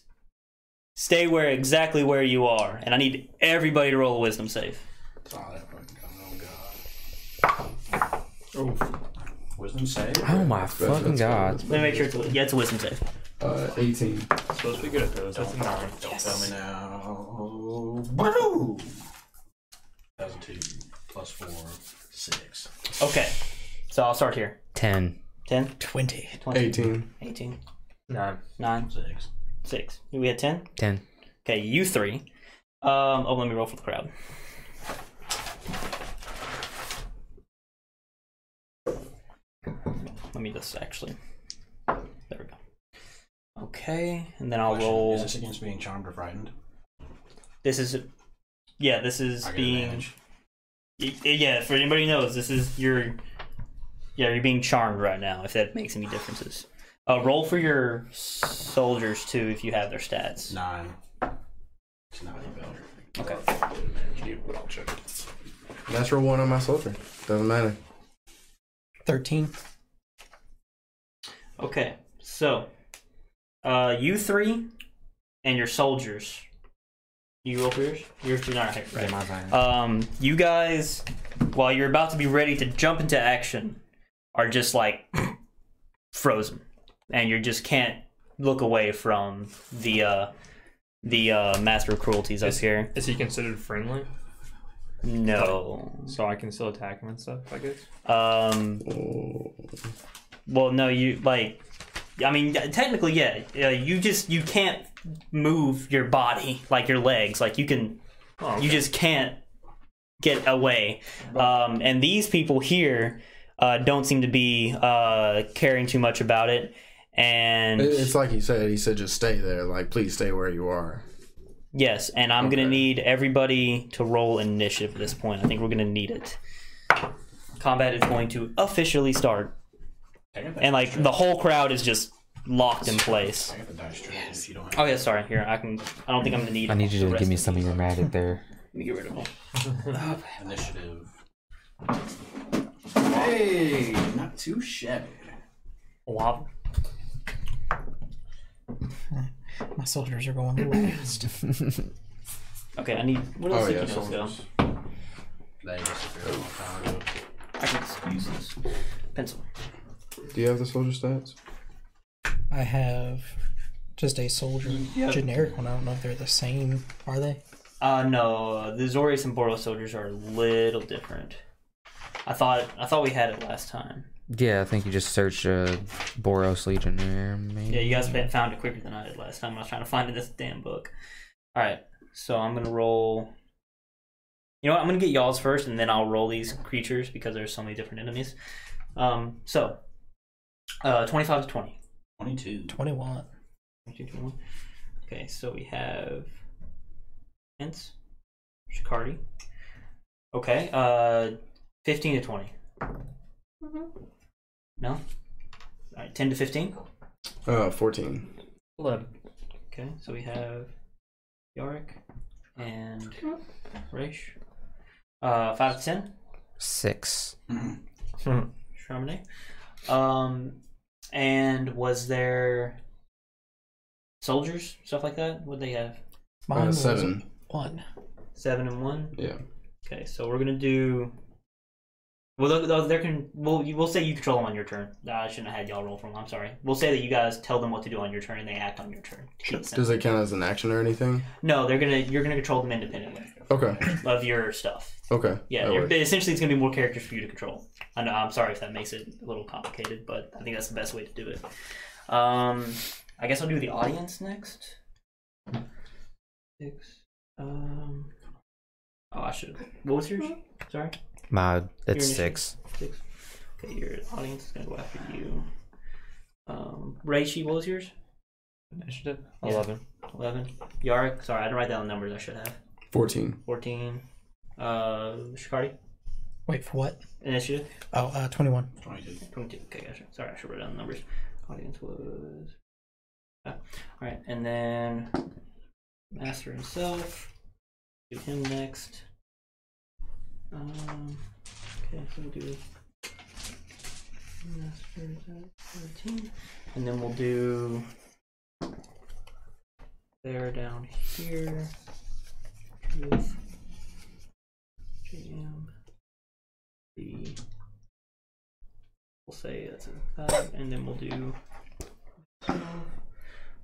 [SPEAKER 2] Stay where exactly where you are. And I need everybody to roll a wisdom save.
[SPEAKER 4] Oh, that fucking oh god. Oh. Wisdom save.
[SPEAKER 8] Oh my fucking god.
[SPEAKER 2] Let me make sure it's. a- Yeah, it's a wisdom save.
[SPEAKER 3] Uh, Eighteen.
[SPEAKER 6] Supposed to be good at those. That's a nine.
[SPEAKER 4] Don't tell me now. Woo! That was a two plus four, six.
[SPEAKER 2] Okay. So I'll start here.
[SPEAKER 8] Ten.
[SPEAKER 2] 10,
[SPEAKER 7] 20.
[SPEAKER 2] 20,
[SPEAKER 3] Eighteen.
[SPEAKER 2] 18,
[SPEAKER 6] Nine.
[SPEAKER 2] 9,
[SPEAKER 4] Six.
[SPEAKER 2] 6. We had 10?
[SPEAKER 8] Ten.
[SPEAKER 2] Okay, you three. Um, oh, let me roll for the crowd. Let me just actually. There we go. Okay, and then I'll
[SPEAKER 4] Question,
[SPEAKER 2] roll.
[SPEAKER 4] Is this against being charmed or frightened?
[SPEAKER 2] This is. Yeah, this is
[SPEAKER 4] I get
[SPEAKER 2] being.
[SPEAKER 4] advantage.
[SPEAKER 2] Y- Yeah, for anybody who knows, this is your. Yeah, you're being charmed right now. If that makes any differences, uh, roll for your soldiers too if you have their stats.
[SPEAKER 4] Nine. It's not any better.
[SPEAKER 2] Okay.
[SPEAKER 4] but I'll check it.
[SPEAKER 3] Natural one on my soldier. Doesn't matter.
[SPEAKER 7] 13.
[SPEAKER 2] Okay, so uh, you three and your soldiers. You roll for yours. Yours do not hit, right?
[SPEAKER 5] Yeah, mine's not hit.
[SPEAKER 2] Um, you guys, while you're about to be ready to jump into action, are just like [CLEARS THROAT] frozen, and you just can't look away from the uh, the uh, master of cruelties up
[SPEAKER 1] Is-
[SPEAKER 2] here.
[SPEAKER 1] Is he considered friendly?
[SPEAKER 2] No.
[SPEAKER 1] So I can still attack him and stuff, I guess.
[SPEAKER 2] Um. Well, no, you like. I mean, technically, yeah. Uh, you just you can't move your body like your legs. Like you can,
[SPEAKER 1] Oh,
[SPEAKER 2] you just can't get away. Um, and these people here uh, don't seem to be uh, caring too much about it. And
[SPEAKER 3] It- It's like he said. He said just stay there. Like please stay where you are.
[SPEAKER 2] yes, and I'm gonna
[SPEAKER 3] Okay.
[SPEAKER 2] need everybody to roll initiative at this point. I think we're gonna need it. Combat is going to officially start.
[SPEAKER 4] I got the
[SPEAKER 2] and like the whole crowd is just locked in place.
[SPEAKER 4] I got the dice tray if you don't have
[SPEAKER 2] Oh yeah, sorry. Here, I can. I don't think I'm gonna need.
[SPEAKER 8] I need you
[SPEAKER 2] the
[SPEAKER 8] to give
[SPEAKER 2] rest
[SPEAKER 8] me
[SPEAKER 2] of
[SPEAKER 8] some of
[SPEAKER 2] these.
[SPEAKER 8] your magic there.
[SPEAKER 2] Let me get rid of them.
[SPEAKER 4] initiative. Hey, not too shabby.
[SPEAKER 2] Wow.
[SPEAKER 7] My soldiers are [CLEARS THROAT] going last.
[SPEAKER 2] Okay, I need. What else
[SPEAKER 3] Oh,
[SPEAKER 2] did
[SPEAKER 3] yeah,
[SPEAKER 2] you know, though?
[SPEAKER 3] soldiers.
[SPEAKER 4] They disappeared a long time ago.
[SPEAKER 2] I can just use this pencil.
[SPEAKER 3] Do you have the soldier stats?
[SPEAKER 7] I have just a soldier
[SPEAKER 2] Yeah.
[SPEAKER 7] generic one. I don't know if they're the same. Are they?
[SPEAKER 2] Uh no, the Zorius and Boros soldiers are a little different. I thought I thought we had it last time.
[SPEAKER 8] Yeah, I think you just search uh, Boros Legion there. Maybe.
[SPEAKER 2] Yeah, you guys fa- found it quicker than I did last time. I was trying to find it in this damn book. All right, so I'm gonna roll. You know what? I'm gonna get y'all's first, and then I'll roll these creatures because there's so many different enemies. Um, so uh, 25 to 20.
[SPEAKER 4] 22.
[SPEAKER 7] 21.
[SPEAKER 2] 22, 21. Okay, so we have Hence, Shikardi. Okay, uh, 15 to 20. No. All right, 10 to 15.
[SPEAKER 3] Uh, fourteen.
[SPEAKER 2] 11. Okay, so we have Yorick and Raish. Uh, 5 to 10,
[SPEAKER 8] Six.
[SPEAKER 4] Hmm.
[SPEAKER 2] Shramane. Um, and was there soldiers, stuff like that? What'd they have?
[SPEAKER 7] Mine
[SPEAKER 3] Uh,
[SPEAKER 7] was
[SPEAKER 3] seven.
[SPEAKER 7] One.
[SPEAKER 2] 7 and 1.
[SPEAKER 3] Yeah.
[SPEAKER 2] Okay, so we're gonna do. Well, th- th- there can. Well, you, we'll say you control them on your turn. Nah, I shouldn't have had y'all roll for them. I'm sorry. We'll say that you guys tell them what to do on your turn, and they act on your turn.
[SPEAKER 3] Does it count as an action or anything?
[SPEAKER 2] No, they're gonna. You're gonna control them independently
[SPEAKER 3] Okay.
[SPEAKER 2] of your stuff.
[SPEAKER 3] Okay.
[SPEAKER 2] [LAUGHS] Yeah,
[SPEAKER 3] That
[SPEAKER 2] they're-
[SPEAKER 3] works.
[SPEAKER 2] essentially, it's going to be more characters for you to control. I know, I'm sorry if that makes it a little complicated, but I think that's the best way to do it. Um, I guess I'll do the audience next. Six. Um, oh, I should. What was yours? Sorry.
[SPEAKER 8] My, it's
[SPEAKER 2] initiative.
[SPEAKER 8] six.
[SPEAKER 2] Six. Okay, your audience is going to go after you. Um, Reishi, what was yours?
[SPEAKER 1] Initiative?
[SPEAKER 2] Yeah.
[SPEAKER 1] 11.
[SPEAKER 2] 11. Yarick, sorry, I didn't write down the numbers I should have.
[SPEAKER 3] Fourteen.
[SPEAKER 2] 14. Uh, Shikari,
[SPEAKER 7] Wait, for what?
[SPEAKER 2] initiative.
[SPEAKER 7] Oh, uh, [LAUGHS] 21.
[SPEAKER 4] 22.
[SPEAKER 2] 22. Okay, gotcha. Sorry, I should write down the numbers. Audience was. Ah, all right, and then Master himself. Do him next. Um, okay, so we'll do Master is at 13. And then we'll do. There down here. With JM. The we'll say that's a five, and then we'll do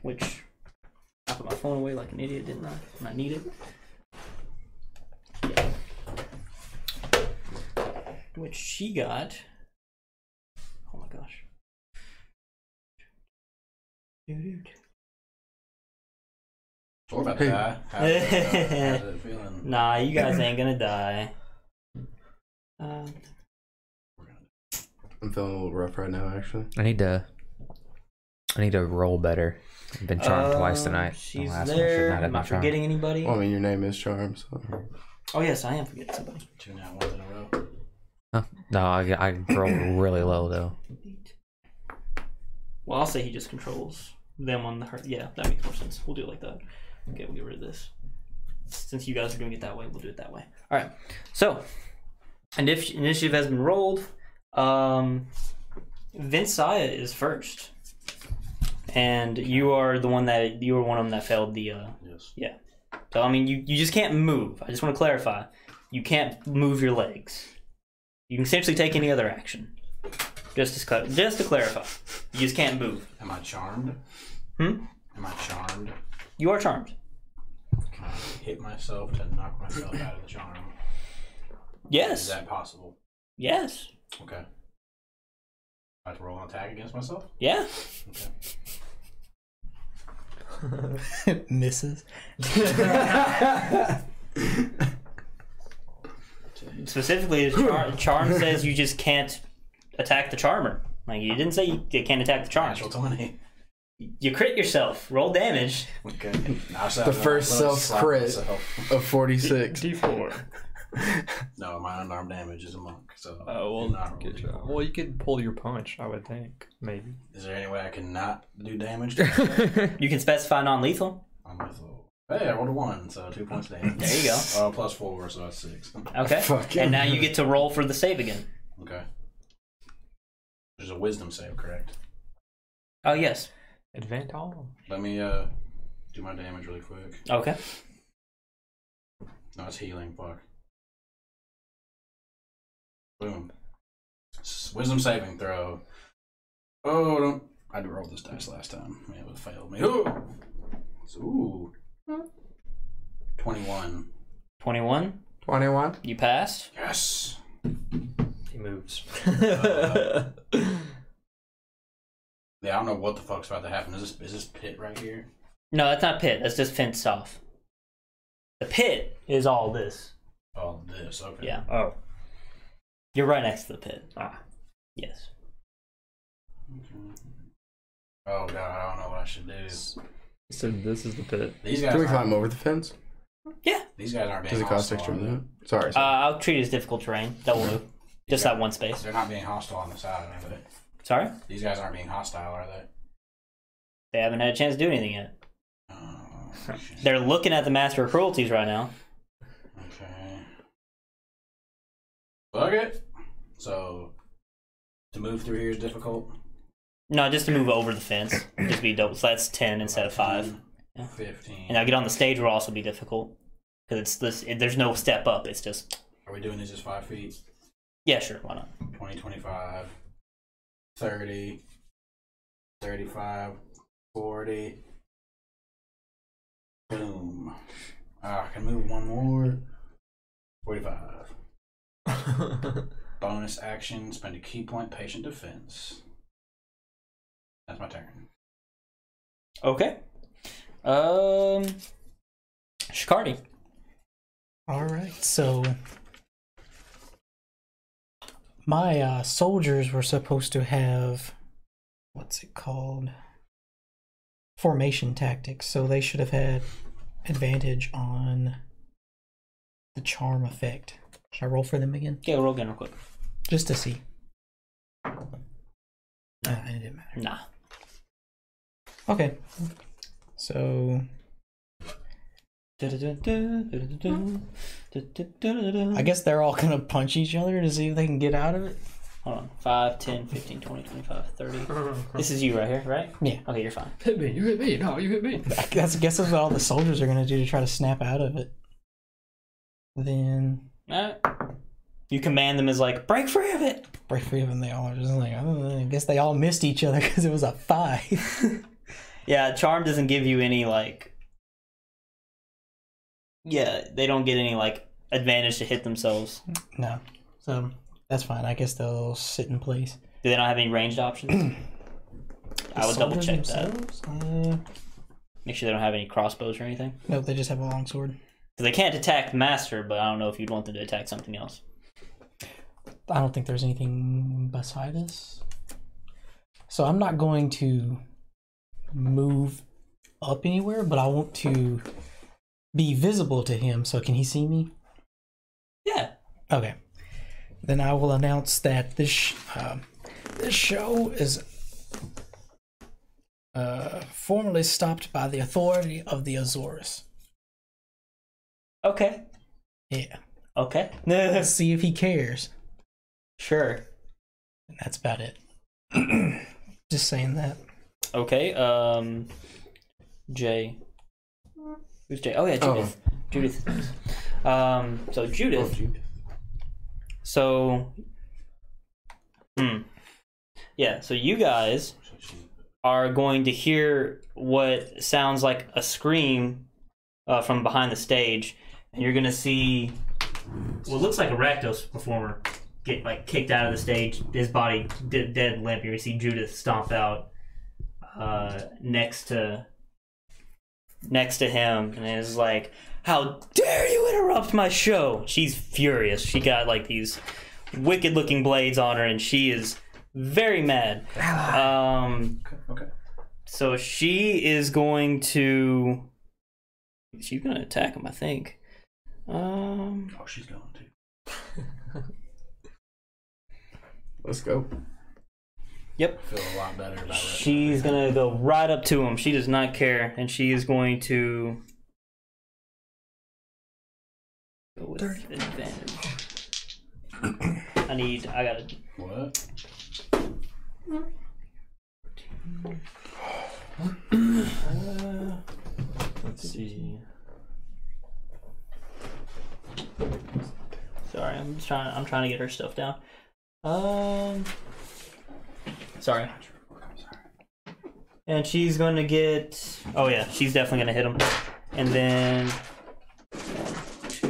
[SPEAKER 2] which I put my phone away like an idiot, didn't I? And I need it. Yeah. Which she got. Oh my gosh. Dude.
[SPEAKER 4] What about
[SPEAKER 3] Hey.
[SPEAKER 2] [LAUGHS]
[SPEAKER 4] that? How's it, uh, how's it feeling?
[SPEAKER 2] Nah, you guys ain't gonna die. Um,
[SPEAKER 3] I'm feeling a little rough right now, actually.
[SPEAKER 8] I need to. I need to roll better. I've been charmed twice
[SPEAKER 2] um,
[SPEAKER 8] tonight. The
[SPEAKER 2] She's
[SPEAKER 8] last one should
[SPEAKER 2] there.
[SPEAKER 8] not have
[SPEAKER 2] Am
[SPEAKER 8] been
[SPEAKER 2] I
[SPEAKER 8] charmed.
[SPEAKER 2] forgetting anybody?
[SPEAKER 3] Well, I mean, your name is Charm, so
[SPEAKER 2] Oh yes, I am forgetting somebody.
[SPEAKER 4] Two now ones in a row.
[SPEAKER 8] No, I, I rolled really low though.
[SPEAKER 2] Well, I'll say he just controls them on the her. Yeah, that makes more sense. We'll do it like that. Okay, we'll get rid of this. Since you guys are doing it that way, we'll do it that way. All right. So, and if initiative has been rolled, um, Vince Saya is first, and you are the one that you were one of them that failed the. Uh,
[SPEAKER 4] Yes.
[SPEAKER 2] yeah. So I mean, you you just can't move. I just want to clarify, you can't move your legs. You can essentially take any other action. Just to cla- just to clarify, you just can't move.
[SPEAKER 4] Am I charmed?
[SPEAKER 2] Hmm?
[SPEAKER 4] Am I charmed?
[SPEAKER 2] You are charmed.
[SPEAKER 4] Can I hit myself to knock myself out of the charm? Is
[SPEAKER 2] Yes.
[SPEAKER 4] that possible?
[SPEAKER 2] Yes.
[SPEAKER 4] Okay. I have to roll an attack against myself?
[SPEAKER 2] Yeah.
[SPEAKER 4] Okay.
[SPEAKER 7] Misses.
[SPEAKER 2] Specifically, his char- charm says you just can't attack the charmer. Like you didn't say you, you can't attack the charm.
[SPEAKER 4] Natural 20.
[SPEAKER 2] You crit yourself. Roll damage.
[SPEAKER 4] [LAUGHS]
[SPEAKER 2] [LAUGHS]
[SPEAKER 4] Okay. the
[SPEAKER 3] first self crit. Of 46.
[SPEAKER 2] [LAUGHS]
[SPEAKER 6] D4.
[SPEAKER 4] No, my unarmed damage is a monk, so.
[SPEAKER 6] Oh,
[SPEAKER 4] did
[SPEAKER 6] well,
[SPEAKER 4] not roll
[SPEAKER 6] good
[SPEAKER 4] it.
[SPEAKER 6] job. Well, you could pull your punch, I would think. Maybe.
[SPEAKER 4] Is there any way I can not do damage? to myself?
[SPEAKER 2] You can specify non-lethal.
[SPEAKER 4] I'm with a- Hey, I rolled a 1, so 2 points damage.
[SPEAKER 2] There you go.
[SPEAKER 4] Uh, plus 4, so that's 6.
[SPEAKER 2] Okay.
[SPEAKER 3] Fuck.
[SPEAKER 2] And now you get to roll for the save again.
[SPEAKER 4] Okay. There's a wisdom save, correct?
[SPEAKER 2] Oh yes.
[SPEAKER 6] Advant all.
[SPEAKER 4] Let me uh do my damage really quick.
[SPEAKER 2] Okay.
[SPEAKER 4] No, it's healing. Fuck. Boom. S- Wisdom saving throw. Oh, don't. I rolled this dice last time. Yeah, it failed me. Ooh. It's- Ooh. 21.
[SPEAKER 2] Twenty-one.
[SPEAKER 3] 21.
[SPEAKER 2] You passed.
[SPEAKER 4] Yes.
[SPEAKER 6] He moves.
[SPEAKER 4] Uh, yeah, I don't know what the fuck's about to happen. Is this is this pit right here?
[SPEAKER 2] No, that's not pit. That's just fenced off. The pit is all this.
[SPEAKER 4] Oh, this. Okay.
[SPEAKER 2] Yeah.
[SPEAKER 6] Oh.
[SPEAKER 2] You're right next to the pit.
[SPEAKER 6] Ah.
[SPEAKER 2] Yes.
[SPEAKER 4] Oh god, I don't know what I should do.
[SPEAKER 6] So this is the
[SPEAKER 4] [LAUGHS]
[SPEAKER 6] pit.
[SPEAKER 4] These guys.
[SPEAKER 3] Can we
[SPEAKER 4] Aren't,
[SPEAKER 3] climb over the fence?
[SPEAKER 4] These guys aren't being.
[SPEAKER 3] Does it cost
[SPEAKER 4] hostile,
[SPEAKER 3] extra
[SPEAKER 4] are they?
[SPEAKER 3] movement? Sorry.
[SPEAKER 2] Uh, I'll treat it as difficult terrain. That will do. Just that one space.
[SPEAKER 4] They're not being hostile on the side, are they?
[SPEAKER 2] Sorry?
[SPEAKER 4] These guys aren't being hostile, are they?
[SPEAKER 2] They haven't had a chance to do anything yet.
[SPEAKER 4] Oh, shit.
[SPEAKER 2] They're looking at the Master of Cruelties right now.
[SPEAKER 4] okay. Fuck it. So, to move through here is difficult.
[SPEAKER 2] No, just to move over
[SPEAKER 6] [COUGHS]
[SPEAKER 2] the fence. Just be double. So that's 10 instead of 5.
[SPEAKER 4] 15, Fifteen.
[SPEAKER 2] And now get on the stage will also be difficult. Because it's this, it, there's no step up. It's just,
[SPEAKER 4] Are we doing these as five feet?
[SPEAKER 2] yeah, sure, why not?
[SPEAKER 4] 20, 25, 30, 35, 40. Boom. Ah, I can move one more. 45. Bonus action, spend a key point, patient defense. That's my turn.
[SPEAKER 2] Okay. Um, Shikardi.
[SPEAKER 7] All right, so my uh, soldiers were supposed to have what's it called formation tactics, so they should have had advantage on the charm effect. Should I roll for them again,
[SPEAKER 2] Yeah, roll again real quick.
[SPEAKER 7] just to see? Nah, it didn't matter.
[SPEAKER 2] Nah.
[SPEAKER 7] Okay, so I
[SPEAKER 2] I
[SPEAKER 7] guess they're all gonna punch each other to see if they can get out of it.
[SPEAKER 2] Hold on. 5, 10, 15, 20, 25, 30. This is you right here, right?
[SPEAKER 7] Yeah.
[SPEAKER 2] Okay, you're fine.
[SPEAKER 6] Hit me, you hit me, no, you hit me.
[SPEAKER 7] I guess, I guess that's what all the soldiers are gonna do to try to snap out of it. Then
[SPEAKER 2] All right. You command them as like, break free of it.
[SPEAKER 7] break free of them. They all are just like, oh, I guess they all missed each other [LAUGHS] because it was a five.
[SPEAKER 2] Yeah, charm doesn't give you any like. Yeah, they don't get any like advantage to hit themselves.
[SPEAKER 7] [LAUGHS] no, so that's fine. I guess they'll sit in place.
[SPEAKER 2] Do they not have any ranged options?
[SPEAKER 7] [CLEARS THROAT]
[SPEAKER 2] I would double check that.
[SPEAKER 7] that. Uh,
[SPEAKER 2] Make sure they don't have any crossbows or anything.
[SPEAKER 7] nope, they just have a long sword.
[SPEAKER 2] Because they can't attack the master, but I don't know if you'd want them to attack something else.
[SPEAKER 7] I don't think there's anything beside us. So I'm not going to move up anywhere, but I want to be visible to him. So can he see me? Okay. Then I will announce that this sh- um, this show is uh, formally stopped by the authority of the Azores.
[SPEAKER 2] Okay.
[SPEAKER 7] Yeah.
[SPEAKER 2] Okay. [LAUGHS]
[SPEAKER 7] Let's see if he cares.
[SPEAKER 2] sure.
[SPEAKER 7] And that's about it. [CLEARS THROAT] Just saying that.
[SPEAKER 2] Okay. Um, Jay. Who's Jay? Oh yeah, Judith. Judith. Um. So Judith. So. Hmm. Yeah. So you guys are going to hear what sounds like a scream uh, from behind the stage, and you're gonna see what looks like a Rakdos performer get like kicked out of the stage. His body de- dead limp. You're gonna see Judith stomp out uh, next to next to him and is like, "How dare you interrupt my show?" She's furious. She got like these wicked looking blades on her, and she is very mad. Um,
[SPEAKER 4] okay.
[SPEAKER 2] So she is going to. She's gonna attack him, I think. Um,
[SPEAKER 4] Oh, she's going to.
[SPEAKER 3] Let's go.
[SPEAKER 2] yep.
[SPEAKER 4] Feel a lot better about it.
[SPEAKER 2] She's gonna go right up to him. She does not care, and she is going to go with advantage. I need. I gotta.
[SPEAKER 4] What?
[SPEAKER 2] uh,
[SPEAKER 6] Let's see.
[SPEAKER 2] Sorry, I'm just trying. I'm trying to get her stuff down. Um. Sorry. And she's gonna get. Oh yeah, she's definitely gonna hit him. And then. One, two,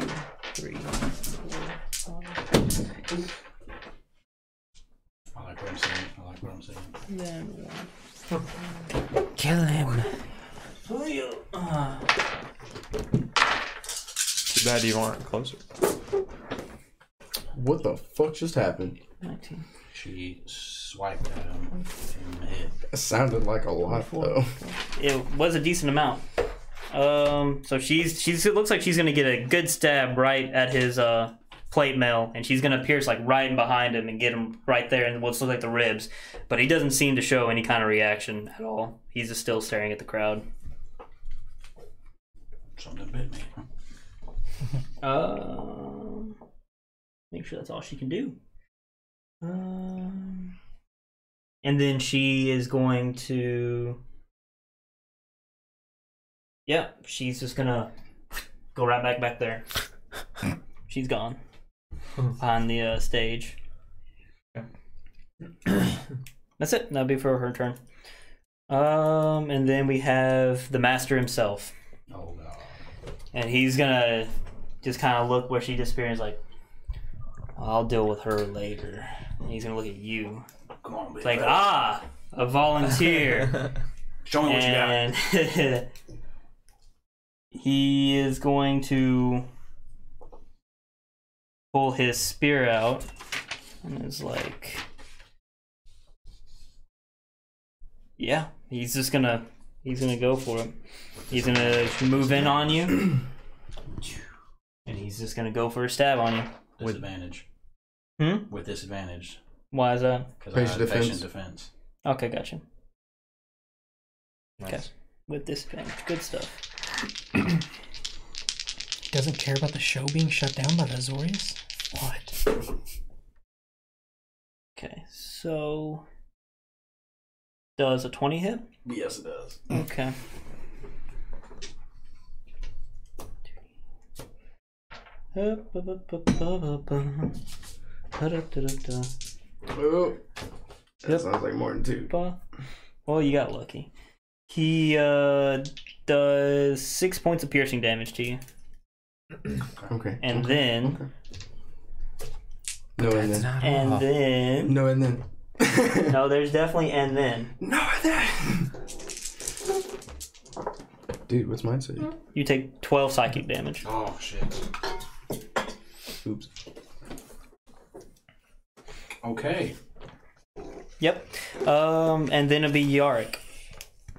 [SPEAKER 2] three, four, five.
[SPEAKER 4] I like what I'm saying. I like what I'm saying.
[SPEAKER 2] Then one.
[SPEAKER 8] Kill him.
[SPEAKER 2] Ah,
[SPEAKER 6] Too bad you aren't closer.
[SPEAKER 3] What the fuck just happened?
[SPEAKER 2] 19.
[SPEAKER 4] She swiped at him in the head.
[SPEAKER 3] That sounded like a lot though.
[SPEAKER 2] It was a decent amount. Um, so she's she's it looks like she's gonna get a good stab right at his uh plate mail, and she's gonna pierce like right in behind him and get him right there in what's look like the ribs. But he doesn't seem to show any kind of reaction at all. He's just still staring at the crowd.
[SPEAKER 4] Something bit me.
[SPEAKER 2] [LAUGHS] Um, make sure that's all she can do. Um, and then she is going to. Yeah, she's just gonna go right back back there. she's gone behind the uh, stage. that's it. That'll be for her turn. Um, and then we have the master himself
[SPEAKER 4] Oh god.
[SPEAKER 2] and he's gonna just kind of look where she disappears like i'll deal with her later and he's gonna look at you
[SPEAKER 4] Come on, big
[SPEAKER 2] it's like
[SPEAKER 4] fella.
[SPEAKER 2] ah a volunteer
[SPEAKER 4] Show me what you got.
[SPEAKER 2] and [LAUGHS] he is going to pull his spear out and is like yeah he's just gonna he's gonna go for it he's gonna move in on you and he's just gonna go for a stab on you
[SPEAKER 4] Disadvantage.
[SPEAKER 2] Hmm?
[SPEAKER 4] With disadvantage.
[SPEAKER 2] why is that
[SPEAKER 4] Because
[SPEAKER 3] Patient
[SPEAKER 4] I have
[SPEAKER 3] defense.
[SPEAKER 4] patient defense.
[SPEAKER 2] okay gotcha
[SPEAKER 8] Nice.
[SPEAKER 2] Okay. with disadvantage good stuff
[SPEAKER 7] Doesn't care about the show being shut down by the Azorius? What?
[SPEAKER 2] okay so does a 20 hit
[SPEAKER 4] Yes, it does.
[SPEAKER 2] Okay. Ba-da-da-da-da.
[SPEAKER 3] Oh, that sounds like more than two.
[SPEAKER 2] Ba- Well, you got lucky. He uh, does six points of piercing damage to you,
[SPEAKER 3] Okay.
[SPEAKER 2] and then,
[SPEAKER 3] No and
[SPEAKER 8] That's
[SPEAKER 3] then.
[SPEAKER 8] not all.
[SPEAKER 2] and then,
[SPEAKER 3] No and then.
[SPEAKER 2] no, there's definitely and then.
[SPEAKER 3] [LAUGHS] No and then. Dude, what's mine say?
[SPEAKER 2] You take twelve psychic damage.
[SPEAKER 4] Oh shit.
[SPEAKER 3] Oops.
[SPEAKER 4] Okay.
[SPEAKER 2] Yep. Um, and then it'll be Yarick.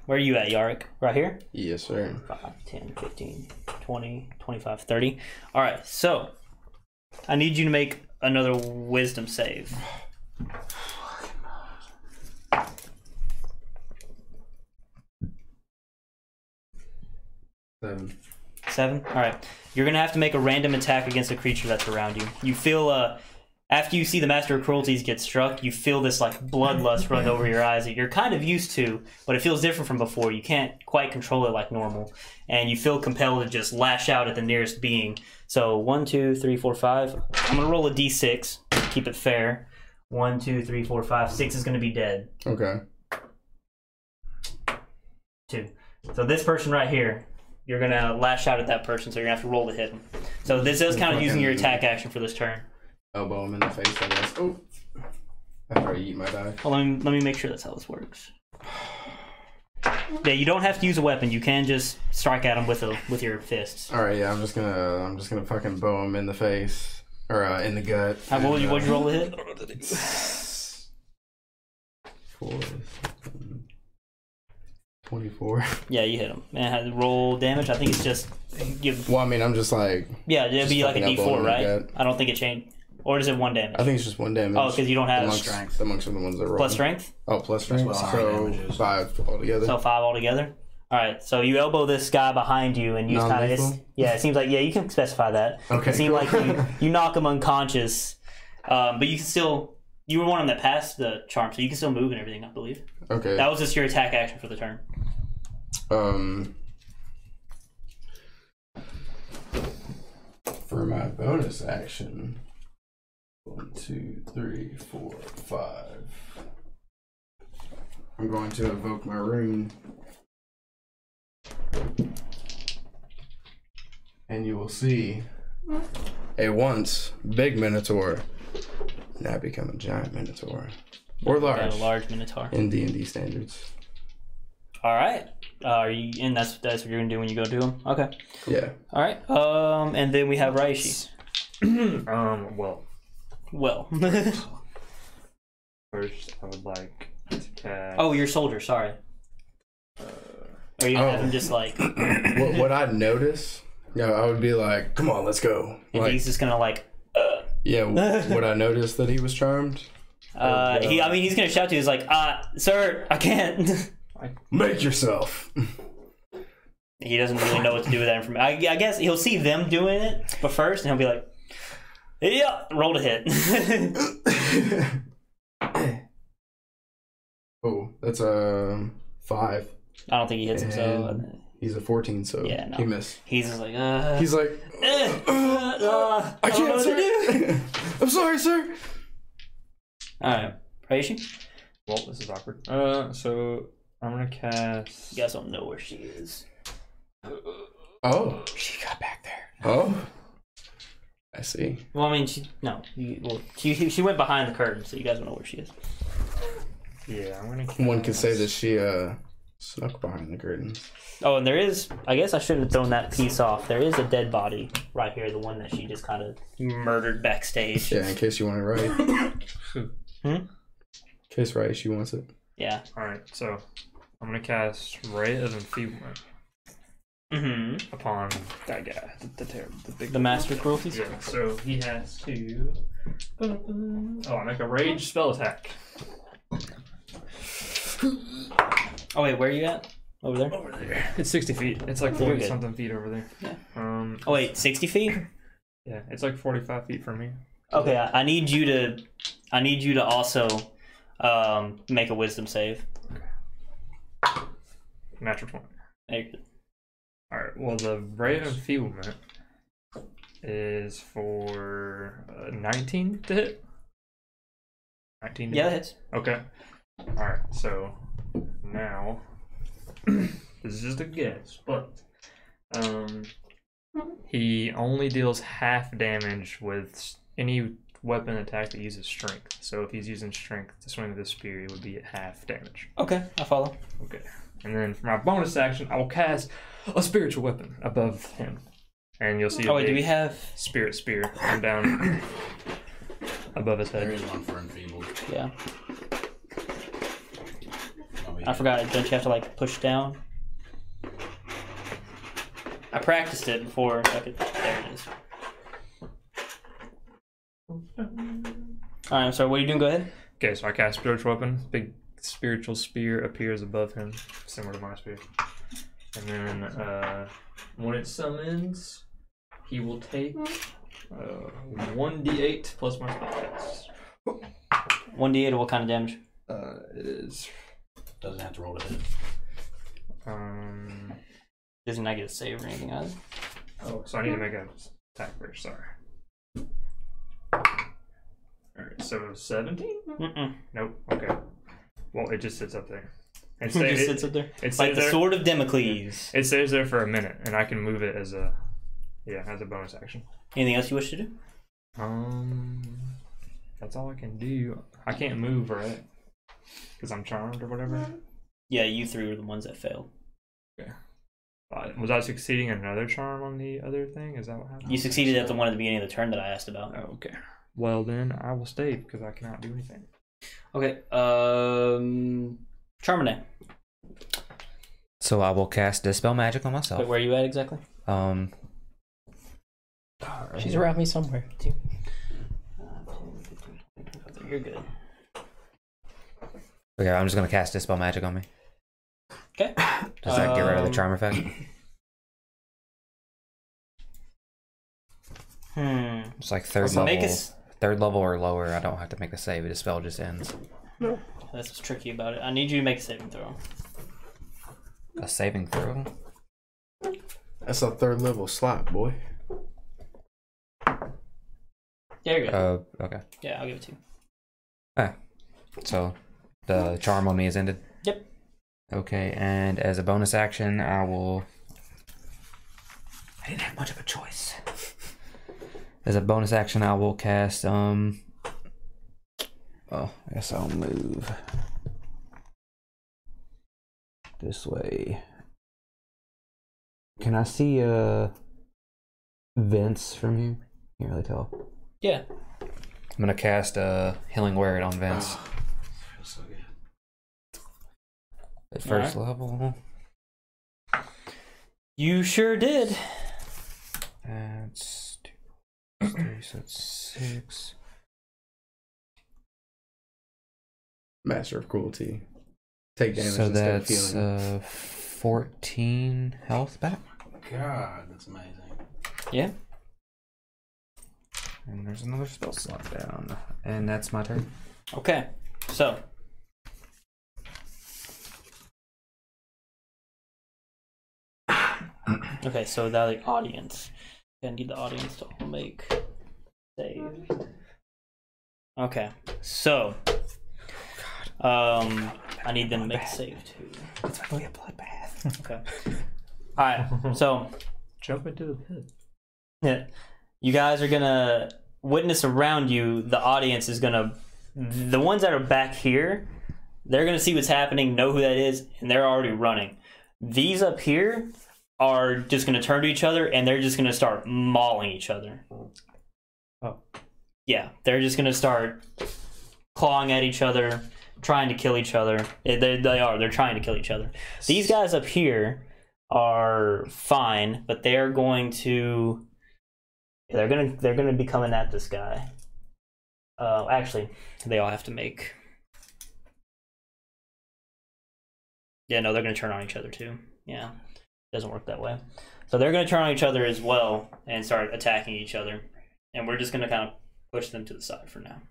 [SPEAKER 2] Where are you at, Yarick? Right here.
[SPEAKER 3] Yes, sir.
[SPEAKER 2] 5, 10, 15, 20, 25, 30. All right, so I need you to make another wisdom save.
[SPEAKER 3] Seven.
[SPEAKER 2] Seven. All right. You're gonna have to make a random attack against a creature that's around you. You feel uh, after you see the Master of Cruelties get struck, you feel this like bloodlust run over your eyes that you're kind of used to, but it feels different from before. You can't quite control it like normal, and you feel compelled to just lash out at the nearest being. So one, two, three, four, five. I'm gonna roll a d6. Keep it fair. One, two, three, four, five, six is gonna be dead
[SPEAKER 3] Okay.
[SPEAKER 2] two. So this person right here, you're gonna lash out at that person, so you're gonna have to roll to hit him. So this is kind of using your attack action for this turn.
[SPEAKER 3] Elbow him in the face, I guess. Oh. After I eat my die.
[SPEAKER 2] Well, let me let me make sure that's how this works. Yeah, you don't have to use a weapon. You can just strike at him with a with your fists.
[SPEAKER 3] All right, yeah, I'm just gonna, I'm just gonna fucking bow him in the face or uh, in the gut. uh,
[SPEAKER 2] How what would you what you roll to hit?
[SPEAKER 3] Four, seven, Twenty-four.
[SPEAKER 2] Yeah, you hit him. And roll damage. I think it's just give.
[SPEAKER 3] Well, I mean, I'm just like,
[SPEAKER 2] Yeah, it'd be
[SPEAKER 3] Just
[SPEAKER 2] like a
[SPEAKER 3] fucking
[SPEAKER 2] D4,
[SPEAKER 3] elbow him in
[SPEAKER 2] right?
[SPEAKER 3] the
[SPEAKER 2] I don't think it changed. Or does it one damage?
[SPEAKER 3] I think it's just one damage.
[SPEAKER 2] Oh, because you don't have
[SPEAKER 3] amongst,
[SPEAKER 4] strength.
[SPEAKER 3] amongst the ones that roll.
[SPEAKER 2] plus strength.
[SPEAKER 3] Oh, plus strength.
[SPEAKER 4] That's what
[SPEAKER 3] So
[SPEAKER 4] our damage is.
[SPEAKER 3] five altogether.
[SPEAKER 2] So five altogether. All right. So you elbow this guy behind you, and you kind of
[SPEAKER 3] Non-lethal?
[SPEAKER 2] yeah. It seems like yeah. You can specify that.
[SPEAKER 3] Okay,
[SPEAKER 2] It seems
[SPEAKER 3] cool. [LAUGHS]
[SPEAKER 2] like you, you knock him unconscious, um, but you can still. You were one of them that passed the charm, so you can still move and everything. I believe
[SPEAKER 3] okay.
[SPEAKER 2] that was just your attack action for the turn.
[SPEAKER 3] Um, for my bonus action, one, two, three, four, five. I'm going to evoke my rune. And you will see a once big minotaur now become a giant minotaur. Or
[SPEAKER 2] Got
[SPEAKER 3] large
[SPEAKER 2] a large minotaur.
[SPEAKER 3] in D&D standards.
[SPEAKER 2] All right. Uh, are you, and that's that's what you're gonna do when you go do him. Okay.
[SPEAKER 3] Yeah.
[SPEAKER 2] All right. Um, and then we have Raishi.
[SPEAKER 6] Um, well,
[SPEAKER 2] Well. [LAUGHS]
[SPEAKER 6] first I would like to cast.
[SPEAKER 2] oh, your soldier. Sorry. Uh, Are you
[SPEAKER 3] Oh.
[SPEAKER 2] having just like? And
[SPEAKER 3] what, what I notice, you know, I would be like, "Come on, let's go." Like,
[SPEAKER 2] he's just gonna like [LAUGHS]
[SPEAKER 3] yeah, w- would I notice that he was charmed? Oh,
[SPEAKER 2] Uh, he, I mean, he's gonna shout to you. He's like, uh, sir, I can't. [LAUGHS]
[SPEAKER 3] Make yourself. [LAUGHS]
[SPEAKER 2] he doesn't really know what to do with that information. I, I guess he'll see them doing it, but first, and he'll be like, yeah, roll to hit. [LAUGHS]
[SPEAKER 3] oh, that's a five.
[SPEAKER 2] I don't think he hits him, so
[SPEAKER 3] And he's a fourteen, so
[SPEAKER 2] Yeah, no.
[SPEAKER 3] he missed.
[SPEAKER 2] he's just like, uh,
[SPEAKER 3] He's like,
[SPEAKER 2] [LAUGHS] uh,
[SPEAKER 3] [LAUGHS]
[SPEAKER 2] uh,
[SPEAKER 3] "I
[SPEAKER 2] don't know
[SPEAKER 3] can't,
[SPEAKER 2] what to do."
[SPEAKER 3] sir. [LAUGHS] I'm sorry, sir."
[SPEAKER 2] All right, Reishi,
[SPEAKER 6] Well, this is awkward. Uh, so I'm gonna cast.
[SPEAKER 2] you guys don't know where she is.
[SPEAKER 3] Oh, she got back there. Oh, I see.
[SPEAKER 2] Well, I mean, she no, you, well, she she went behind the curtain, so you guys don't know where she is.
[SPEAKER 6] Yeah, I'm gonna. Cast,
[SPEAKER 3] One could say that she uh snuck behind the curtain.
[SPEAKER 2] Oh, and there is. I guess I should have thrown that piece off. There is a dead body right here, the one that she just kind of murdered backstage.
[SPEAKER 3] Yeah, in case you want it [LAUGHS] right.
[SPEAKER 2] Hmm?
[SPEAKER 3] Case right, she wants it.
[SPEAKER 2] Yeah.
[SPEAKER 6] All right, so I'm gonna cast Ray of Enfeeblement
[SPEAKER 2] hmm
[SPEAKER 6] Mm-hmm. upon that guy, the, the, ter- the big.
[SPEAKER 2] The master cruelties.
[SPEAKER 6] Yeah, so he has to. Oh, I make a rage spell attack.
[SPEAKER 2] Oh wait, where are you at? Over there.
[SPEAKER 6] It's 60 feet. It's like
[SPEAKER 2] Very
[SPEAKER 6] 40
[SPEAKER 2] good.
[SPEAKER 6] something feet over there.
[SPEAKER 2] Yeah.
[SPEAKER 6] Um.
[SPEAKER 2] Oh wait, sixty feet.
[SPEAKER 6] Yeah, it's like 45 feet from me.
[SPEAKER 2] Okay, I, I need you to, I need you to also, um, make a wisdom save.
[SPEAKER 6] Natural 20.
[SPEAKER 2] Hey,
[SPEAKER 6] All right. Well, the rate of enfeeblement is for uh, 19 to hit. 19. to
[SPEAKER 2] Yeah, that
[SPEAKER 6] hit.
[SPEAKER 2] hits.
[SPEAKER 6] Okay. All right. So now [CLEARS THROAT] this is just a guess, but um, he only deals half damage with s- any weapon attack that uses strength. So if he's using strength to swing with the spear, it would be at half damage.
[SPEAKER 2] Okay, I follow.
[SPEAKER 6] Okay. And then for my bonus action, I will cast a spiritual weapon above him. And you'll see
[SPEAKER 2] Oh
[SPEAKER 6] a
[SPEAKER 2] wait, do
[SPEAKER 6] big
[SPEAKER 2] we have?
[SPEAKER 6] spirit spear come
[SPEAKER 2] [COUGHS]
[SPEAKER 6] down above his
[SPEAKER 4] There
[SPEAKER 6] head.
[SPEAKER 4] is one for enfeebled.
[SPEAKER 2] Yeah,
[SPEAKER 4] I'll be-
[SPEAKER 2] I forgot. Don't you have to like push down? I practiced it before. I could, there it is. All right, I'm sorry. What are you doing? Go ahead.
[SPEAKER 6] Okay, so I cast spiritual weapon. Big spiritual spear appears above him, similar to my spear. And then uh, when it summons, he will take uh, one d8 plus my spell test.
[SPEAKER 2] One d8 or what kind of damage?
[SPEAKER 6] Uh, it is
[SPEAKER 4] Doesn't have to roll to hit.
[SPEAKER 6] um.
[SPEAKER 2] Doesn't I get a save or anything either?
[SPEAKER 6] Oh, so I need to make a attack first. Sorry. All right, so seventeen.
[SPEAKER 2] Mm-mm. [LAUGHS]
[SPEAKER 6] Nope. Okay. Well, it just sits up there. It,
[SPEAKER 2] [LAUGHS] It
[SPEAKER 6] stay-
[SPEAKER 2] just
[SPEAKER 6] it-
[SPEAKER 2] sits up there.
[SPEAKER 6] it
[SPEAKER 2] Like
[SPEAKER 6] stays
[SPEAKER 2] the
[SPEAKER 6] there.
[SPEAKER 2] sword of Democles.
[SPEAKER 6] It stays there for a minute, and I can move it as a yeah as a bonus action.
[SPEAKER 2] Anything else you wish to do?
[SPEAKER 6] Um, that's all I can do. I can't move, right? Because I'm charmed or whatever.
[SPEAKER 2] Yeah, you three were the ones that failed.
[SPEAKER 6] Uh, was I succeeding another charm on the other thing? Is that what happened?
[SPEAKER 2] You succeeded at the one at the beginning of the turn that I asked about.
[SPEAKER 6] Oh, okay. Well then, I will stay because I cannot do anything.
[SPEAKER 2] Okay. Um, Charmine.
[SPEAKER 8] So I will cast Dispel Magic on myself.
[SPEAKER 2] Wait, where are you at exactly?
[SPEAKER 8] Um,
[SPEAKER 7] She's around me somewhere.
[SPEAKER 2] You're good.
[SPEAKER 8] okay, I'm just gonna cast Dispel Magic on me.
[SPEAKER 2] Okay.
[SPEAKER 8] Does that get rid of the
[SPEAKER 2] Um,
[SPEAKER 8] charm effect?
[SPEAKER 2] Hmm.
[SPEAKER 8] It's like third
[SPEAKER 2] So
[SPEAKER 8] level.
[SPEAKER 2] make us.
[SPEAKER 8] Third level or lower, I don't have to make a save. The spell just ends.
[SPEAKER 2] That's what's tricky about it. I need you to make a saving throw.
[SPEAKER 8] A saving throw.
[SPEAKER 3] That's a third level slot, boy.
[SPEAKER 2] Yeah, you're good.
[SPEAKER 8] Uh, okay.
[SPEAKER 2] yeah, I'll give it to you.
[SPEAKER 8] So the charm on me is ended.
[SPEAKER 2] Yep.
[SPEAKER 8] Okay, and as a bonus action, I will. I didn't have much of a choice. As a bonus action, I will cast. Um. Oh, I guess I'll move this way. Can I see uh Vince from here? Can't really tell.
[SPEAKER 2] Yeah.
[SPEAKER 8] I'm gonna cast a uh, healing word on Vince.
[SPEAKER 4] Feels so good.
[SPEAKER 8] At
[SPEAKER 2] Alright.
[SPEAKER 8] first level,
[SPEAKER 2] You sure did.
[SPEAKER 8] that's two, plus three, so it's six.
[SPEAKER 3] Master of cruelty. Take damage
[SPEAKER 8] So
[SPEAKER 3] instead of
[SPEAKER 8] that's
[SPEAKER 3] healing.
[SPEAKER 8] uh, fourteen health back,
[SPEAKER 4] God, that's amazing.
[SPEAKER 8] and there's another spell slot down, and that's my turn.
[SPEAKER 2] Okay. So. okay, so now the audience. I need the audience to all make saves. Okay, so. Um, I need them to make a save too.
[SPEAKER 8] It's about to be a bloodbath.
[SPEAKER 2] Okay. All right. So
[SPEAKER 6] Jump into the pit.
[SPEAKER 2] Yeah. You guys are gonna witness around you. The audience is gonna, the ones that are back here, they're gonna see what's happening, know who that is, and they're already running. These up here are just gonna turn to each other and they're just gonna start mauling each other.
[SPEAKER 6] Oh.
[SPEAKER 2] Yeah, they're just gonna start clawing at each other, trying to kill each other. Eh, They, they are. They're trying to kill each other. These guys up here are fine, but they're going to they're gonna they're gonna be coming at this guy. Uh, actually, they all have to make. Yeah, no, they're gonna turn on each other too. Yeah, doesn't work that way. So they're gonna turn on each other as well and start attacking each other, and we're just gonna kind of push them to the side for now.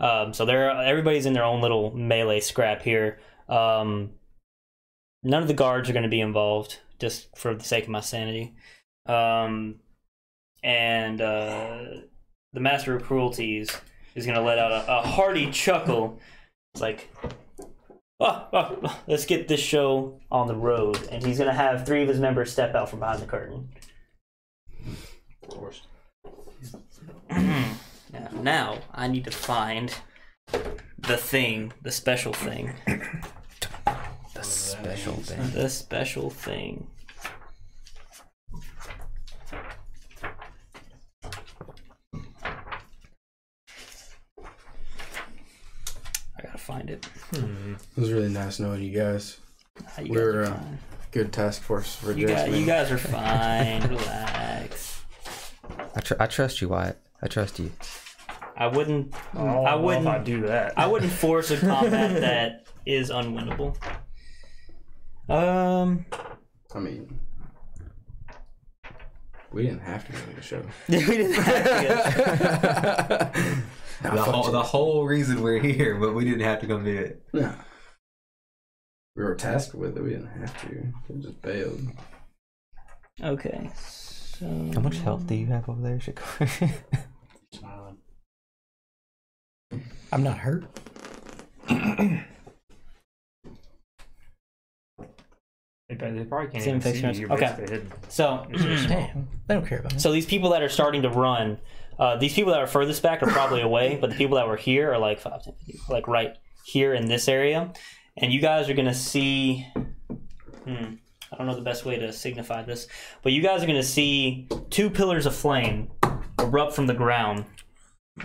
[SPEAKER 2] Um, so they're everybody's in their own little melee scrap here. Um, none of the guards are gonna be involved, just for the sake of my sanity. Um, and uh, the master of cruelties is going to let out a, a hearty chuckle. It's like, "Ah, ah, ah, let's get this show on the road. And he's going to have three of his members step out from behind the curtain.
[SPEAKER 4] Of course.
[SPEAKER 2] [CLEARS THROAT] now, now I need to find the thing, the special thing,
[SPEAKER 8] The special thing.
[SPEAKER 2] the special thing. I gotta find it.
[SPEAKER 3] it was really nice knowing you guys.
[SPEAKER 2] How you
[SPEAKER 3] We're,
[SPEAKER 2] guys are
[SPEAKER 3] uh,
[SPEAKER 2] fine.
[SPEAKER 3] Good task force
[SPEAKER 6] [LAUGHS]
[SPEAKER 3] for
[SPEAKER 2] You, guys,
[SPEAKER 3] Jasmine.
[SPEAKER 2] you guys are fine. Relax.
[SPEAKER 8] I, tr- I trust you, Wyatt. I trust you. [LAUGHS]
[SPEAKER 2] I wouldn't.
[SPEAKER 6] don't
[SPEAKER 2] I
[SPEAKER 6] know if
[SPEAKER 2] wouldn't.
[SPEAKER 6] I do that.
[SPEAKER 2] I wouldn't force a
[SPEAKER 6] [LAUGHS]
[SPEAKER 2] combat that is unwinnable.
[SPEAKER 8] Um,
[SPEAKER 3] I mean, we didn't have to make a show.
[SPEAKER 2] [LAUGHS] we didn't have to.
[SPEAKER 5] [LAUGHS]
[SPEAKER 3] Nah,
[SPEAKER 5] The
[SPEAKER 3] fuck
[SPEAKER 5] whole,
[SPEAKER 3] you.
[SPEAKER 5] the whole reason we're here, but we didn't have to come do it.
[SPEAKER 3] Nah. We were tasked with it. We didn't have to. We just bailed.
[SPEAKER 6] [LAUGHS]
[SPEAKER 2] Okay. So
[SPEAKER 8] how much health do you have over there, Shakur?
[SPEAKER 4] Smiling.
[SPEAKER 7] I'm not hurt.
[SPEAKER 6] They, prob- they probably can't
[SPEAKER 2] Same
[SPEAKER 6] even see
[SPEAKER 2] face
[SPEAKER 6] you.
[SPEAKER 2] match.
[SPEAKER 6] You're
[SPEAKER 2] Okay.
[SPEAKER 6] basically hidden.
[SPEAKER 2] So
[SPEAKER 6] It's just
[SPEAKER 2] [CLEARS THROAT]
[SPEAKER 6] small.
[SPEAKER 7] Damn, they don't care about me.
[SPEAKER 2] so these people that are starting to run, uh, these people that are furthest back are probably away, but the people that were here are like five, 10, 15, like right here in this area, and you guys are gonna see. Hmm, I don't know the best way to signify this, but you guys are gonna see two pillars of flame erupt from the ground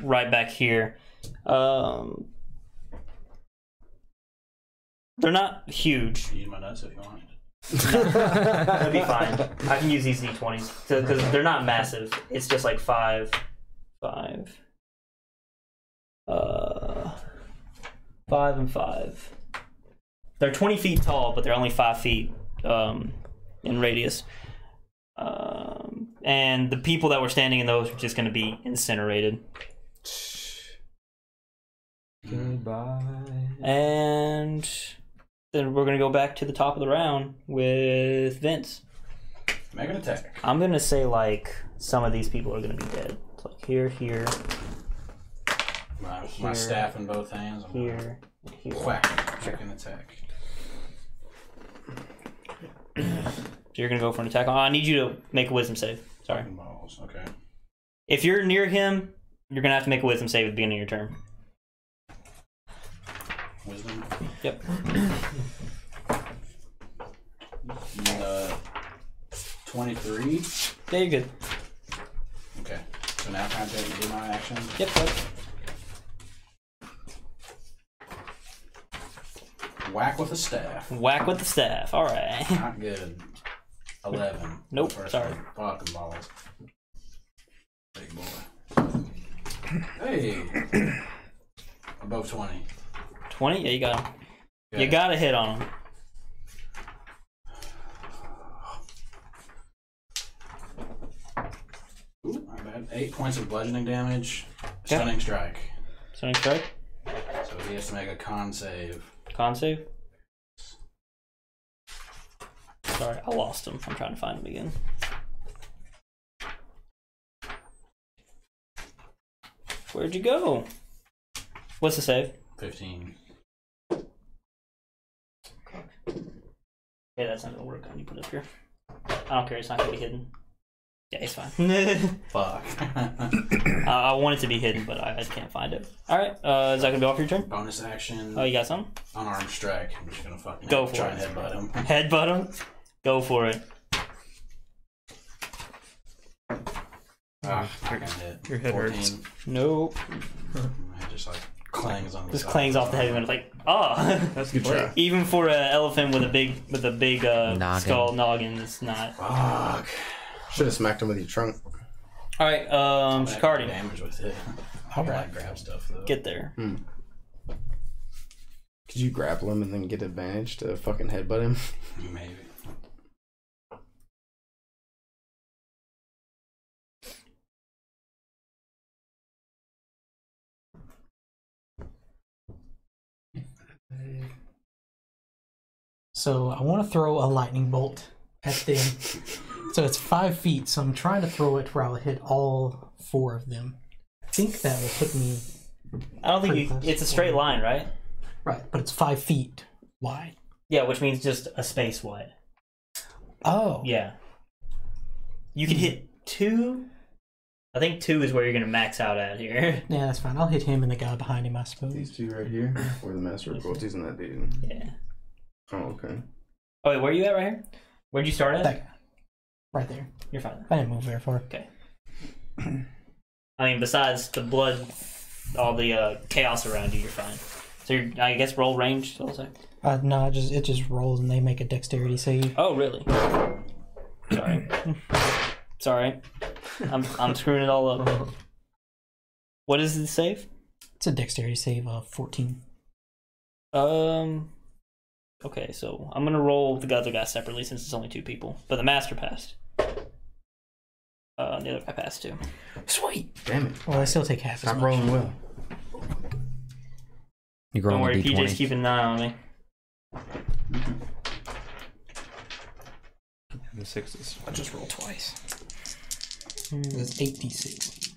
[SPEAKER 2] right back here. Um, they're not huge.
[SPEAKER 4] Use my nuts if you want.
[SPEAKER 2] [LAUGHS] That'd be fine. I can use these d20s because they're not massive. It's just like five, five, uh, five and five. They're 20 feet tall, but they're only five feet um, in radius. Um, and the people that were standing in those are just going to be incinerated.
[SPEAKER 5] Goodbye.
[SPEAKER 2] And then we're going to go back to the top of the round with Vince.
[SPEAKER 4] Mm. Make an attack.
[SPEAKER 2] I'm gonna say like some of these people are gonna be dead. It's like here, here,
[SPEAKER 4] My, my
[SPEAKER 2] Here.
[SPEAKER 4] staff in both hands. I'm gonna
[SPEAKER 2] here, and here. So
[SPEAKER 4] Quack. Make an attack.
[SPEAKER 2] you're gonna go for an attack. Oh, I need you to make a wisdom save. Sorry.
[SPEAKER 4] Balls. Okay.
[SPEAKER 2] If you're near him, you're gonna have to make a wisdom save at the beginning of your turn.
[SPEAKER 4] Wisdom.
[SPEAKER 2] Yep.
[SPEAKER 4] Uh, 23.
[SPEAKER 2] Yeah, you're good.
[SPEAKER 4] Okay. So now can I take do my action?
[SPEAKER 2] Yep. yep.
[SPEAKER 4] Whack with a staff.
[SPEAKER 2] Whack with the staff. All right. [LAUGHS]
[SPEAKER 4] Not good. 11.
[SPEAKER 2] Nope,
[SPEAKER 4] First
[SPEAKER 2] sorry.
[SPEAKER 4] one. Fucking balls. Big boy. Hey. Above 20.
[SPEAKER 2] Twenty. Yeah, you got him. You
[SPEAKER 4] Okay.
[SPEAKER 2] got a hit on him.
[SPEAKER 4] Ooh, I bad. Eight points of bludgeoning damage. Stunning strike.
[SPEAKER 2] Sonic strike.
[SPEAKER 4] So he has to make a con save.
[SPEAKER 2] Con save. Sorry, I lost him. I'm trying to find him again. Where'd you go? What's the save?
[SPEAKER 4] 15.
[SPEAKER 2] Okay, that's not gonna work. I need to put it up here. I don't care. It's not gonna be hidden. Yeah, it's fine. [LAUGHS]
[SPEAKER 4] Fuck. [LAUGHS]
[SPEAKER 2] I, I want it to be hidden, but I, I can't find it. All right. Uh, is that gonna be all for your turn?
[SPEAKER 4] Bonus action.
[SPEAKER 2] Oh, you got some?
[SPEAKER 4] Unarmed strike. I'm just gonna fucking
[SPEAKER 2] Go for
[SPEAKER 4] try
[SPEAKER 2] it.
[SPEAKER 4] and headbutt him.
[SPEAKER 2] Headbutt him. Go for it.
[SPEAKER 4] Ah, I can hit.
[SPEAKER 6] Your head
[SPEAKER 4] 14.
[SPEAKER 6] hurts.
[SPEAKER 2] Nope.
[SPEAKER 4] It just like clangs on the
[SPEAKER 2] Just
[SPEAKER 4] side.
[SPEAKER 2] clangs off the heavy metal. Like, ah. [LAUGHS]
[SPEAKER 6] That's
[SPEAKER 3] Good
[SPEAKER 6] great.
[SPEAKER 3] try.
[SPEAKER 2] Even for an elephant with a big with a big uh,
[SPEAKER 8] Noggin.
[SPEAKER 2] skull noggin, it's not.
[SPEAKER 3] Fuck. Should have smacked him with your trunk.
[SPEAKER 2] All right, um,
[SPEAKER 4] Back
[SPEAKER 2] Shikardi,
[SPEAKER 4] Damage with
[SPEAKER 6] [LAUGHS]
[SPEAKER 4] it.
[SPEAKER 7] All
[SPEAKER 4] Try
[SPEAKER 7] right.
[SPEAKER 4] and grab stuff though.
[SPEAKER 2] get there.
[SPEAKER 3] Could you grapple him and then get advantage to fucking headbutt him?
[SPEAKER 4] Maybe.
[SPEAKER 7] So I want to throw a lightning bolt at them.
[SPEAKER 5] [LAUGHS]
[SPEAKER 7] so it's five feet, so I'm trying to throw it where I'll hit all four of them. I think that will put me
[SPEAKER 2] I don't think
[SPEAKER 7] Pretty
[SPEAKER 2] you,
[SPEAKER 7] close.
[SPEAKER 2] it's a straight line, right?
[SPEAKER 7] right, but it's five feet wide.
[SPEAKER 2] Yeah, which means just a space wide.
[SPEAKER 7] Oh,
[SPEAKER 2] Yeah, you can hit two. I think two is where you're gonna max out at here. [LAUGHS]
[SPEAKER 7] yeah, that's fine. I'll hit him and the guy behind him, I suppose.
[SPEAKER 3] These two right here were the master of cruelties and that dude.
[SPEAKER 2] yeah.
[SPEAKER 3] Oh, okay.
[SPEAKER 2] Oh wait, where are you at right here? Where'd you start at?
[SPEAKER 7] That guy, right there.
[SPEAKER 2] You're fine.
[SPEAKER 7] I didn't move very far.
[SPEAKER 2] I mean, besides the blood, all the uh, chaos around you, you're fine. So you're, I guess roll range. Also.
[SPEAKER 7] [CLEARS THROAT] Uh, no, it just it just rolls and they make a dexterity save.
[SPEAKER 2] Oh really? Sorry. Sorry. I'm I'm screwing it all up. What is the save?
[SPEAKER 7] It's a dexterity save of 14.
[SPEAKER 2] Um. Okay, so I'm gonna roll the other guy separately since it's only two people. But the master passed. Uh, the other guy passed too.
[SPEAKER 7] Sweet!
[SPEAKER 5] Damn it.
[SPEAKER 7] Well, I still take half as
[SPEAKER 5] I'm
[SPEAKER 7] much.
[SPEAKER 5] rolling well.
[SPEAKER 8] You grow
[SPEAKER 2] Don't
[SPEAKER 8] on
[SPEAKER 2] worry,
[SPEAKER 8] the
[SPEAKER 2] PJ's
[SPEAKER 8] d20.
[SPEAKER 2] keeping an eye on me.
[SPEAKER 6] And the sixes.
[SPEAKER 7] I just rolled twice. That's 8d6.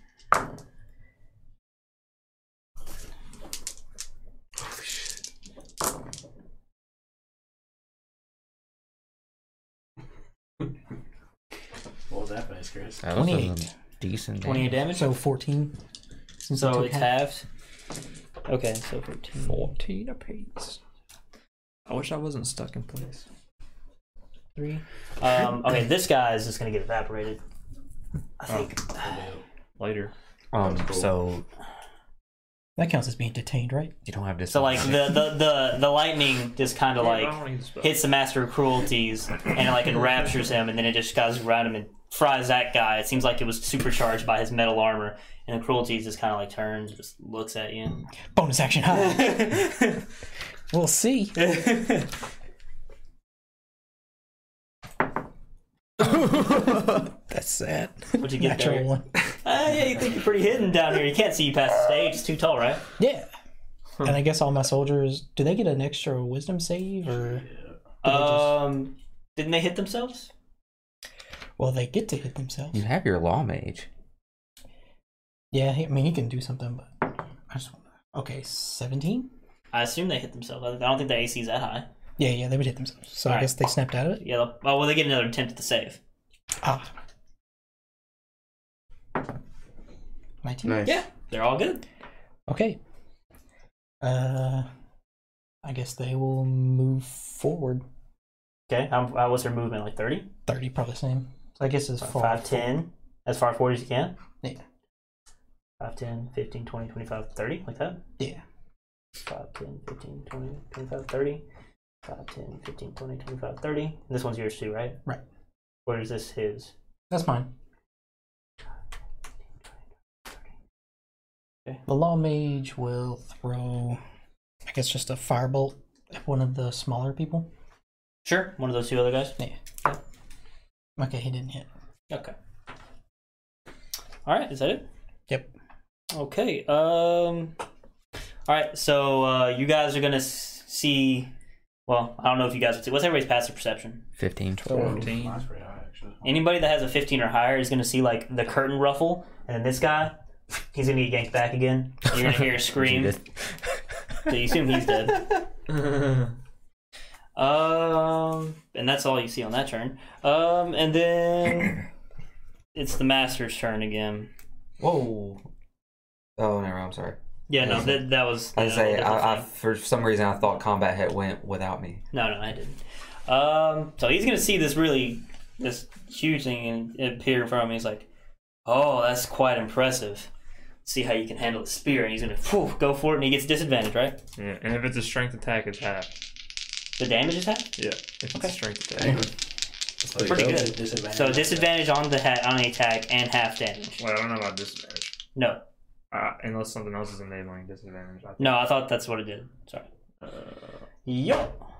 [SPEAKER 4] What was that face, Chris?
[SPEAKER 8] That was a
[SPEAKER 7] 28.
[SPEAKER 8] Decent. damage.
[SPEAKER 2] 28 damage.
[SPEAKER 7] So 14. Since I
[SPEAKER 2] So
[SPEAKER 7] took
[SPEAKER 2] it's
[SPEAKER 7] half.
[SPEAKER 2] halved. Okay, so 14.
[SPEAKER 6] 14 apiece. I wish I wasn't stuck in place.
[SPEAKER 7] Three.
[SPEAKER 2] Um, okay, this guy is just gonna get evaporated. I think.
[SPEAKER 6] Later.
[SPEAKER 8] Um, so
[SPEAKER 7] That counts as being detained, right?
[SPEAKER 8] you don't have this.
[SPEAKER 2] So like the the the, the lightning just kind of like hits the master of cruelties and it like enraptures him, and then it just goes around him and fries that guy. It seems like it was supercharged by his metal armor, and the cruelties just kind of like turns, just looks at [LAUGHS] you.
[SPEAKER 7] Bonus action. Hi. [LAUGHS]
[SPEAKER 2] [LAUGHS]
[SPEAKER 7] we'll see.
[SPEAKER 2] Uh,
[SPEAKER 7] That's sad.
[SPEAKER 2] What'd you get
[SPEAKER 7] Natural
[SPEAKER 2] there?
[SPEAKER 7] one.
[SPEAKER 2] Ah, yeah, you think you're pretty hidden down here. You can't see you past the stage. It's too tall, right?
[SPEAKER 7] Yeah. And I guess all my soldiers do they get an extra wisdom save or
[SPEAKER 2] Um, didn't they hit themselves?
[SPEAKER 7] well they get to hit themselves.
[SPEAKER 8] You have your law mage.
[SPEAKER 7] Yeah, he- I mean he can do something, but I just okay seventeen.
[SPEAKER 2] I assume they hit themselves. I don't think the AC is that high.
[SPEAKER 7] Yeah, yeah, they would hit themselves. So I
[SPEAKER 2] Alright.
[SPEAKER 7] guess they snapped out of it.
[SPEAKER 2] Yeah. they'll- Oh, well, they get another attempt at the save.
[SPEAKER 7] Ah. Nineteen.
[SPEAKER 3] Nice.
[SPEAKER 2] Yeah, they're all good.
[SPEAKER 7] Okay. Uh, I guess they will move forward.
[SPEAKER 2] Okay, how, how was her movement? Like 30?
[SPEAKER 7] Thirty, probably same. So I guess it's
[SPEAKER 2] About
[SPEAKER 7] four.
[SPEAKER 2] 5, 10? As far forward as you can?
[SPEAKER 7] Yeah.
[SPEAKER 2] 5, 10, 15, 20, 25, 30, like that?
[SPEAKER 7] Yeah.
[SPEAKER 2] 5, 10, 15, 20, 25, 30. 5, 10, 15, 20, 25, 30. And this one's yours too, right?
[SPEAKER 7] Right.
[SPEAKER 2] Or is this his?
[SPEAKER 7] That's mine.
[SPEAKER 2] Okay.
[SPEAKER 7] The law mage will throw, I guess, just a firebolt at one of the smaller people.
[SPEAKER 2] Sure, one of those two other guys.
[SPEAKER 7] Okay, he didn't hit.
[SPEAKER 2] Okay. All right, is that it?
[SPEAKER 7] Yep.
[SPEAKER 2] Okay. Um. All right. So uh, you guys are gonna s- see. Well, I don't know if you guys would see. What's everybody's passive perception?
[SPEAKER 8] Fifteen.
[SPEAKER 4] Mine's pretty high, actually.
[SPEAKER 2] Anybody that has a 15 or higher is gonna see like the curtain ruffle, and then this guy, he's gonna get yanked back again. and You're gonna hear
[SPEAKER 5] [LAUGHS]
[SPEAKER 2] a scream.
[SPEAKER 8] Jesus.
[SPEAKER 2] so you assume he's dead. [LAUGHS] Um. And that's all you see on that turn. Um.
[SPEAKER 5] [CLEARS THROAT]
[SPEAKER 2] And then it's the master's turn again.
[SPEAKER 5] Whoa. Oh, never. mind, I'm sorry.
[SPEAKER 2] Yeah. No. That that was.
[SPEAKER 5] I was
[SPEAKER 2] that was
[SPEAKER 5] say,
[SPEAKER 2] definitely-
[SPEAKER 5] I, I, for some reason, I thought combat had went without me.
[SPEAKER 2] No, no, I didn't. Um, so he's gonna see this really this huge thing and appear in front of me. He's like, "Oh, that's quite impressive. see how you can handle the spear." And he's gonna phew, go for it, and he gets disadvantage, right?
[SPEAKER 6] Yeah, and if it's a strength attack, it's half.
[SPEAKER 2] The damage is half.
[SPEAKER 6] Yeah, if it's
[SPEAKER 2] Okay.
[SPEAKER 6] a strength attack.
[SPEAKER 2] Pretty good.
[SPEAKER 4] Disadvantage.
[SPEAKER 2] So disadvantage on the hat on the attack and half damage.
[SPEAKER 6] Wait, I don't know about disadvantage.
[SPEAKER 2] No,
[SPEAKER 6] Uh, unless something else is enabling disadvantage. I think.
[SPEAKER 2] no, I thought that's what it did. Sorry. Uh, Yup.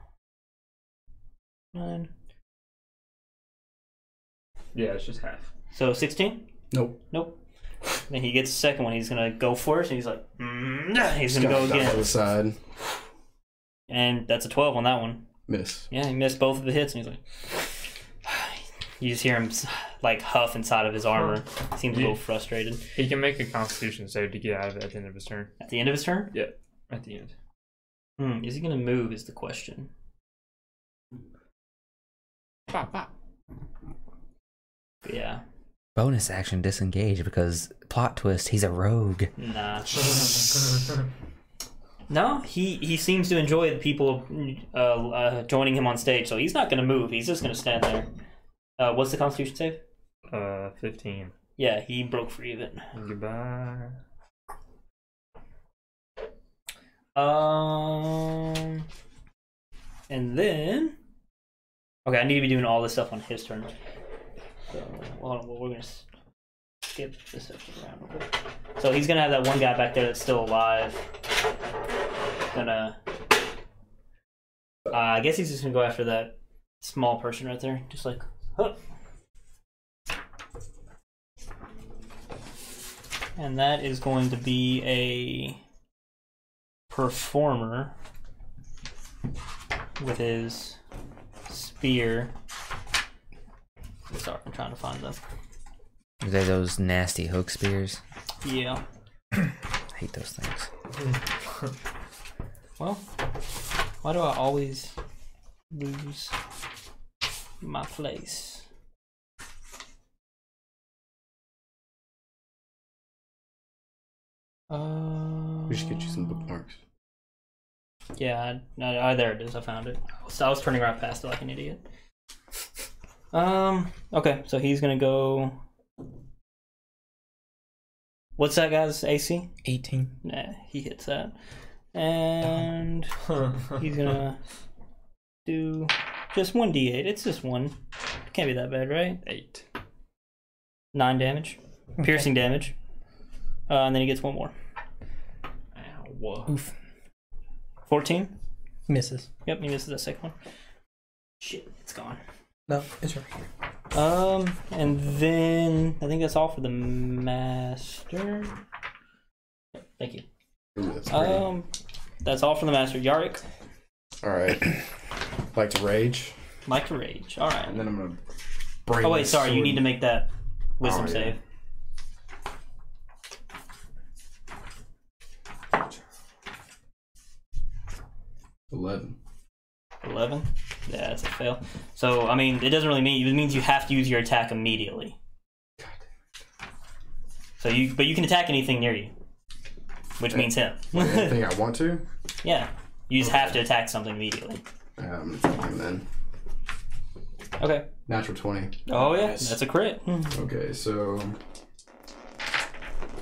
[SPEAKER 2] Nine.
[SPEAKER 6] Yeah, it's just half.
[SPEAKER 2] So sixteen.
[SPEAKER 3] Nope.
[SPEAKER 2] Nope. Then he gets the second one. He's gonna go for it, and he's like, mm, he's gonna go
[SPEAKER 3] Stop
[SPEAKER 2] again.
[SPEAKER 3] on the side.
[SPEAKER 2] And that's a 12 on that one.
[SPEAKER 3] Miss.
[SPEAKER 2] Yeah, he missed both of the hits, and he's like, [SIGHS] you just hear him like huff inside of his armor. Seems a little frustrated.
[SPEAKER 6] He can make a constitution save to get out of it at the end of his turn.
[SPEAKER 2] At the end of his turn,
[SPEAKER 6] At the end.
[SPEAKER 2] hmm, is he going to move? Is the question. But Yeah,
[SPEAKER 8] Bonus action disengage because plot twist. He's a rogue.
[SPEAKER 2] nah. no, he he seems to enjoy the people uh, uh, joining him on stage, so he's not going to move. He's just going to stand there. Uh, what's the Constitution save?
[SPEAKER 6] Uh, 15.
[SPEAKER 2] Yeah, he broke free of it.
[SPEAKER 6] Goodbye.
[SPEAKER 2] Um, and then, okay, I need to be doing all this stuff on his turn. So, hold on, well, we're gonna. s- skip this section around real quick. So he's gonna have that one guy back there that's still alive. Gonna. Uh, I guess he's just gonna go after that small person right there, just like. Huh. And that is going to be a performer with his spear. Sorry, I'm trying to find them.
[SPEAKER 8] Are they those nasty hook spears?
[SPEAKER 2] Yeah.
[SPEAKER 8] I hate those things.
[SPEAKER 2] Well, why do I always lose my place? Uh,
[SPEAKER 3] We should get you some bookmarks.
[SPEAKER 2] Yeah, I, I, I- there it is. I found it. So I was turning right past it like an idiot. Um. Okay, so he's gonna go. What's that guy's AC?
[SPEAKER 7] 18.
[SPEAKER 2] [LAUGHS] Nah, he hits that, and he's gonna do just one d8. It's just one. Can't be that bad, right?
[SPEAKER 6] Eight.
[SPEAKER 2] Nine damage, piercing damage, uh, and then he gets one more.
[SPEAKER 6] Ow.
[SPEAKER 7] Oof.
[SPEAKER 2] Fourteen.
[SPEAKER 7] Misses.
[SPEAKER 2] Yep, he misses that second one. Shit, it's gone.
[SPEAKER 7] No, it's right here.
[SPEAKER 2] Um, and then I think that's all for the master. Thank you.
[SPEAKER 3] Ooh, that's pretty.
[SPEAKER 2] Um, that's all for the master. Yarick,
[SPEAKER 3] All right. like to rage,
[SPEAKER 2] like to rage. All right.
[SPEAKER 3] and then I'm gonna bring.
[SPEAKER 2] Oh wait,
[SPEAKER 3] this
[SPEAKER 2] sorry. You
[SPEAKER 3] sword-
[SPEAKER 2] need to make that wisdom
[SPEAKER 3] Oh, yeah.
[SPEAKER 2] save.
[SPEAKER 3] eleven.
[SPEAKER 2] Eleven. Yeah, that's a fail. So I mean, it doesn't really mean it means you have to use your attack immediately. So you, but you can attack anything near you, which means him. [LAUGHS]
[SPEAKER 3] Anything I want to?
[SPEAKER 2] yeah, you just have to attack something immediately.
[SPEAKER 3] Um, and then
[SPEAKER 2] Okay.
[SPEAKER 3] natural twenty.
[SPEAKER 2] Oh yeah,
[SPEAKER 4] Nice.
[SPEAKER 2] that's a crit.
[SPEAKER 3] Okay, so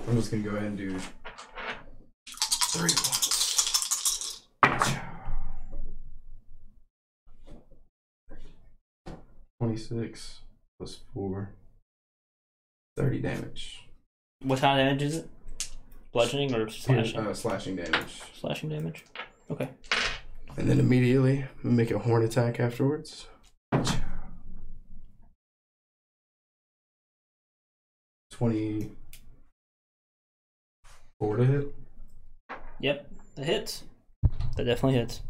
[SPEAKER 3] I'm just gonna go ahead and do three ones. Twenty-six plus four. Thirty damage.
[SPEAKER 2] What kind of damage is it? Bludgeoning or slashing?
[SPEAKER 3] Uh, slashing damage.
[SPEAKER 2] Slashing damage.
[SPEAKER 3] And then immediately make a horn attack afterwards. Twenty four to hit.
[SPEAKER 2] Yep, that hits. That definitely hits.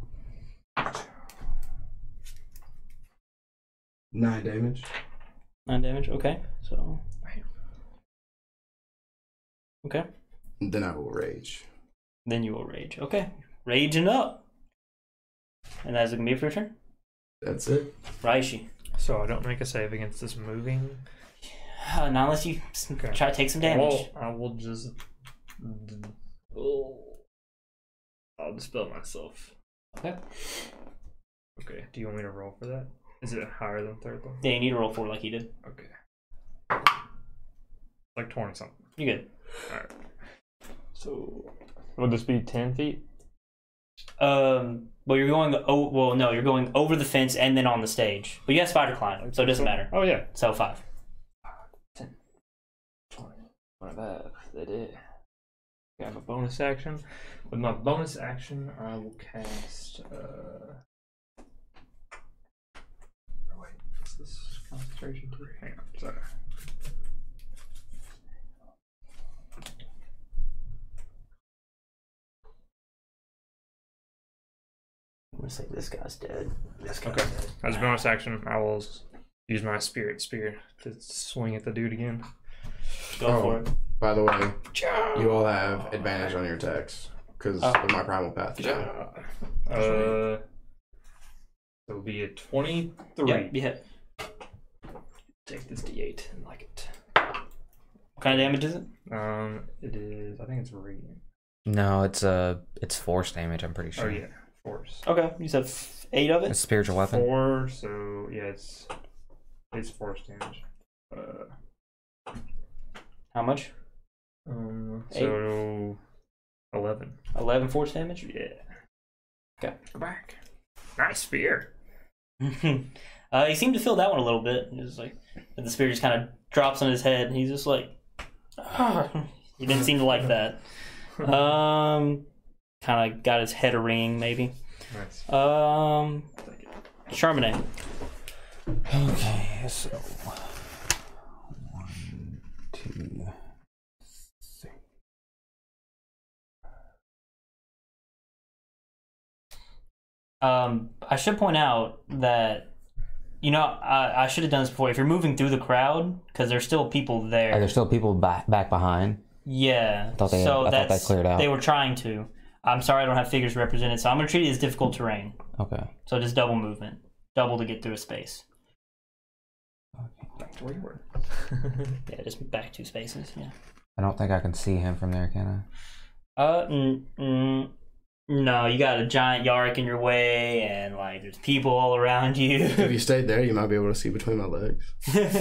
[SPEAKER 3] Nine damage.
[SPEAKER 2] Nine damage. Okay, so
[SPEAKER 3] And then I will rage.
[SPEAKER 2] then you will rage. Okay, raging up. And that's gonna be it for your turn.
[SPEAKER 3] That's it.
[SPEAKER 2] Raishi.
[SPEAKER 6] So I don't make a save against this moving.
[SPEAKER 2] Uh, not unless you s-
[SPEAKER 6] Okay.
[SPEAKER 2] try to take some damage.
[SPEAKER 6] Well, I will just. Oh. I'll dispel myself.
[SPEAKER 2] Okay.
[SPEAKER 6] Okay. Do you want me to roll for that? Is it higher than third level?
[SPEAKER 2] Yeah, you need to roll four like he did.
[SPEAKER 6] Okay. Like twenty something.
[SPEAKER 2] You good?
[SPEAKER 6] So. Would this be ten feet?
[SPEAKER 2] Um. Well, you're going. Oh, well, no, you're going over the fence and then on the stage. But you have spider climb, so it doesn't matter.
[SPEAKER 6] Oh yeah.
[SPEAKER 2] So five.
[SPEAKER 6] What about that is. I have a bonus action. With my bonus action, I will cast. Uh... oh, Wait, what's this concentration? to? Hang on, sorry.
[SPEAKER 2] I'm gonna say this guy's dead. This guy's
[SPEAKER 6] Okay.
[SPEAKER 2] dead.
[SPEAKER 6] As a bonus action, I will s- use my spirit spear to swing at the dude again.
[SPEAKER 2] Go
[SPEAKER 3] Oh.
[SPEAKER 2] for it.
[SPEAKER 3] By the way, you all have advantage on your attacks because
[SPEAKER 4] Ah.
[SPEAKER 2] Oh.
[SPEAKER 3] of my primal path.
[SPEAKER 6] Uh, it'll be a twenty-three.
[SPEAKER 2] Yep, you hit.
[SPEAKER 6] Take this D8 and like it.
[SPEAKER 2] What kind of damage is it?
[SPEAKER 6] Um, it is. I think it's radiant.
[SPEAKER 8] No, it's uh, it's force damage. I'm pretty sure.
[SPEAKER 6] Oh yeah, force.
[SPEAKER 2] Okay, you said f- eight of
[SPEAKER 8] It's
[SPEAKER 2] it.
[SPEAKER 8] spiritual weapon.
[SPEAKER 6] Four, so yeah, it's it's force damage. Uh,
[SPEAKER 2] How much?
[SPEAKER 6] um,
[SPEAKER 2] Eight.
[SPEAKER 6] so eleven.
[SPEAKER 2] Eleven force damage.
[SPEAKER 6] Yeah.
[SPEAKER 2] Okay.
[SPEAKER 6] Go [LAUGHS] back. Nice
[SPEAKER 2] [LAUGHS]
[SPEAKER 6] spear.
[SPEAKER 2] uh, he seemed to feel that one a little bit. He was like, [SIGHS] and the spear just kind of drops on his head, and he's just like, He didn't seem to like that. Um, kind of got his head a ring, maybe.
[SPEAKER 6] Nice.
[SPEAKER 2] Um, Charbonnet.
[SPEAKER 8] Okay, so one, two, three.
[SPEAKER 2] Um, I should point out that you know I, I should have done this before. If you're moving through the crowd, because there's still people there.
[SPEAKER 8] Are there still people back back behind?
[SPEAKER 2] Yeah.
[SPEAKER 8] thought they- I
[SPEAKER 2] so
[SPEAKER 8] thought that
[SPEAKER 2] that's
[SPEAKER 8] cleared out.
[SPEAKER 2] They were trying to. I'm sorry, I don't have figures represented, so I'm gonna treat it as difficult terrain.
[SPEAKER 8] Okay.
[SPEAKER 2] So just double movement, double to get through a space.
[SPEAKER 6] Back to where you were.
[SPEAKER 2] [LAUGHS] Yeah, just back two spaces. Yeah.
[SPEAKER 8] I don't think I can see him from there, can
[SPEAKER 2] Uh, mm, mm, no, you got a giant Yarick in your way, and like there's people all around you. [LAUGHS]
[SPEAKER 3] If
[SPEAKER 8] [LAUGHS]
[SPEAKER 3] you stayed there, you might be able to see between my legs.
[SPEAKER 2] what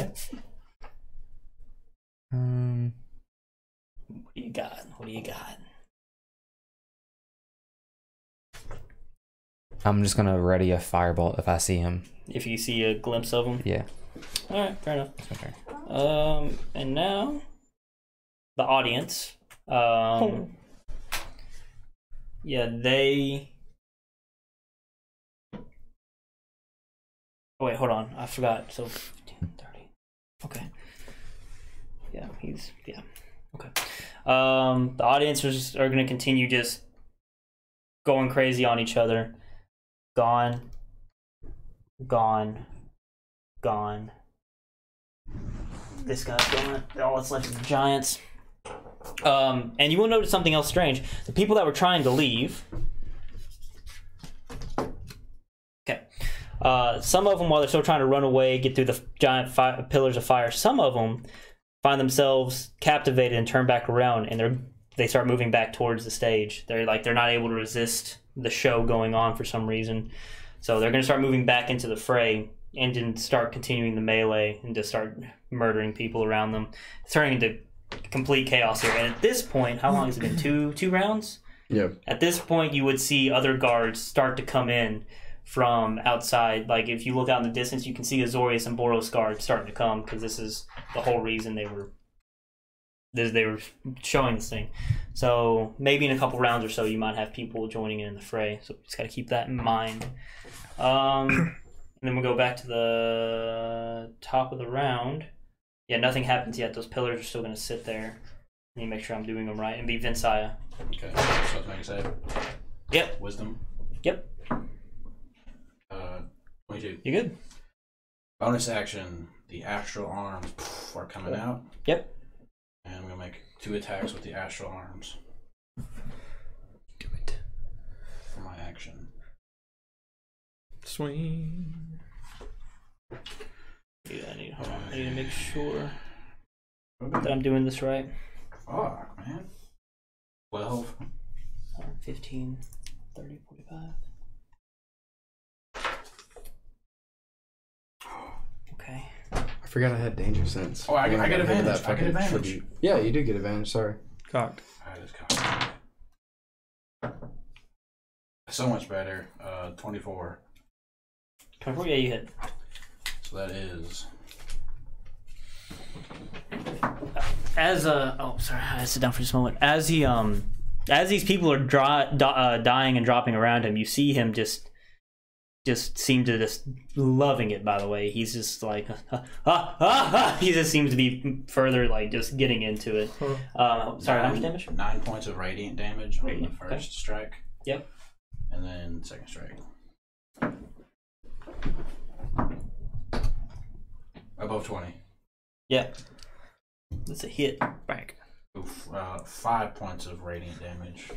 [SPEAKER 8] I? Um,
[SPEAKER 2] do you got? What do you got?
[SPEAKER 8] I'm just gonna ready a firebolt if I see him.
[SPEAKER 2] If you see a glimpse of them,
[SPEAKER 8] Yeah.
[SPEAKER 2] all right, fair enough.
[SPEAKER 8] it's my turn.
[SPEAKER 2] Um, and now the audience. Um, yeah, they. Oh, wait, hold on. I forgot. So 15, 30. Okay. Yeah, he's yeah. Okay. Um, the audience are just are gonna continue just going crazy on each other. Gone. Gone. Gone this guy's gone. All that's left is the Giants. Um, and you will notice something else strange. The people that were trying to leave. Okay. Uh, some of them, while they're still trying to run away, get through the giant fi- pillars of fire. Some of them find themselves captivated and turn back around, and they're they start moving back towards the stage. They're like they're not able to resist the show going on for some reason, so they're going to start moving back into the fray and then start continuing the melee and just start murdering people around them. It's turning into complete chaos here. And at this point, how long has it been? Two two rounds.
[SPEAKER 3] Yeah.
[SPEAKER 2] At this point, you would see other guards start to come in from outside. Like if you look out in the distance, you can see Azorius and Boros guards starting to come because this is the whole reason they were this, they were showing this thing. So maybe in a couple rounds or so, you might have people joining in the fray. So just got to keep that in mind. Um, [CLEARS THROAT] and then we'll go back to the top of the round. Yeah, nothing happens yet. Those pillars are still going to sit there. Let me make sure I'm doing them right and be Vinsaya.
[SPEAKER 4] Okay, so let's make a save.
[SPEAKER 2] Yep.
[SPEAKER 4] Wisdom.
[SPEAKER 2] Yep.
[SPEAKER 4] Uh, 22.
[SPEAKER 2] You good?
[SPEAKER 4] Bonus action. The astral arms poof, are coming out.
[SPEAKER 2] Yep.
[SPEAKER 4] And I'm going to make two attacks with the astral arms
[SPEAKER 5] Do it.
[SPEAKER 4] for my action.
[SPEAKER 6] Swing.
[SPEAKER 2] Yeah, I need, hold on. I need to make sure that I'm doing this right.
[SPEAKER 4] Fuck, man. 12.
[SPEAKER 2] Hold on, 15, 30, 45. Okay.
[SPEAKER 3] I forgot I had danger sense.
[SPEAKER 4] Oh, I- I
[SPEAKER 3] When
[SPEAKER 4] get
[SPEAKER 3] got rid of
[SPEAKER 4] advantage. I get
[SPEAKER 3] fucking
[SPEAKER 4] advantage.
[SPEAKER 3] tribute. Yeah, you do get advantage. Sorry.
[SPEAKER 6] Cocked.
[SPEAKER 4] I just got so much better. Uh, 24.
[SPEAKER 2] 24, yeah, you hit.
[SPEAKER 4] So that is
[SPEAKER 2] as uh oh sorry I had to sit down for just a moment as he um as these people are dry, di- uh, dying and dropping around him you see him just just seem to just loving it by the way he's just like [LAUGHS] ah, ah, ah. he just seems to be further like just getting into it uh, sorry how much damage
[SPEAKER 4] nine points of radiant damage on the
[SPEAKER 2] Radiant,
[SPEAKER 4] first
[SPEAKER 2] okay.
[SPEAKER 4] strike.
[SPEAKER 2] Yep.
[SPEAKER 4] And then second strike. Above 20.
[SPEAKER 2] yeah that's a hit
[SPEAKER 6] Back.
[SPEAKER 4] Oof, uh, five points of radiant damage.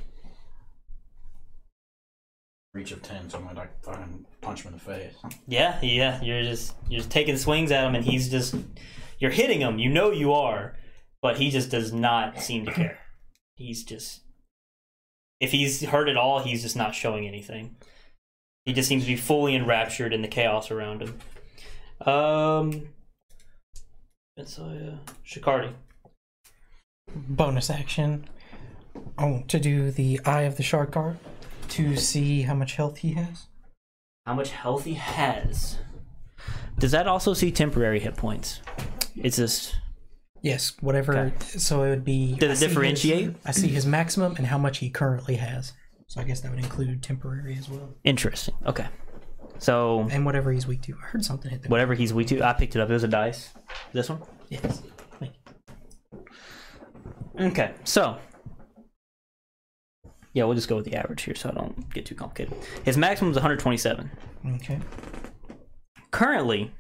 [SPEAKER 4] Reach of 10, so I'm gonna like fucking punch him in the face.
[SPEAKER 2] Yeah, yeah. You're just you're just taking swings at him, and he's just you're hitting him. You know you are, but he just does not seem to care. [CLEARS THROAT] He's just if he's hurt at all, he's just not showing anything. He just seems to be fully enraptured in the chaos around him. Um, and so yeah, Shikardi.
[SPEAKER 7] bonus action. I want to do the Eye of the Shark Guard to see how much health he has.
[SPEAKER 2] How much health he has? Does that also see temporary hit points? It's just
[SPEAKER 7] Yes, whatever. So it would be.
[SPEAKER 2] Did it
[SPEAKER 7] I see his-
[SPEAKER 2] differentiate?
[SPEAKER 7] I see his maximum and how much he currently has. So I guess that would include temporary as well,
[SPEAKER 2] Interesting. Okay. So
[SPEAKER 7] and whatever he's weak to. I heard something hit the.
[SPEAKER 2] whatever he's weak to, I picked it up. It was a dice. This one.
[SPEAKER 7] Yes.
[SPEAKER 2] Okay. So. Yeah, we'll just go with the average here, so I don't get too complicated. His maximum is 127.
[SPEAKER 7] Okay.
[SPEAKER 2] currently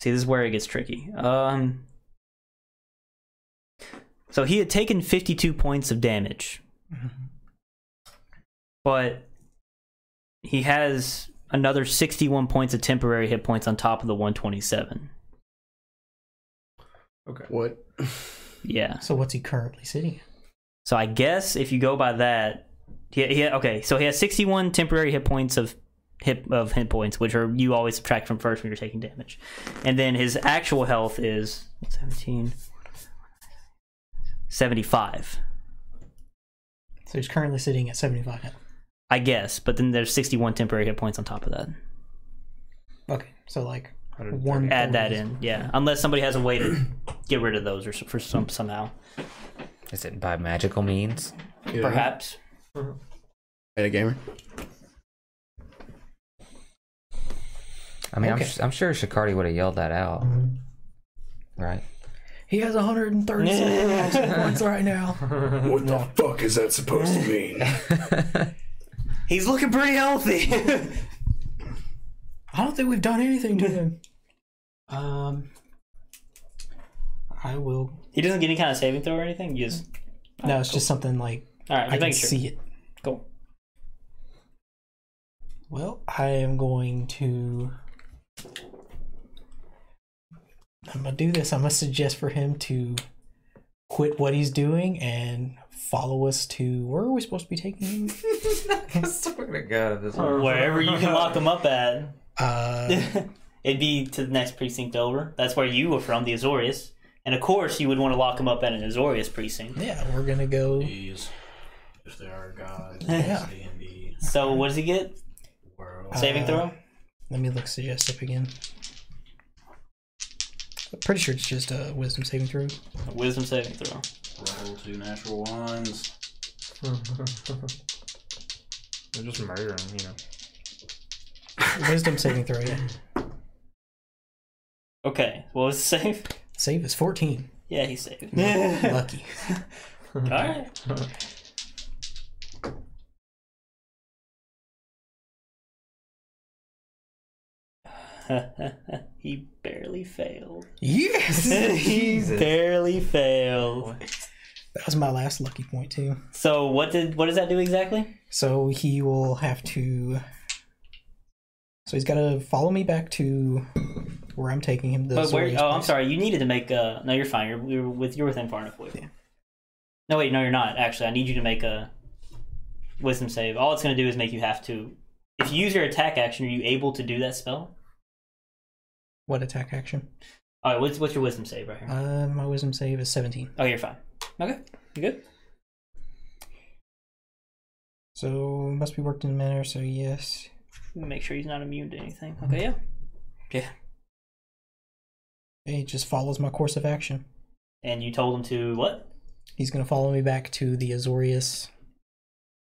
[SPEAKER 2] see this is where it gets tricky um so he had taken 52 points of damage but he has another 61 points of temporary hit points on top of the 127
[SPEAKER 3] What? [LAUGHS]
[SPEAKER 2] yeah
[SPEAKER 7] So what's he currently sitting?
[SPEAKER 2] so i guess if you go by that yeah yeah okay so he has 61 temporary hit points of hit of hit points which are you always subtract from first when you're taking damage and then his actual health is 17 75
[SPEAKER 7] At? So he's currently sitting at seventy-five health.
[SPEAKER 2] I guess, but then there's 61 temporary hit points on top of that.
[SPEAKER 7] Okay. So like one.
[SPEAKER 2] Add that in, yeah. Unless somebody has a way to get rid of those, or s- for some somehow,
[SPEAKER 8] Is it by magical means?
[SPEAKER 3] Yeah.
[SPEAKER 2] perhaps.
[SPEAKER 3] Meta gamer.
[SPEAKER 8] I mean,
[SPEAKER 7] Okay.
[SPEAKER 8] I'm, su- I'm sure Shikardi would have yelled that out, right?
[SPEAKER 7] He has one hundred and thirty-seven points right now.
[SPEAKER 3] [LAUGHS] What the fuck is that supposed to mean?
[SPEAKER 2] [LAUGHS] He's looking pretty healthy.
[SPEAKER 7] I don't think we've done anything to him. um, I will.
[SPEAKER 2] [LAUGHS] he doesn't get any kind of saving throw or anything. You just
[SPEAKER 7] No, it's just something like
[SPEAKER 2] all right.
[SPEAKER 7] I
[SPEAKER 2] Just
[SPEAKER 7] can
[SPEAKER 2] making sure.
[SPEAKER 7] see it.
[SPEAKER 2] Cool.
[SPEAKER 7] Well, I am going to. I'm gonna do this. I'm gonna suggest for him to quit what he's doing and follow us to where are we supposed to be taking him?
[SPEAKER 8] [LAUGHS] I swear to God, this one.
[SPEAKER 2] Wherever you can lock him up at,
[SPEAKER 7] Uh,
[SPEAKER 2] [LAUGHS] it'd be to the next precinct over. That's where you were from, the Azorius, and of course you would want to lock him up at an Azorius precinct.
[SPEAKER 7] yeah, we're gonna go.
[SPEAKER 4] Please, if there are gods,
[SPEAKER 7] Yeah.
[SPEAKER 4] D and D
[SPEAKER 2] So what does he get?
[SPEAKER 4] world.
[SPEAKER 2] Saving throw.
[SPEAKER 7] Let me look suggest up again. I'm pretty sure it's just a wisdom saving throw.
[SPEAKER 2] Wisdom saving throw.
[SPEAKER 4] Roll two natural ones.
[SPEAKER 6] They're just murdering, you know.
[SPEAKER 7] wisdom saving throw. Yeah,
[SPEAKER 2] Okay. What was the save? [LAUGHS]
[SPEAKER 7] save is fourteen.
[SPEAKER 2] Yeah, he's saved.
[SPEAKER 7] Lucky.
[SPEAKER 2] [LAUGHS] All right. [LAUGHS] he barely failed. [LAUGHS]
[SPEAKER 7] Yes,
[SPEAKER 2] he barely failed.
[SPEAKER 7] that was my last lucky point too.
[SPEAKER 2] So what did what does that do exactly?
[SPEAKER 7] So he will have to. So he's got to follow me back to where I'm taking him. The
[SPEAKER 2] But where?
[SPEAKER 7] Zorius
[SPEAKER 2] Oh, I'm
[SPEAKER 7] place.
[SPEAKER 2] sorry. You needed to make. Uh, no, you're fine. You're, you're with you're within far enough away.
[SPEAKER 7] Yeah.
[SPEAKER 2] No, wait. No, you're not. Actually, I need you to make a wisdom save. All it's going to do is make you have to. If you use your attack action, are you able to do that spell?
[SPEAKER 7] What attack action?
[SPEAKER 2] All right. What's what's your wisdom save right here?
[SPEAKER 7] Uh, my wisdom save is 17.
[SPEAKER 2] Oh, you're fine. Okay, you good?
[SPEAKER 7] So must be worked in a manner. So yes.
[SPEAKER 2] Make sure he's not immune to anything. Okay, yeah.
[SPEAKER 7] It just follows my course of action.
[SPEAKER 2] And you told him to what?
[SPEAKER 7] He's gonna follow me back to the Azorius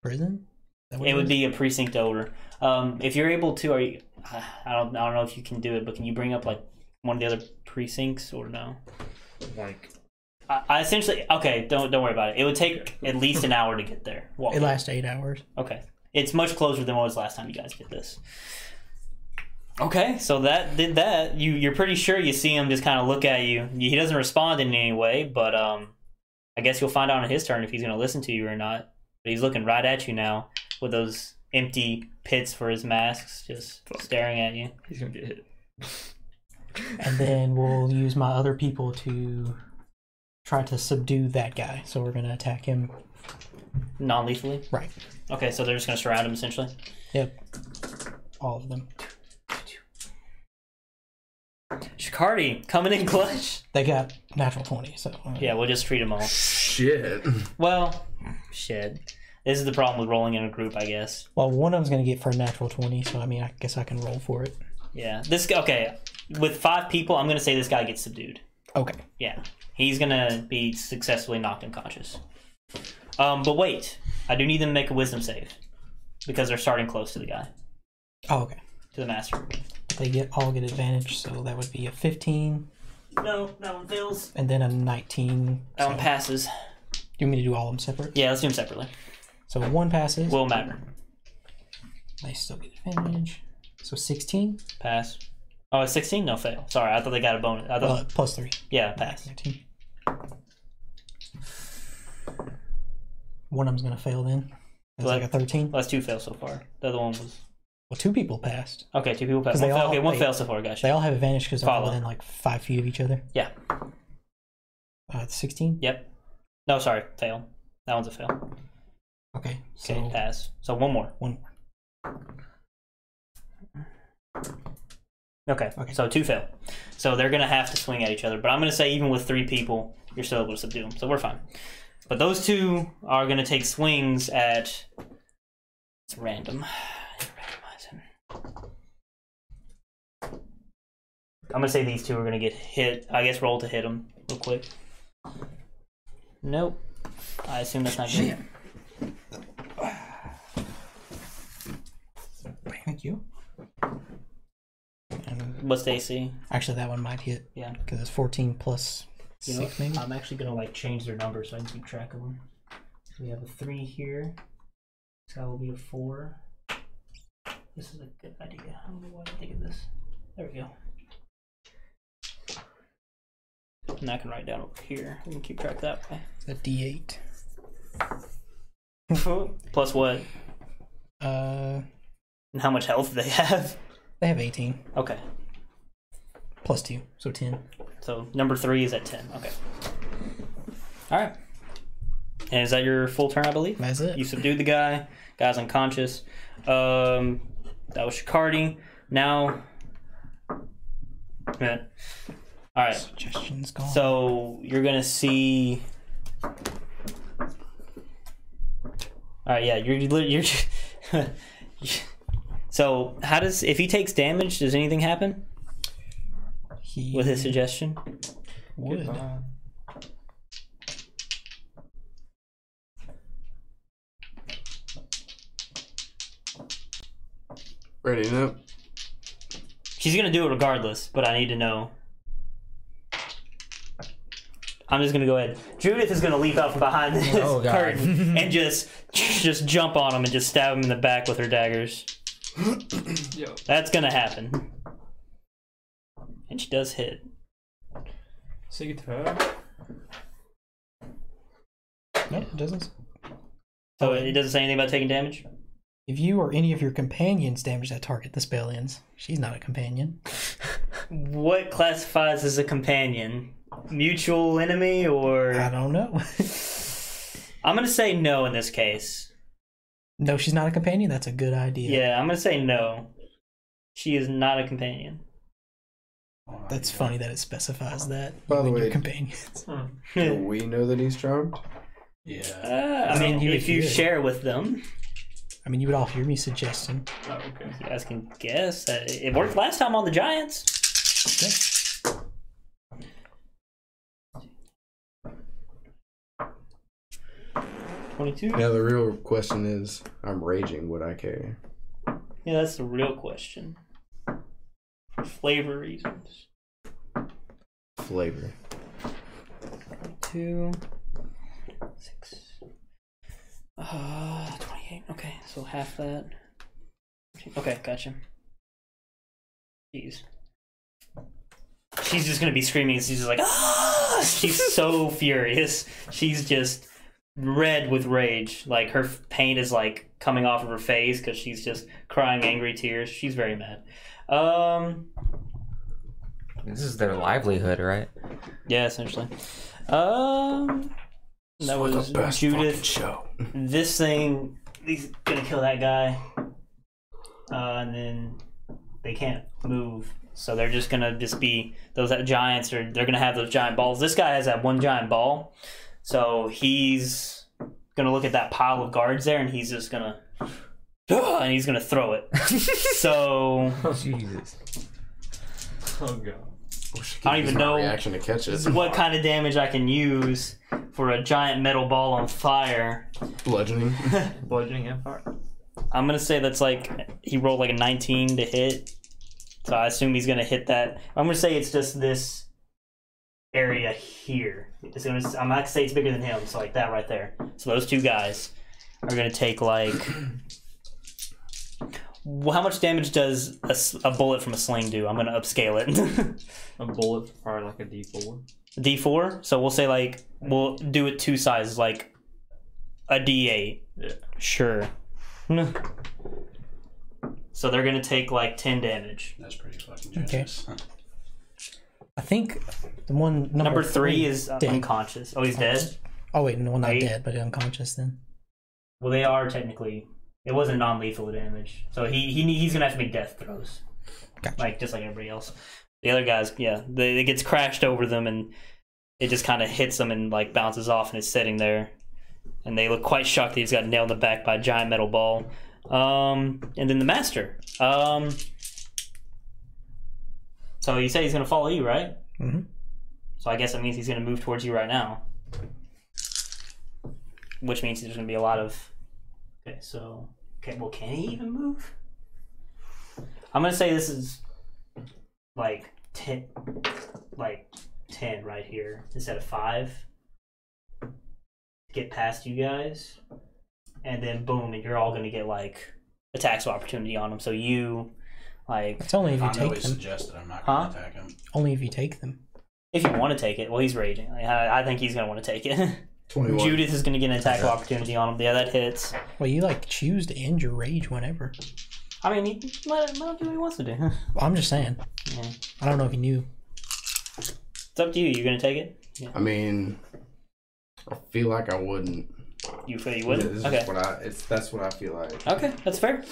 [SPEAKER 7] prison. Is that what
[SPEAKER 2] It would
[SPEAKER 7] is?
[SPEAKER 2] be a precinct over. Um, if you're able to, are you? I don't. I don't know if you can do it, but can you bring up like one of the other precincts or no?
[SPEAKER 6] Like,
[SPEAKER 2] I, I essentially okay. Don't don't worry about it. It would take at least an hour to get there.
[SPEAKER 7] It
[SPEAKER 2] Walking.
[SPEAKER 7] lasts eight hours.
[SPEAKER 2] Okay, it's much closer than what was last time you guys did this. Okay, so that did that. You you're pretty sure you see him just kind of look at you. He doesn't respond in any way, but um, I guess you'll find out on his turn if he's going to listen to you or not. But he's looking right at you now with those empty pits for his masks, just staring at you.
[SPEAKER 6] he's gonna get hit.
[SPEAKER 7] And then we'll [LAUGHS] use my other people to try to subdue that guy. So we're gonna attack him.
[SPEAKER 2] Non-lethally.
[SPEAKER 7] Right.
[SPEAKER 2] Okay, so they're just going to surround him essentially.
[SPEAKER 7] Yep. All of them.
[SPEAKER 2] Shikardi coming in clutch. [LAUGHS]
[SPEAKER 7] They got natural twenty. So uh,
[SPEAKER 2] Yeah, we'll just treat them all.
[SPEAKER 3] Shit.
[SPEAKER 2] Well, shit. This is the problem with rolling in a group, I guess.
[SPEAKER 7] Well, one of them's gonna get for a natural twenty. So I mean, I guess I can roll for it.
[SPEAKER 2] Yeah. This okay. With five people, I'm gonna say this guy gets subdued.
[SPEAKER 7] Okay.
[SPEAKER 2] Yeah, he's gonna be successfully knocked unconscious. Um, but wait, I do need them to make a wisdom save because they're starting close to the guy,
[SPEAKER 7] Oh, okay.
[SPEAKER 2] to the master.
[SPEAKER 7] They get all get advantage, so that would be a 15
[SPEAKER 2] No, that one fails.
[SPEAKER 7] and then a 19.
[SPEAKER 2] That one passes.
[SPEAKER 7] You want me to do all of them separate?
[SPEAKER 2] Yeah, let's do them separately.
[SPEAKER 7] So one passes.
[SPEAKER 2] Will matter.
[SPEAKER 7] They still get advantage. So 16
[SPEAKER 2] Pass. Oh, it's sixteen. No fail. Sorry, I thought they got a bonus. I thought
[SPEAKER 7] uh, plus 3.
[SPEAKER 2] yeah, pass.
[SPEAKER 7] 19. One of them's going to fail then. That's like a 13.
[SPEAKER 2] Well, that's two fails so far. The other one was
[SPEAKER 7] Well, two people passed.
[SPEAKER 2] okay. Two people pass.
[SPEAKER 7] 'Cause
[SPEAKER 2] One
[SPEAKER 7] they
[SPEAKER 2] fail.
[SPEAKER 7] all-
[SPEAKER 2] okay, one
[SPEAKER 7] they-
[SPEAKER 2] fail so far. Gotcha.
[SPEAKER 7] They all have advantage because they're all
[SPEAKER 2] Follow.
[SPEAKER 7] within like five feet of each other.
[SPEAKER 2] Yeah.
[SPEAKER 7] Uh, 16?
[SPEAKER 2] Yep. No, sorry, fail. That one's a fail.
[SPEAKER 7] Okay. So
[SPEAKER 2] Okay, pass. So one more.
[SPEAKER 7] one more.
[SPEAKER 2] Okay.
[SPEAKER 7] Okay.
[SPEAKER 2] So two fail. So they're gonna have to swing at each other. But I'm gonna say even with three people, you're still able to subdue them. So we're fine. But those two are gonna take swings at. It's random. [SIGHS] Randomizing. I'm gonna say these two are gonna get hit. I guess roll to hit them real quick. Nope. I assume that's not good.
[SPEAKER 7] Thank you. And
[SPEAKER 2] What's the AC?
[SPEAKER 7] actually, that one might hit
[SPEAKER 2] Yeah.
[SPEAKER 7] because it's 14 plus
[SPEAKER 2] You know, um,
[SPEAKER 7] 6, maybe.
[SPEAKER 2] I'm actually gonna like change their numbers so I can keep track of them. So we have a three here. So that will be a four. This is a good idea. I don't know why I think of this. There we go. And I can write down over here. We can keep track that way.
[SPEAKER 7] A D8.
[SPEAKER 2] [LAUGHS] Plus what?
[SPEAKER 7] Uh,
[SPEAKER 2] And how much health they have?
[SPEAKER 7] they have 18
[SPEAKER 2] Okay.
[SPEAKER 7] plus 2, so 10.
[SPEAKER 2] So number three is at ten. Okay. All right. And is that your full turn? I believe.
[SPEAKER 7] That's it.
[SPEAKER 2] You subdued the guy. Guy's unconscious. Um, that was Shikardi. Now, Yeah. all right.
[SPEAKER 7] Suggestions gone.
[SPEAKER 2] So you're gonna see. All right. Yeah. You're. You're. [LAUGHS] so how does if he takes damage? Does anything happen
[SPEAKER 7] he
[SPEAKER 2] with his suggestion?
[SPEAKER 7] would.
[SPEAKER 3] Ready up.
[SPEAKER 2] She's gonna do it regardless, but I need to know. I'm just gonna go ahead. Judith is gonna leap out from behind this
[SPEAKER 8] Oh, God.
[SPEAKER 2] curtain and just just jump on him and just stab him in the back with her daggers.
[SPEAKER 10] Yo.
[SPEAKER 2] That's gonna happen. And she does hit.
[SPEAKER 10] Sigtar.
[SPEAKER 7] No, it doesn't.
[SPEAKER 2] So it doesn't say anything about taking damage.
[SPEAKER 7] If you or any of your companions damage that target, the spell ends. She's not a companion.
[SPEAKER 2] What classifies as a companion? Mutual enemy or
[SPEAKER 7] I don't know. [LAUGHS]
[SPEAKER 2] I'm gonna say no in this case.
[SPEAKER 7] no, she's not a companion. That's a good idea.
[SPEAKER 2] yeah I'm gonna say no. She is not a companion.
[SPEAKER 7] That's funny that it specifies that.
[SPEAKER 3] By the
[SPEAKER 7] when you're
[SPEAKER 3] way-
[SPEAKER 7] companions. [LAUGHS]
[SPEAKER 2] [LAUGHS]
[SPEAKER 3] Do we know that he's charmed?
[SPEAKER 4] Yeah.
[SPEAKER 2] Uh, I mean,
[SPEAKER 7] you
[SPEAKER 2] if
[SPEAKER 7] would
[SPEAKER 2] you
[SPEAKER 7] hear it.
[SPEAKER 2] share with them,
[SPEAKER 7] I mean, you would all hear me suggesting.
[SPEAKER 10] Oh, okay.
[SPEAKER 2] you guys can guess. Uh, it worked last time on the Giants. Twenty-two.
[SPEAKER 3] Now the real question is, I'm raging. Would I care?
[SPEAKER 2] Yeah, that's the real question. For flavor reasons.
[SPEAKER 3] Flavor.
[SPEAKER 2] Two. Six. Uh, twenty-eight. Okay, so half that. Okay, gotcha. Jeez. She's just gonna be screaming. She's [GASPS] just like, ah! She's so furious. She's just red with rage. Like her f- paint is like coming off of her face because she's just crying angry tears. She's very mad. Um.
[SPEAKER 8] [LAUGHS] This is their livelihood, [LAUGHS] right?
[SPEAKER 2] Yeah, essentially. Um. That was Judith.
[SPEAKER 3] show.
[SPEAKER 2] This thing, he's gonna kill that guy. Uh, and then they can't move, so they're just gonna just be those giants are. They're gonna have those giant balls. This guy has that one giant ball, so he's gonna look at that pile of guards there, and he's just gonna. And he's gonna throw it. so
[SPEAKER 8] Jesus.
[SPEAKER 10] Oh god.
[SPEAKER 2] I don't even know
[SPEAKER 3] Reaction to catch it.
[SPEAKER 2] what kind of damage I can use for a giant metal ball on fire. [LAUGHS]
[SPEAKER 3] Bludgeoning.
[SPEAKER 6] Bludgeoning and fire.
[SPEAKER 2] I'm gonna say that's like he rolled like a 19 to hit, so I assume he's gonna hit that. I'm gonna say it's just this area here. It's gonna, I'm not gonna say it's bigger than him, so like that right there. So those two guys are gonna take like. [CLEARS THROAT] Well, how much damage does a, s- a bullet from a sling do? I'm gonna upscale it. [LAUGHS]
[SPEAKER 6] A bullet fire like a D4.
[SPEAKER 2] D4. So we'll say like we'll do it two sizes, like a D8.
[SPEAKER 6] Yeah. [LAUGHS]
[SPEAKER 2] Sure. so they're gonna take like ten damage.
[SPEAKER 4] That's pretty fucking generous.
[SPEAKER 7] I think the one number,
[SPEAKER 2] Number three is
[SPEAKER 7] dead.
[SPEAKER 2] unconscious. Oh, he's dead.
[SPEAKER 7] Oh wait, no, not
[SPEAKER 2] Eight.
[SPEAKER 7] dead, but unconscious then.
[SPEAKER 2] Well, they are technically. It wasn't non-lethal damage, so he he he's gonna have to make death throws,
[SPEAKER 7] Gotcha.
[SPEAKER 2] like just like everybody else. The other guys, yeah, they, it gets crashed over them, and it just kind of hits them and like bounces off, and it's sitting there, and they look quite shocked that he's got nailed in the back by a giant metal ball. Um, and then the master. Um, so you say he's gonna follow you, right?
[SPEAKER 7] Mhm.
[SPEAKER 2] So I guess that means he's gonna move towards you right now, which means there's gonna be a lot of Okay, so okay, well, can he even move? I'm gonna say this is like ten, like ten right here instead of five. Get past you guys, and then boom, and you're all gonna get like attacks of opportunity on him. So you, like,
[SPEAKER 7] It's only if you
[SPEAKER 4] I know he
[SPEAKER 7] take them.
[SPEAKER 4] suggested I'm not gonna
[SPEAKER 2] Huh?
[SPEAKER 4] attack him.
[SPEAKER 7] Only if you take them.
[SPEAKER 2] if you want to take it, well, he's raging. Like, I, I think he's gonna want to take it.
[SPEAKER 3] 21.
[SPEAKER 2] Judith is gonna get an attack of opportunity on him. Yeah, that hits.
[SPEAKER 7] Well, you like choose to end your rage whenever.
[SPEAKER 2] I mean, he, let, him- let him do what he wants to do. [LAUGHS] it's
[SPEAKER 7] I'm just saying.
[SPEAKER 2] Yeah.
[SPEAKER 7] I don't know if you knew.
[SPEAKER 2] up to you. You're gonna take it.
[SPEAKER 3] I mean, I feel like I wouldn't.
[SPEAKER 2] You feel you
[SPEAKER 3] Yeah, this
[SPEAKER 2] wouldn't.
[SPEAKER 3] is
[SPEAKER 2] Okay.
[SPEAKER 3] what I, it's, that's what I feel like.
[SPEAKER 2] Okay, that's fair.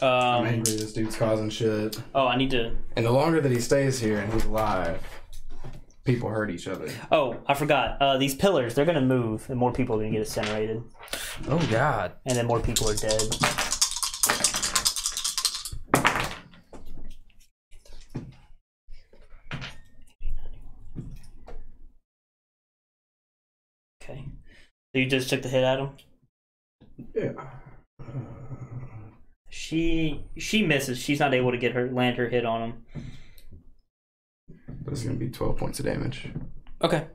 [SPEAKER 3] I'm
[SPEAKER 2] Um,
[SPEAKER 3] angry this dude's causing shit.
[SPEAKER 2] oh, I need to.
[SPEAKER 3] And the longer that he stays here and he's alive, people hurt each other.
[SPEAKER 2] Oh, I forgot. Uh, these pillars, they're going to move, and more people are going to get incinerated,
[SPEAKER 8] Oh God.
[SPEAKER 2] and then more people are dead. Okay. So you just took the hit, Adam?
[SPEAKER 3] Yeah.
[SPEAKER 2] She she misses. She's not able to get her land her hit on him.
[SPEAKER 3] That's gonna be 12 points of damage.
[SPEAKER 2] Okay.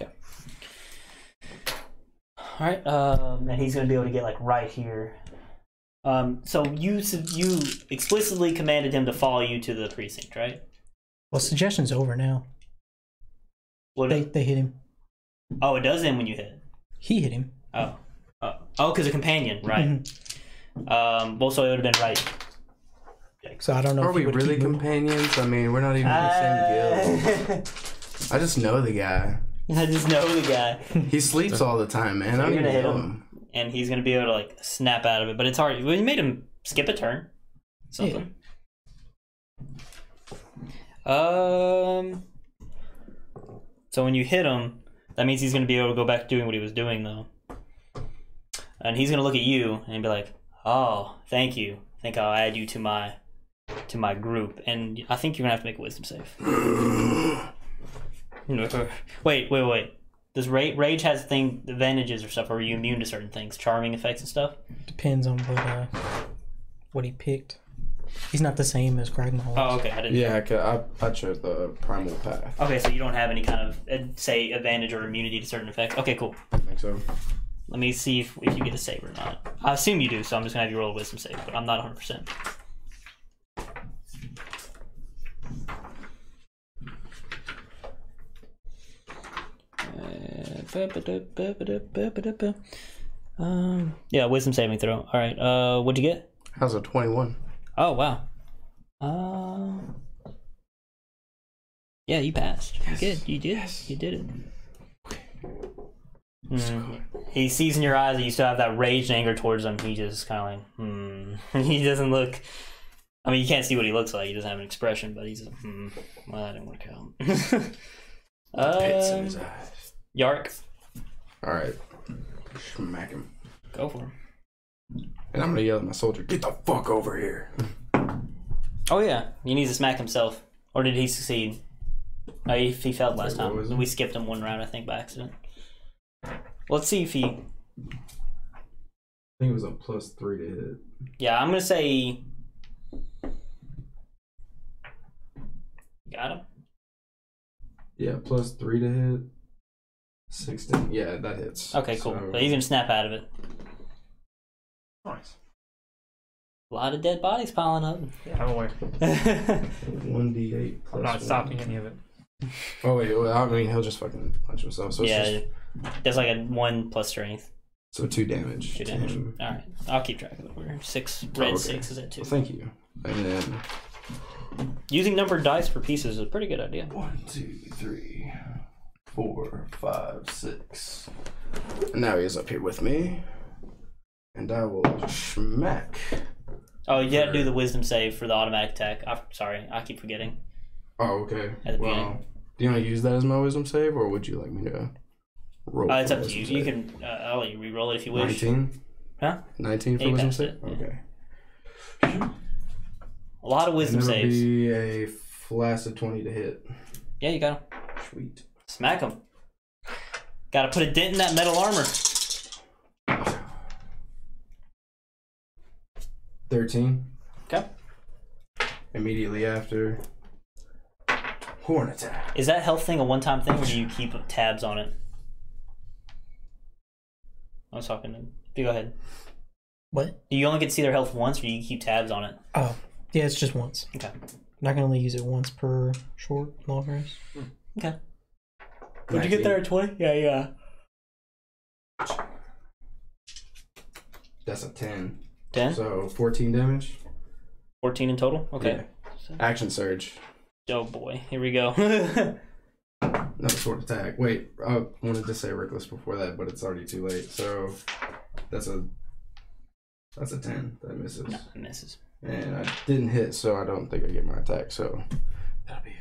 [SPEAKER 2] Okay. All right. Um, and he's gonna be able to get like right here. Um, so you s- you explicitly commanded him to follow you to the precinct, right?
[SPEAKER 7] Well, suggestion's over now.
[SPEAKER 2] What?
[SPEAKER 7] They they hit him.
[SPEAKER 2] oh, it does end when you hit.
[SPEAKER 7] He hit him.
[SPEAKER 2] Oh. Oh, oh, because a companion, right? um, well, so it would have been right.
[SPEAKER 7] So I don't know.
[SPEAKER 3] Are
[SPEAKER 7] if he
[SPEAKER 3] we
[SPEAKER 7] would
[SPEAKER 3] really
[SPEAKER 7] keep moving.
[SPEAKER 3] companions? I mean, we're not even in the same guild. I just know the guy.
[SPEAKER 2] [LAUGHS] I just know the guy.
[SPEAKER 3] He sleeps all the time, man. I don't
[SPEAKER 2] You're
[SPEAKER 3] even
[SPEAKER 2] gonna
[SPEAKER 3] know
[SPEAKER 2] hit
[SPEAKER 3] him.
[SPEAKER 2] and he's gonna be able to like snap out of it. But it's hard. We made him skip a turn. Something. Um. So when you hit him, that means he's gonna be able to go back doing what he was doing though. And he's gonna look at you and be like, "Oh, thank you. I think I'll add you to my to my group." And I think you're gonna have to make a wisdom save. wait, wait, wait. Does rage, rage has thing advantages or stuff? Or are you immune to certain things, charming effects and stuff?
[SPEAKER 7] Depends on what uh, what he picked. He's not the same as Cragmaw.
[SPEAKER 2] Oh, okay. I didn't.
[SPEAKER 3] Yeah, I, ca- I, I chose the primal path.
[SPEAKER 2] Okay, so you don't have any kind of uh, say advantage or immunity to certain effects. Okay, cool.
[SPEAKER 3] I think so.
[SPEAKER 2] Let me see if, if you get a save or not. I assume you do, so I'm just gonna have you roll a wisdom save, but I'm not 100. percent Uh, Um, yeah, wisdom saving throw. All right. Uh, what'd you get?
[SPEAKER 3] How's a 21?
[SPEAKER 2] Oh wow. Um. Yeah, you passed. You good. You did. You did it. Mm. He sees in your eyes that you still have that rage and anger towards him. He just kind of like, hmm. [LAUGHS] He doesn't look. I mean, you can't see what he looks like. He doesn't have an expression, but he's just, hmm. Well, that didn't work out. [LAUGHS]
[SPEAKER 3] Pits in
[SPEAKER 2] uh,
[SPEAKER 3] his eyes.
[SPEAKER 2] Yark,
[SPEAKER 3] All right. Smack him.
[SPEAKER 2] go for him.
[SPEAKER 3] And I'm gonna yell at my soldier, get the fuck over here.
[SPEAKER 2] Oh yeah, he needs to smack himself. Or did he succeed? No, he, he failed last
[SPEAKER 3] Wait, what was
[SPEAKER 2] time.
[SPEAKER 3] it?
[SPEAKER 2] We skipped him one round, I think, by accident. Let's see if he.
[SPEAKER 3] I think it was a plus three to hit.
[SPEAKER 2] Yeah, I'm gonna say. Got him.
[SPEAKER 3] Yeah, plus three to hit. Sixteen. Yeah, that hits.
[SPEAKER 2] Okay, cool.
[SPEAKER 3] So-
[SPEAKER 2] But he's gonna snap out of it.
[SPEAKER 6] Nice.
[SPEAKER 2] A lot of dead bodies piling up.
[SPEAKER 6] I'm
[SPEAKER 2] [LAUGHS]
[SPEAKER 6] aware.
[SPEAKER 3] One D eight plus.
[SPEAKER 6] I'm not
[SPEAKER 3] one.
[SPEAKER 6] stopping any of it.
[SPEAKER 3] Oh wait, well, I mean he'll just fucking punch himself. So it's
[SPEAKER 2] yeah,
[SPEAKER 3] just
[SPEAKER 2] that's like a one plus strength.
[SPEAKER 3] so two damage.
[SPEAKER 2] Two
[SPEAKER 3] to
[SPEAKER 2] damage.
[SPEAKER 3] him.
[SPEAKER 2] All right, I'll keep track of it. We're six red
[SPEAKER 3] Oh, okay.
[SPEAKER 2] six is at two.
[SPEAKER 3] Well, thank you. And then
[SPEAKER 2] Using numbered dice for pieces is a pretty good idea.
[SPEAKER 3] one, two, three, four, five, six. And now he's up here with me. And I will smack.
[SPEAKER 2] Oh, you gotta do the wisdom save for the automatic attack. I'm sorry, I keep forgetting.
[SPEAKER 3] Oh, okay.
[SPEAKER 2] At the
[SPEAKER 3] Well,
[SPEAKER 2] beginning.
[SPEAKER 3] do you want to use that as my wisdom save, or would you like me to roll?
[SPEAKER 2] Uh, it's
[SPEAKER 3] for
[SPEAKER 2] up to
[SPEAKER 3] wisdom
[SPEAKER 2] you. You
[SPEAKER 3] save?
[SPEAKER 2] can. Uh, I'll let you re-roll it if you wish.
[SPEAKER 3] 19?
[SPEAKER 2] Huh?
[SPEAKER 3] 19 for
[SPEAKER 2] Yeah, you
[SPEAKER 3] wisdom
[SPEAKER 2] passed
[SPEAKER 3] save?
[SPEAKER 2] it, yeah.
[SPEAKER 3] Okay.
[SPEAKER 2] A lot of wisdom
[SPEAKER 3] and it'll
[SPEAKER 2] saves.
[SPEAKER 3] be a flaccid 20 to hit.
[SPEAKER 2] Yeah, you got him.
[SPEAKER 3] Sweet.
[SPEAKER 2] Smack him. Got to put a dent in that metal armor.
[SPEAKER 3] 13.
[SPEAKER 2] Okay.
[SPEAKER 3] Immediately after. Horn attack.
[SPEAKER 2] Is that health thing a one-time thing, or do you keep tabs on it? I was talking. To... You go ahead.
[SPEAKER 7] What?
[SPEAKER 2] Do you only get to see their health once, or do you keep tabs on it?
[SPEAKER 7] Oh, yeah, it's just once.
[SPEAKER 2] Okay.
[SPEAKER 7] And I can only use it once per short long rest.
[SPEAKER 2] Would you get there at twenty? Yeah, yeah.
[SPEAKER 3] That's a 10.
[SPEAKER 2] Ten.
[SPEAKER 3] So 14 damage.
[SPEAKER 2] Fourteen in total. Okay.
[SPEAKER 3] Yeah. Action surge.
[SPEAKER 2] Oh boy, here we go. [LAUGHS]
[SPEAKER 3] Another short attack. Wait, I wanted to say reckless before that, but it's already too late. So that's a that's a 10 that misses.
[SPEAKER 2] no, it misses.
[SPEAKER 3] And I didn't hit, so I don't think I get my attack. So that'll be it.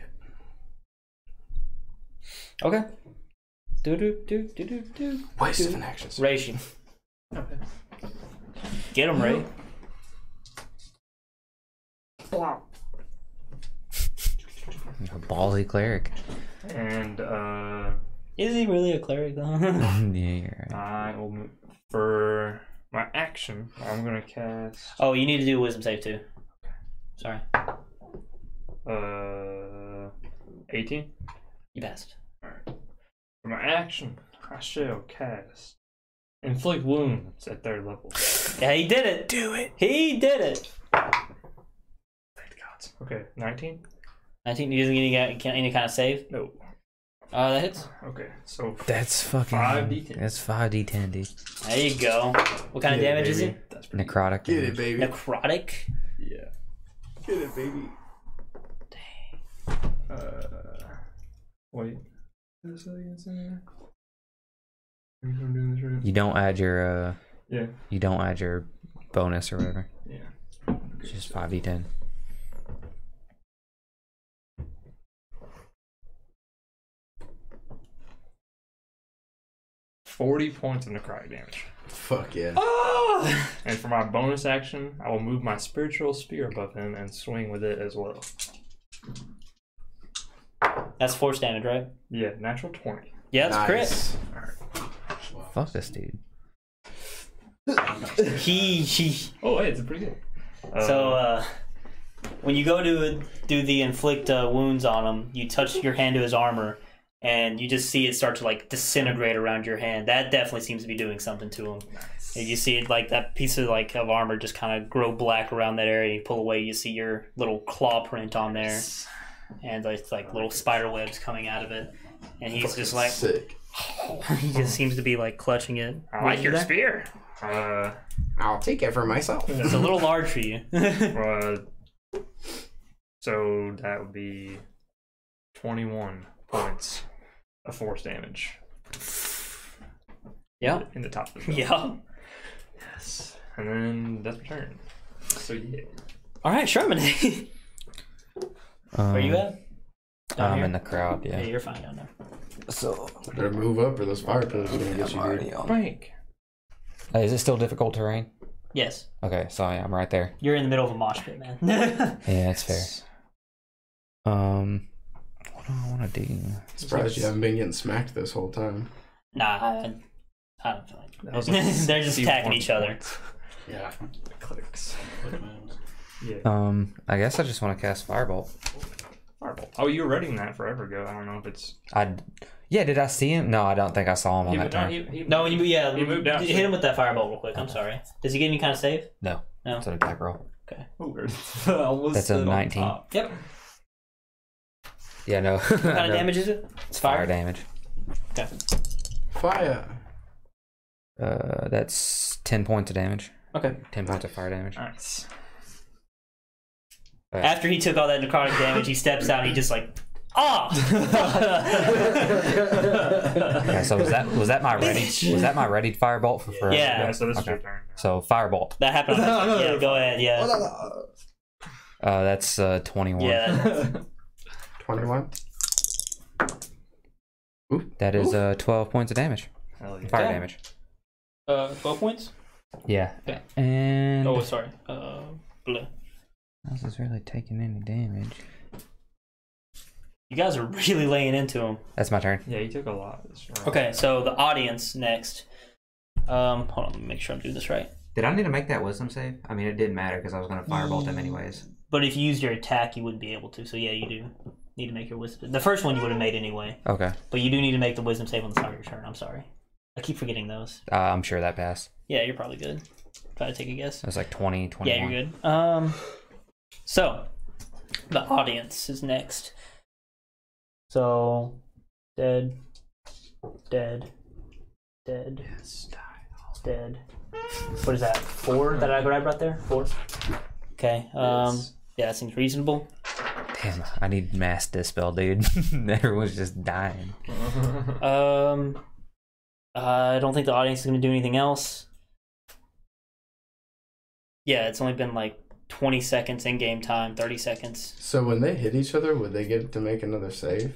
[SPEAKER 2] Okay. Do do do do do do.
[SPEAKER 3] Waste of an action. surge.
[SPEAKER 2] Reishi. Get him, Ray.
[SPEAKER 8] A ballsy cleric.
[SPEAKER 6] And uh,
[SPEAKER 2] Is he really a cleric though?
[SPEAKER 8] [LAUGHS]
[SPEAKER 2] [LAUGHS]
[SPEAKER 8] yeah, you're right.
[SPEAKER 6] I will move for my action. I'm gonna cast.
[SPEAKER 2] oh, you need to do a wisdom save too. Sorry,
[SPEAKER 6] Uh, 18.
[SPEAKER 2] you passed.
[SPEAKER 6] For my action, I shall cast inflict wounds at third level.
[SPEAKER 2] Yeah, he did it. Do it. He did it.
[SPEAKER 6] Okay, 19.
[SPEAKER 2] I think he doesn't get any, any kind of save.
[SPEAKER 6] No.
[SPEAKER 2] Oh, that hits.
[SPEAKER 6] Okay, so
[SPEAKER 8] That's fucking.
[SPEAKER 6] 5d10.
[SPEAKER 8] That's 5d10, dude.
[SPEAKER 2] There you go. What kind of
[SPEAKER 3] Yeah,
[SPEAKER 2] damage is
[SPEAKER 3] baby.
[SPEAKER 2] it?
[SPEAKER 8] Necrotic.
[SPEAKER 3] Get
[SPEAKER 8] damage.
[SPEAKER 3] it, baby.
[SPEAKER 2] Necrotic. [LAUGHS]
[SPEAKER 3] Yeah. Get it, baby.
[SPEAKER 6] Uh, wait. Is this something that's in there? Maybe I'm doing this right.
[SPEAKER 8] You don't add your. uh
[SPEAKER 6] Yeah.
[SPEAKER 8] You don't add your bonus or whatever.
[SPEAKER 6] Yeah.
[SPEAKER 8] It's just 5d10.
[SPEAKER 6] Forty points of necrotic damage.
[SPEAKER 3] Fuck yeah.
[SPEAKER 2] Oh!
[SPEAKER 6] And for my bonus action, I will move my spiritual spear above him and swing with it as well.
[SPEAKER 2] That's force damage, right?
[SPEAKER 6] Yeah, natural twenty.
[SPEAKER 2] Yeah, that's
[SPEAKER 3] Nice.
[SPEAKER 8] Fuck this dude.
[SPEAKER 2] crit. He he.
[SPEAKER 6] Oh, hey, it's pretty good. Uh,
[SPEAKER 2] So uh, when you go to do the inflict uh, wounds on him, you touch your hand to his armor, and you just see it start to like disintegrate around your hand. That definitely seems to be doing something to him. And you see it like that piece of like of armor just kind of grow black around that area. You pull away, you see your little claw print on there, and it's like little spider webs coming out of it. And he's just like
[SPEAKER 3] Sick.
[SPEAKER 2] he just seems to be like clutching it.
[SPEAKER 6] I like your spear. Uh,
[SPEAKER 3] I'll take it
[SPEAKER 2] [LAUGHS]
[SPEAKER 3] for myself.
[SPEAKER 2] It's a little large for you. [LAUGHS]
[SPEAKER 6] uh, so that would be twenty-one points of force damage
[SPEAKER 2] yeah.
[SPEAKER 6] in the top of the [LAUGHS] spell.
[SPEAKER 2] Yeah.
[SPEAKER 6] Yes. And then that's my turn. So yeah.
[SPEAKER 2] All right, Sherman.
[SPEAKER 8] Um,
[SPEAKER 2] Where you at? Down
[SPEAKER 8] I'm
[SPEAKER 2] here?
[SPEAKER 8] in the crowd,
[SPEAKER 2] Yeah,
[SPEAKER 8] yeah.
[SPEAKER 2] you're fine down there.
[SPEAKER 8] So.
[SPEAKER 3] Better move up or those fire pillars are gonna get you, dude.
[SPEAKER 6] Frank.
[SPEAKER 8] Hey, is it still difficult terrain?
[SPEAKER 2] Yes,
[SPEAKER 8] Okay, so yeah, I'm right there.
[SPEAKER 2] you're in the middle of a mosh pit, man. [LAUGHS]
[SPEAKER 8] Yeah, that's fair. Um, what do I want to do?
[SPEAKER 3] Surprised you haven't been getting smacked this whole time.
[SPEAKER 2] nah, I, I don't feel like
[SPEAKER 6] That was
[SPEAKER 2] [LAUGHS] they're just
[SPEAKER 6] few
[SPEAKER 2] attacking
[SPEAKER 6] more
[SPEAKER 2] each other.
[SPEAKER 4] Yeah.
[SPEAKER 6] clicks.
[SPEAKER 4] Quick moves.
[SPEAKER 8] Um, I guess I just want to cast Firebolt.
[SPEAKER 6] Fireball. Oh, you were reading that forever ago. I don't know if it's.
[SPEAKER 8] I, yeah, did I see him? No, I don't think I saw him on
[SPEAKER 6] He
[SPEAKER 8] that
[SPEAKER 6] would not-
[SPEAKER 8] turn.
[SPEAKER 6] he- he-
[SPEAKER 2] No, you, yeah,
[SPEAKER 6] He moved out,
[SPEAKER 2] Hit
[SPEAKER 6] so-
[SPEAKER 2] him with that fireball real quick. I'm sorry. Does he get any kind of save?
[SPEAKER 8] No,
[SPEAKER 2] No.
[SPEAKER 8] it's an attack roll.
[SPEAKER 10] Oh, almost
[SPEAKER 8] That's a
[SPEAKER 10] stood on
[SPEAKER 8] 19.
[SPEAKER 10] top.
[SPEAKER 2] Yep.
[SPEAKER 8] Yeah, no.
[SPEAKER 2] What kind
[SPEAKER 8] [LAUGHS] No.
[SPEAKER 2] of damage is it? It's
[SPEAKER 8] Fire
[SPEAKER 2] fire.
[SPEAKER 8] damage.
[SPEAKER 3] Fire.
[SPEAKER 8] Uh, that's ten points of damage.
[SPEAKER 2] Okay.
[SPEAKER 8] Ten points of fire damage. Uh,
[SPEAKER 6] Nice.
[SPEAKER 2] After he took all that necrotic damage, he steps out and he just like, [LAUGHS] ah!
[SPEAKER 8] Okay, so was that was that my
[SPEAKER 2] [LAUGHS]
[SPEAKER 8] ready was that my ready firebolt for for-
[SPEAKER 2] Yeah.
[SPEAKER 6] Yeah, so this is
[SPEAKER 8] Okay.
[SPEAKER 6] your turn.
[SPEAKER 8] So firebolt.
[SPEAKER 2] that happened. On no, yeah, go ahead. Yeah.
[SPEAKER 8] Uh, that's uh twenty one.
[SPEAKER 2] Yeah.
[SPEAKER 3] 21.
[SPEAKER 8] That is uh twelve points of damage.
[SPEAKER 6] Hell yeah.
[SPEAKER 8] Fire
[SPEAKER 2] Okay.
[SPEAKER 8] damage.
[SPEAKER 2] Uh, 12 points?
[SPEAKER 8] Yeah.
[SPEAKER 2] Okay.
[SPEAKER 8] And
[SPEAKER 2] Oh, sorry. Uh, blue.
[SPEAKER 8] this is really taking any damage.
[SPEAKER 2] You guys are really laying into him.
[SPEAKER 8] That's my turn.
[SPEAKER 6] Yeah, you took a lot. This round.
[SPEAKER 2] Okay, so the audience next. Um, hold on, let me make sure I'm doing this right.
[SPEAKER 5] Did I need to make that wisdom save? I mean, it didn't matter because I was going to fireball
[SPEAKER 2] Mm.
[SPEAKER 5] them anyways.
[SPEAKER 2] But if you used your attack, you wouldn't be able to. So yeah, you do need to make your wisdom. The first one you would have made anyway,
[SPEAKER 8] Okay.
[SPEAKER 2] but you do need to make the wisdom save on the start of your turn. I'm sorry, I keep forgetting those.
[SPEAKER 8] Uh, I'm sure that passed.
[SPEAKER 2] Yeah, you're probably good. Try to take a guess.
[SPEAKER 8] That's like 20, 21.
[SPEAKER 2] Yeah, you're good. Um, so the audience is next. So dead, dead, dead, dead. What is that? Four that I grabbed right there. Four. Okay. Um. Yeah, that seems reasonable.
[SPEAKER 8] Damn, I need mass dispel, dude. [LAUGHS] Everyone's just dying.
[SPEAKER 2] Um. I don't think the audience is going to do anything else. Yeah, it's only been like 20 seconds in game time, 30 seconds.
[SPEAKER 3] So when they hit each other, would they get to make another save?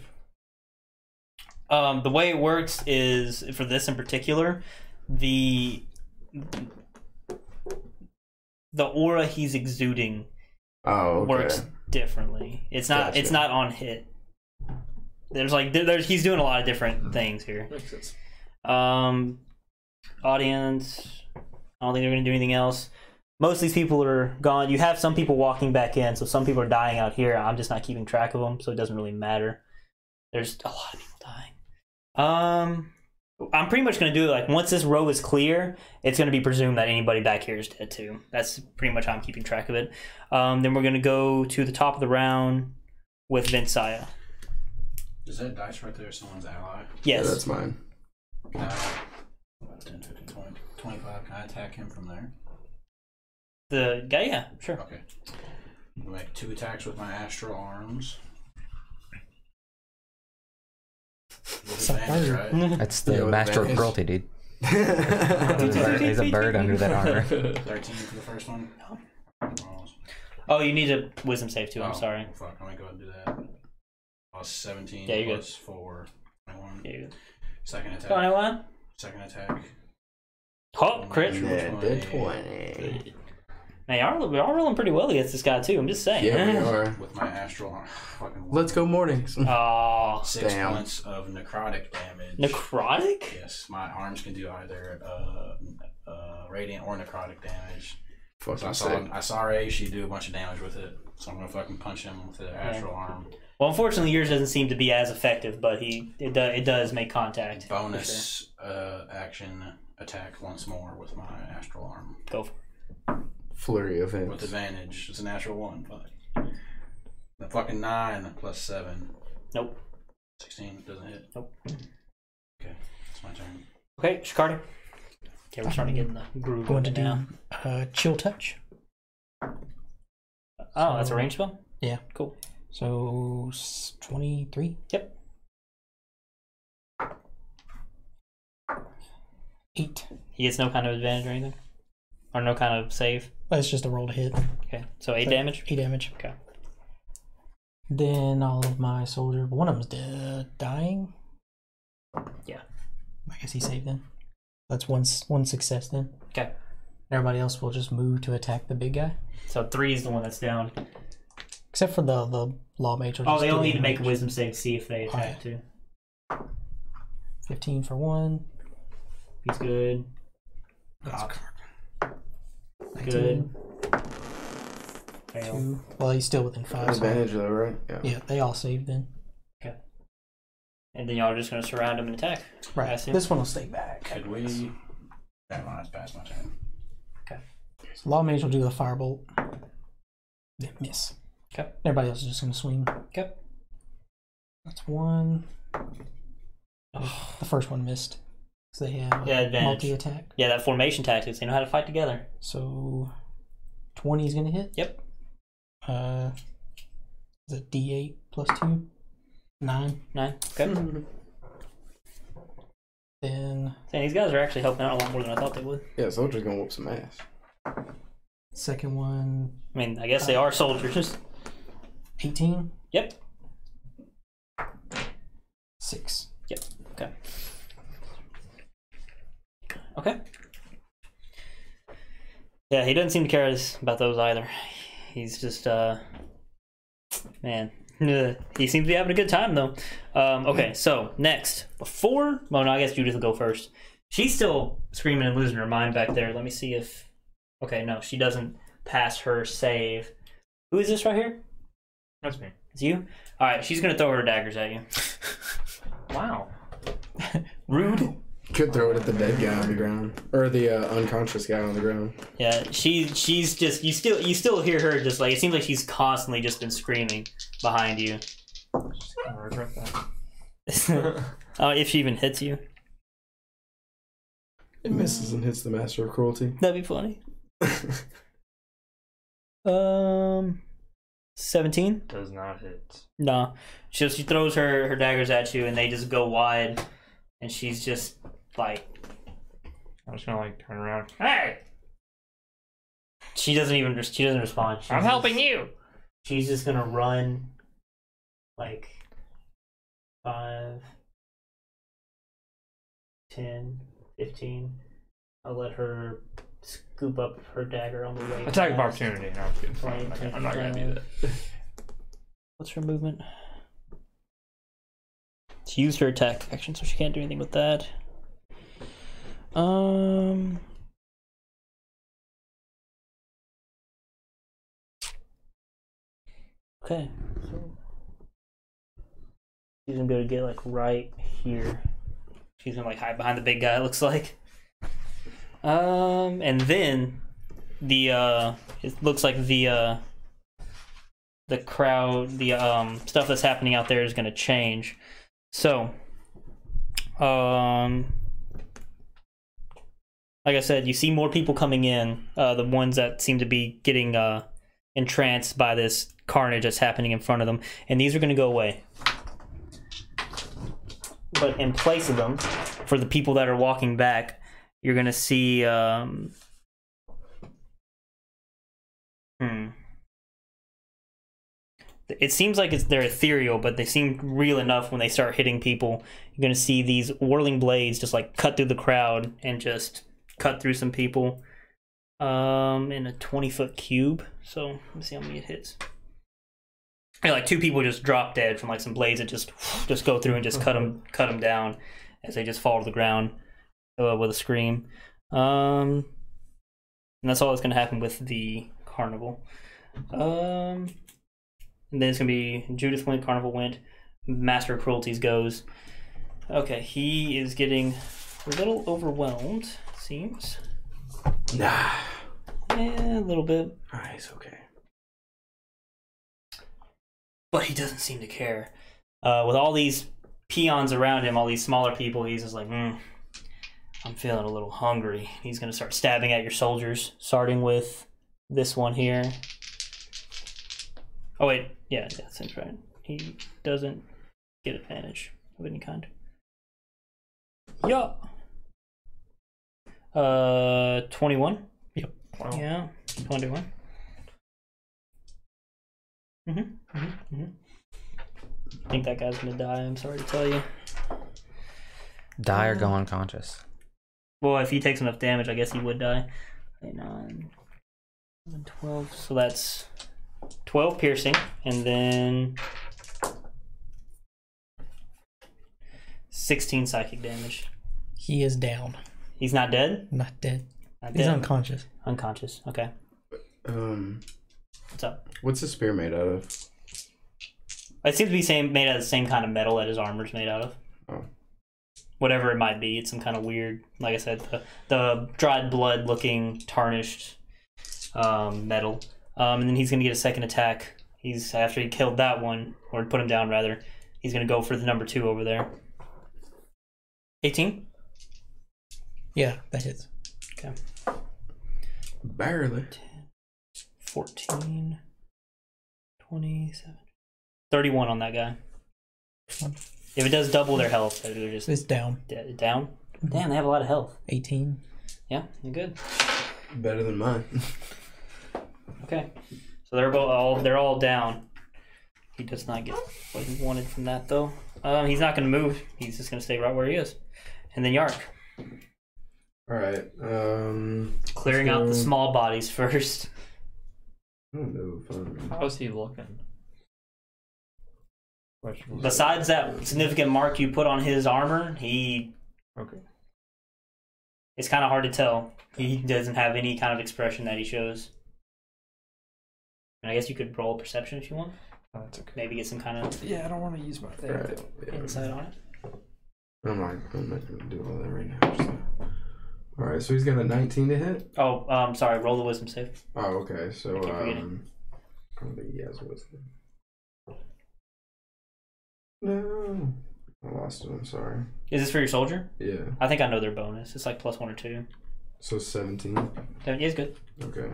[SPEAKER 2] Um, the way it works is for this in particular, the the aura he's exuding
[SPEAKER 3] Oh, okay.
[SPEAKER 2] works differently. It's not it's
[SPEAKER 3] Gotcha.
[SPEAKER 2] not on hit. There's like there- there's he's doing a lot of different things here.
[SPEAKER 10] Makes sense.
[SPEAKER 2] Um, audience, I don't think they're gonna do anything else. Most of these people are gone. You have some people walking back in, so some people are dying out here. I'm just not keeping track of them, so it doesn't really matter. There's a lot of people dying. Um, I'm pretty much gonna do it like once this row is clear, it's gonna be presumed that anybody back here is dead too. That's pretty much how I'm keeping track of it. Um, then we're gonna go to the top of the round with Vinsaya.
[SPEAKER 4] Is that dice right there someone's ally?
[SPEAKER 3] Yeah,
[SPEAKER 2] Yes.
[SPEAKER 3] that's mine.
[SPEAKER 4] No. 10, 15, 20, 25. Can I attack him from there?
[SPEAKER 2] The guy, yeah, sure.
[SPEAKER 4] Okay. I Make two attacks with my astral arms.
[SPEAKER 3] [LAUGHS]
[SPEAKER 4] With advantage, right?
[SPEAKER 8] [LAUGHS] That's the
[SPEAKER 3] Yeah, with
[SPEAKER 8] master of
[SPEAKER 3] advantage.
[SPEAKER 8] cruelty, dude. There's a bird,
[SPEAKER 3] That's
[SPEAKER 8] there's a bird under that
[SPEAKER 2] [LAUGHS]
[SPEAKER 8] armor.
[SPEAKER 4] 13 for the first one. Oh,
[SPEAKER 2] Oh, you need a wisdom save too. I'm sorry.
[SPEAKER 4] Fuck, I'm gonna go ahead and do that. Plus 17
[SPEAKER 2] Yeah, you're
[SPEAKER 4] plus 4. 21.
[SPEAKER 2] Yeah, you-
[SPEAKER 4] Second attack.
[SPEAKER 2] Go on, Ewan.
[SPEAKER 4] Second attack.
[SPEAKER 2] Oh, crit.
[SPEAKER 3] Yeah,
[SPEAKER 4] Twenty.
[SPEAKER 3] did 20.
[SPEAKER 2] Man, y'all, we all rolling pretty well against this guy too. I'm just saying.
[SPEAKER 3] Yeah,
[SPEAKER 2] [LAUGHS]
[SPEAKER 3] we are.
[SPEAKER 4] With my astral arm. [SIGHS] Fucking
[SPEAKER 3] Let's go mornings.
[SPEAKER 2] Uh,
[SPEAKER 3] [LAUGHS]
[SPEAKER 2] Aw,
[SPEAKER 4] Six
[SPEAKER 3] Damn.
[SPEAKER 4] points of necrotic damage.
[SPEAKER 2] necrotic.
[SPEAKER 4] Yes, my arms can do either uh, uh, radiant or necrotic damage. So I
[SPEAKER 3] Fucking sick.
[SPEAKER 4] saw I saw Reishi do a bunch of damage with it, so I'm gonna fucking punch him with the astral arm.
[SPEAKER 2] Well, unfortunately, yours doesn't seem to be as effective, but he it, do, it does make contact.
[SPEAKER 4] Bonus uh, action attack once more with my astral arm
[SPEAKER 2] Go for it.
[SPEAKER 3] Flurry of
[SPEAKER 4] with
[SPEAKER 3] hits.
[SPEAKER 4] advantage. It's a natural one. Fuck. The fucking nine plus seven.
[SPEAKER 2] Nope.
[SPEAKER 4] Sixteen doesn't hit.
[SPEAKER 2] Nope.
[SPEAKER 4] Okay, it's my turn.
[SPEAKER 2] Okay, Shikari. Okay, we're starting to get in the groove
[SPEAKER 7] [LAUGHS] Going
[SPEAKER 2] of
[SPEAKER 7] to
[SPEAKER 2] it
[SPEAKER 7] do
[SPEAKER 2] now.
[SPEAKER 7] uh, chill touch.
[SPEAKER 2] Oh, that's a range spell.
[SPEAKER 7] Yeah.
[SPEAKER 2] Cool.
[SPEAKER 7] So s- 23.
[SPEAKER 2] Yep.
[SPEAKER 7] Eight.
[SPEAKER 2] He gets no kind of advantage or anything, or no kind of save.
[SPEAKER 7] That's just a roll to hit.
[SPEAKER 2] Okay, so eight damage.
[SPEAKER 7] Eight damage.
[SPEAKER 2] Okay.
[SPEAKER 7] Then all of my soldier, one of them's dead, dying.
[SPEAKER 2] Yeah.
[SPEAKER 7] I guess he saved then. That's one s- one success then.
[SPEAKER 2] Okay.
[SPEAKER 7] Everybody else will just move to attack the big guy,
[SPEAKER 2] So three is the one that's down.
[SPEAKER 7] except for the the law mage. will
[SPEAKER 2] Oh,
[SPEAKER 7] just
[SPEAKER 2] they
[SPEAKER 7] do
[SPEAKER 2] all need to
[SPEAKER 7] damage.
[SPEAKER 2] make a wisdom save to see if they attack
[SPEAKER 7] Alright.
[SPEAKER 2] too.
[SPEAKER 7] Fifteen for one.
[SPEAKER 2] He's good. Good. Fail.
[SPEAKER 7] Two. Well, he's still within five. So
[SPEAKER 3] Advantage though, right?
[SPEAKER 7] yeah, they all saved then.
[SPEAKER 2] And then y'all are just gonna surround him and attack. I
[SPEAKER 7] Right.
[SPEAKER 2] see.
[SPEAKER 7] This one will stay back.
[SPEAKER 4] Could we? Never mind, it's past my turn.
[SPEAKER 7] Law mage will do the firebolt. Then miss.
[SPEAKER 2] Okay.
[SPEAKER 7] Everybody else is just gonna swing.
[SPEAKER 2] Okay.
[SPEAKER 7] That's one. The first one missed. So they have
[SPEAKER 2] Yeah, advantage.
[SPEAKER 7] multi attack.
[SPEAKER 2] Yeah, that formation tactics. They know how to fight together.
[SPEAKER 7] So twenty is gonna hit.
[SPEAKER 2] Yep.
[SPEAKER 7] Uh, is it D eight plus two? Nine.
[SPEAKER 2] Nine. Okay.
[SPEAKER 7] Then
[SPEAKER 2] So these guys are actually helping out a lot more than I thought they would.
[SPEAKER 3] Yeah, soldier's gonna whoop some ass.
[SPEAKER 7] second one,
[SPEAKER 2] I mean, I guess they are soldiers. [LAUGHS]
[SPEAKER 7] 18.
[SPEAKER 2] Yep.
[SPEAKER 7] Six.
[SPEAKER 2] Okay. Yeah, he doesn't seem to care as- about those either. He's just, uh, man, Ugh. he seems to be having a good time though. Um,
[SPEAKER 6] Mm-hmm.
[SPEAKER 2] okay, so next, before, well, no, I guess Judith will go first. She's still screaming and losing her mind back there. Let me see if, okay, no, she doesn't pass her save. Who is this right here?
[SPEAKER 6] That's me.
[SPEAKER 2] It's you. All right, she's gonna throw her daggers at you.
[SPEAKER 6] Wow.
[SPEAKER 2] Rude.
[SPEAKER 3] Could throw it at the dead guy on the ground or the uh, unconscious guy on the ground.
[SPEAKER 2] Yeah, she she's just you still you still hear her just like it seems like she's constantly just been screaming behind you.
[SPEAKER 6] I regret that.
[SPEAKER 2] [LAUGHS] uh, if she even hits you,
[SPEAKER 3] It misses and hits the master of cruelty. [LAUGHS]
[SPEAKER 2] that'd be funny. Um, seventeen.
[SPEAKER 6] Does not hit.
[SPEAKER 2] No, she she throws her her daggers at you and they just go wide, and she's just like
[SPEAKER 6] I'm just gonna like turn around. Hey,
[SPEAKER 2] she doesn't even res- she doesn't respond. She's
[SPEAKER 6] I'm
[SPEAKER 2] just-
[SPEAKER 6] helping you.
[SPEAKER 2] She's just gonna run like five, ten, fifteen. I'll let her scoop up her dagger on the way.
[SPEAKER 6] Attack of
[SPEAKER 2] past.
[SPEAKER 6] opportunity. No, I'm kidding. I'm not gonna- I'm not gonna do that.
[SPEAKER 2] What's her movement? She used her attack action, so she can't do anything with that. Um. Okay. So she's gonna be able to get like right here. She's gonna like hide behind the big guy. It looks like. Um, and then the uh, it looks like the uh the crowd, the um stuff that's happening out there is going to change. So, um, like I said, you see more people coming in. Uh, the ones that seem to be getting uh entranced by this carnage that's happening in front of them, and these are going to go away. But in place of them, for the people that are walking back, you're going to see. Um, hmm it seems like it's they're ethereal, but they seem real enough when they start hitting people. You're gonna see these whirling blades just like cut through the crowd and just cut through some people. Um, in a twenty foot cube. So let me see how many it hits. And like two people just drop dead from like some blades that just [SIGHS] just go through and just cut them cut them down as they just fall to the ground uh, with a scream. Um, and that's all that's gonna happen with the carnival. Um. And then it's gonna be Judith went, Carnival went, Master of Cruelties goes. Okay, he is getting a little overwhelmed, seems.
[SPEAKER 3] Nah.
[SPEAKER 2] Yeah, a little bit.
[SPEAKER 3] Alright, it's okay.
[SPEAKER 2] But he doesn't seem to care. Uh, with all these peons around him, all these smaller people, he's just like, hmm, I'm feeling a little hungry. He's gonna start stabbing at your soldiers, starting with this one here. Oh wait, yeah, yeah, that seems right. He doesn't get advantage of any kind. Yeah. Uh, twenty-one.
[SPEAKER 7] Yep.
[SPEAKER 6] Wow.
[SPEAKER 2] Yeah, twenty-one. Mhm. Mhm. Mhm. I think that guy's gonna die. I'm sorry to tell you.
[SPEAKER 8] Die or go unconscious.
[SPEAKER 2] Well, if he takes enough damage, I guess he would die. eight, nine, 11, 12. So that's 12 piercing, and then 16 psychic damage.
[SPEAKER 7] He is down,
[SPEAKER 2] He's not dead?
[SPEAKER 7] not dead.
[SPEAKER 2] Not
[SPEAKER 7] He's
[SPEAKER 2] dead.
[SPEAKER 7] unconscious.
[SPEAKER 2] Unconscious. Okay.
[SPEAKER 3] Um,
[SPEAKER 2] What's up?
[SPEAKER 3] what's the spear made out of?
[SPEAKER 2] It seems to be same, made out of the same kind of metal that his armor's made out of.
[SPEAKER 3] Oh.
[SPEAKER 2] Whatever it might be. It's some kind of weird, like I said, the, the dried blood looking tarnished um, metal. Um, and then he's going to get a second attack. He's after he killed that one, or put him down rather. He's going to go for the number two over there. 18?
[SPEAKER 7] Yeah, that hits.
[SPEAKER 3] Barely.
[SPEAKER 2] 14, 27, 31 on that guy. If it does double their health, they're they're just
[SPEAKER 7] It's down.
[SPEAKER 2] d- down. Damn, they have a lot of health.
[SPEAKER 7] 18.
[SPEAKER 2] Yeah, you're good.
[SPEAKER 3] Better than mine.
[SPEAKER 2] Okay, so they're both all they're all down. He does not get what he wanted from that though. Um, he's not gonna move. He's just gonna stay right where he is. And then Yark
[SPEAKER 3] All right. Um,
[SPEAKER 2] clearing out the
[SPEAKER 3] So-
[SPEAKER 2] small bodies first.
[SPEAKER 3] I don't know if I'm.
[SPEAKER 6] How's he looking? Question.
[SPEAKER 2] Besides that significant mark you put on his armor, he
[SPEAKER 6] Okay.
[SPEAKER 2] it's kind of hard to tell. He doesn't have any kind of expression that he shows. And I guess you could roll perception if you want.
[SPEAKER 6] That's okay.
[SPEAKER 2] Maybe get some kind of
[SPEAKER 6] Yeah, I don't want to use my thing.
[SPEAKER 3] All right. yeah.
[SPEAKER 2] insight on it.
[SPEAKER 3] I'm not. I'm not gonna do all that right now. so. All right. So he's got a 19 to hit.
[SPEAKER 2] Oh, I'm um, sorry. Roll the wisdom save.
[SPEAKER 3] Oh, okay. So
[SPEAKER 2] I keep forgetting.
[SPEAKER 3] um, I don't think he has wisdom. No, I lost it. I'm sorry.
[SPEAKER 2] Is this for your soldier?
[SPEAKER 3] Yeah.
[SPEAKER 2] I think I know their bonus. It's like plus one or two.
[SPEAKER 3] So 17.
[SPEAKER 2] Yeah, It's good.
[SPEAKER 3] Okay.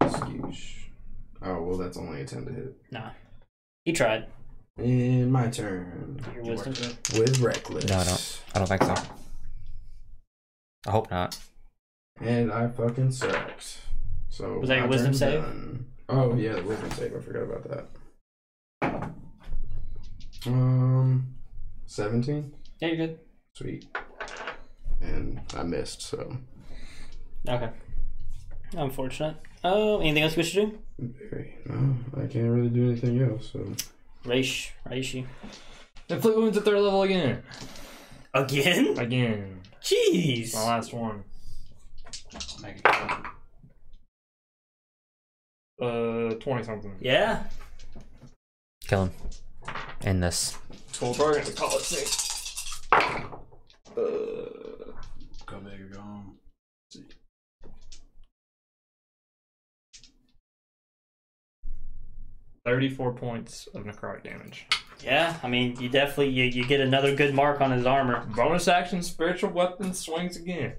[SPEAKER 3] Skoosh. Oh well, that's only a 10 to hit.
[SPEAKER 2] He tried.
[SPEAKER 3] And my turn
[SPEAKER 2] Your wisdom.
[SPEAKER 3] with reckless.
[SPEAKER 8] No, I I don't think so. I hope not.
[SPEAKER 3] And I fucking sucked. So
[SPEAKER 2] Was that your
[SPEAKER 3] my
[SPEAKER 2] wisdom
[SPEAKER 3] turn's
[SPEAKER 2] save?
[SPEAKER 3] done. Oh yeah, the wisdom save. I forgot about that. Um, seventeen.
[SPEAKER 2] Yeah, you're good.
[SPEAKER 3] Sweet. And I missed. So
[SPEAKER 2] Okay. Unfortunate. Oh, anything else you wish to do?
[SPEAKER 3] Very- no, I can't really do anything else. So
[SPEAKER 2] Raish, Raishi.
[SPEAKER 6] Inflict wounds at third level again.
[SPEAKER 2] Again?
[SPEAKER 6] Again.
[SPEAKER 2] Jeez.
[SPEAKER 6] My last one.
[SPEAKER 4] Make it count.
[SPEAKER 6] Uh, twenty something.
[SPEAKER 2] Yeah.
[SPEAKER 8] Kill him. End this.
[SPEAKER 6] Full target. We call it six.
[SPEAKER 4] Go big or go home.
[SPEAKER 6] Thirty-four points of necrotic damage.
[SPEAKER 2] Yeah. I mean, you definitely you, you get another good mark on his armor.
[SPEAKER 6] Bonus action, spiritual weapon swings again.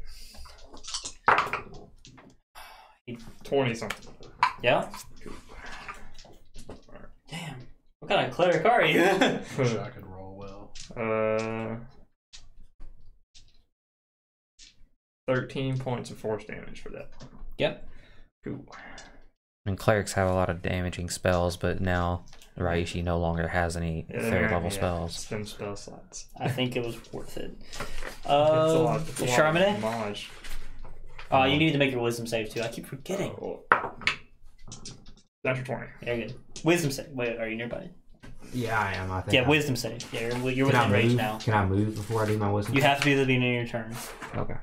[SPEAKER 6] Twenty something.
[SPEAKER 2] Yeah. Damn. What kind of cleric are you? [LAUGHS]
[SPEAKER 4] Wish I could roll well.
[SPEAKER 6] Uh, thirteen points of force damage for that.
[SPEAKER 2] Yep.
[SPEAKER 6] Cool.
[SPEAKER 8] And clerics have a lot of damaging spells, but now Raishi no longer has any
[SPEAKER 6] Yeah,
[SPEAKER 8] third level
[SPEAKER 6] yeah,
[SPEAKER 8] spells.
[SPEAKER 6] Spend spell slots.
[SPEAKER 2] I think it was worth it.
[SPEAKER 6] it's a
[SPEAKER 2] Uh,
[SPEAKER 6] lot. It's a lot of
[SPEAKER 2] Charmony?
[SPEAKER 6] damage.
[SPEAKER 2] Oh, you need to make your wisdom save too. I keep forgetting.
[SPEAKER 6] Oh. Natural twenty.
[SPEAKER 2] There you go. Wisdom save. Wait, are you nearby?
[SPEAKER 5] Yeah, I am. I think.
[SPEAKER 2] Yeah,
[SPEAKER 5] I-
[SPEAKER 2] wisdom save. Yeah, you're, you're
[SPEAKER 5] Can I
[SPEAKER 2] within range
[SPEAKER 5] move?
[SPEAKER 2] now.
[SPEAKER 5] Can I move before I do my wisdom?
[SPEAKER 2] You have to be at the beginning of your turn.
[SPEAKER 5] Okay.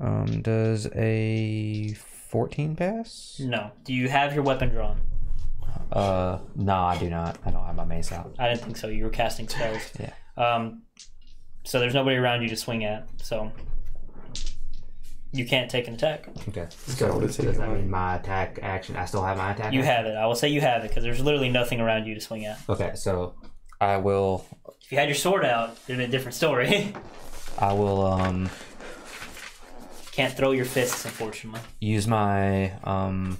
[SPEAKER 8] Um, does a 14 pass?
[SPEAKER 2] No. Do you have your weapon drawn?
[SPEAKER 8] Uh, no, I do not. I don't have my mace out.
[SPEAKER 2] I didn't think so. You were casting spells.
[SPEAKER 8] [LAUGHS] Yeah.
[SPEAKER 2] Um, so there's nobody around you to swing at. So you can't take an attack.
[SPEAKER 8] Okay.
[SPEAKER 5] So this does that mean my attack action? I still have my attack.
[SPEAKER 2] You
[SPEAKER 5] action?
[SPEAKER 2] have it. I will say you have it because there's literally nothing around you to swing at.
[SPEAKER 5] Okay, so
[SPEAKER 8] I will.
[SPEAKER 2] If you had your sword out, it'd been a different story. [LAUGHS]
[SPEAKER 8] I will. Um,
[SPEAKER 2] can't throw your fists, unfortunately.
[SPEAKER 8] use my um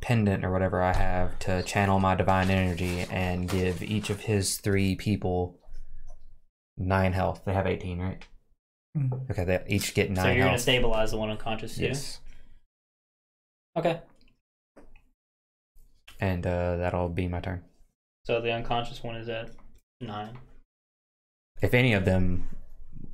[SPEAKER 8] pendant or whatever I have to channel my divine energy and give each of his three people nine health. They have eighteen, right?
[SPEAKER 7] Mhm.
[SPEAKER 8] Okay, they each get nine
[SPEAKER 2] so you're gonna
[SPEAKER 8] health.
[SPEAKER 2] stabilize the one unconscious. yeah?
[SPEAKER 8] yes,
[SPEAKER 2] Okay.
[SPEAKER 8] and uh, that'll be my turn.
[SPEAKER 2] So the unconscious one is at nine.
[SPEAKER 8] If any of them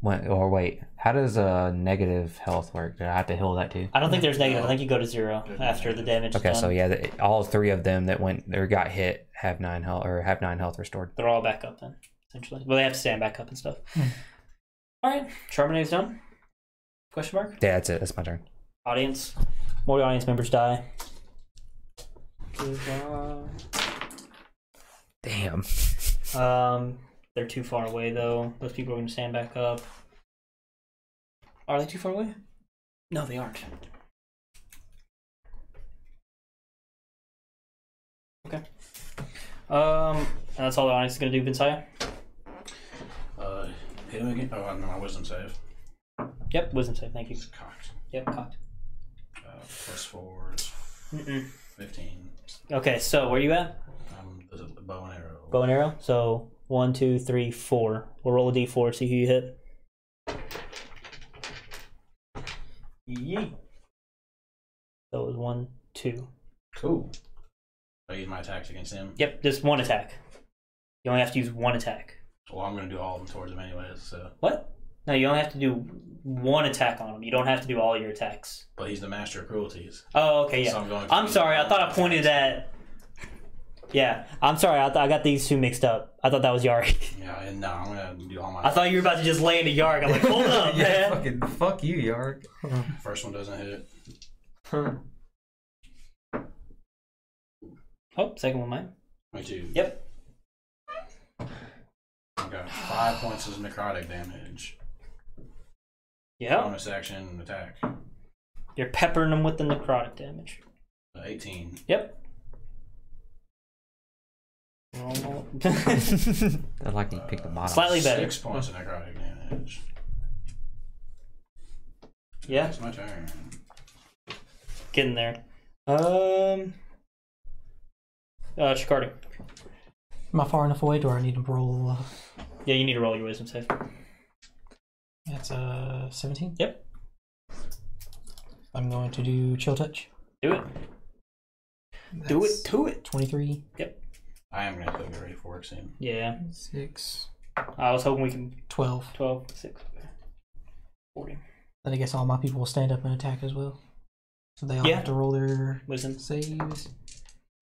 [SPEAKER 8] Wait, or wait, how does a negative health work? Do I have to heal that too?
[SPEAKER 2] I don't think there's negative. I think you go to zero after the damage.
[SPEAKER 8] Okay,
[SPEAKER 2] is done.
[SPEAKER 8] so yeah, the, all three of them that went or got hit have nine health or have nine health restored.
[SPEAKER 2] they're all back up then, essentially. Well, they have to stand back up and stuff. all right, Charminade's done. Question mark.
[SPEAKER 8] Yeah, that's it. That's my turn.
[SPEAKER 2] Audience, more audience members die.
[SPEAKER 8] Damn. [LAUGHS]
[SPEAKER 2] Um, they're too far away though. Those people are going to stand back up. Are they too far away? No, they aren't. Okay. Um, and that's all the audience is going to do, Vinsaya.
[SPEAKER 4] Uh, hit him again. Oh, no, my wisdom save.
[SPEAKER 2] Yep, wisdom save. Thank you.
[SPEAKER 4] It's cocked.
[SPEAKER 2] Yep, cocked.
[SPEAKER 4] Uh, plus four is
[SPEAKER 2] Mm-mm.
[SPEAKER 4] 15.
[SPEAKER 2] Okay, so where you at?
[SPEAKER 4] Um, there's a bow and arrow.
[SPEAKER 2] Bow and arrow. So one, two, three, four. We'll roll a d4, see who you hit. Yeet. So it was one, two.
[SPEAKER 4] Cool. I use my attacks against him.
[SPEAKER 2] Yep, just one attack. You only have to use one attack.
[SPEAKER 4] Well, I'm going to do all of them towards him anyways, so.
[SPEAKER 2] What? No, you only have to do one attack on him. You don't have to do all your attacks.
[SPEAKER 4] But he's the master of cruelties.
[SPEAKER 2] Oh, okay, yeah.
[SPEAKER 4] So I'm going
[SPEAKER 2] I'm
[SPEAKER 4] to-
[SPEAKER 2] sorry. I thought I pointed at. Yeah, I'm sorry. I, th- I got these two mixed up. I thought that was Yari. [LAUGHS]
[SPEAKER 4] Yeah, and no, I'm going to do all my.
[SPEAKER 2] I thought you were about to just lay into Yari.
[SPEAKER 5] [LAUGHS]
[SPEAKER 2] I'm like, hold up,
[SPEAKER 5] yeah,
[SPEAKER 2] man.
[SPEAKER 5] fucking fuck you, Yark.
[SPEAKER 4] First one doesn't hit.
[SPEAKER 2] Oh, second one mine.
[SPEAKER 4] Me too.
[SPEAKER 2] Yep.
[SPEAKER 4] Okay. Five points is necrotic damage.
[SPEAKER 2] Yep.
[SPEAKER 4] Bonus action attack.
[SPEAKER 2] You're peppering them with the necrotic damage.
[SPEAKER 4] Uh, 18.
[SPEAKER 2] Yep. Roll-
[SPEAKER 8] I like that you picked the bottom.
[SPEAKER 2] Slightly better.
[SPEAKER 4] Uh, Six points of necrotic damage.
[SPEAKER 2] yeah,
[SPEAKER 4] That's my turn.
[SPEAKER 2] getting there. Um. Uh, Shikardi.
[SPEAKER 7] Am I far enough away? Do I need to roll? Uh,
[SPEAKER 2] Yeah, you need to roll your wisdom save.
[SPEAKER 7] that's uh, 17?
[SPEAKER 2] Yep.
[SPEAKER 7] I'm going to do chill touch.
[SPEAKER 2] Do it. Do it.
[SPEAKER 7] That's
[SPEAKER 2] Do it.
[SPEAKER 7] 23,
[SPEAKER 4] I am going to put you ready for work soon.
[SPEAKER 2] Yeah.
[SPEAKER 7] 6,
[SPEAKER 2] I was hoping we can
[SPEAKER 7] 12.
[SPEAKER 2] 12, 6, 40.
[SPEAKER 7] Then I guess all my people will stand up and attack as well. So they all
[SPEAKER 2] Yeah.
[SPEAKER 7] have to roll their
[SPEAKER 2] Wisdom.
[SPEAKER 7] saves.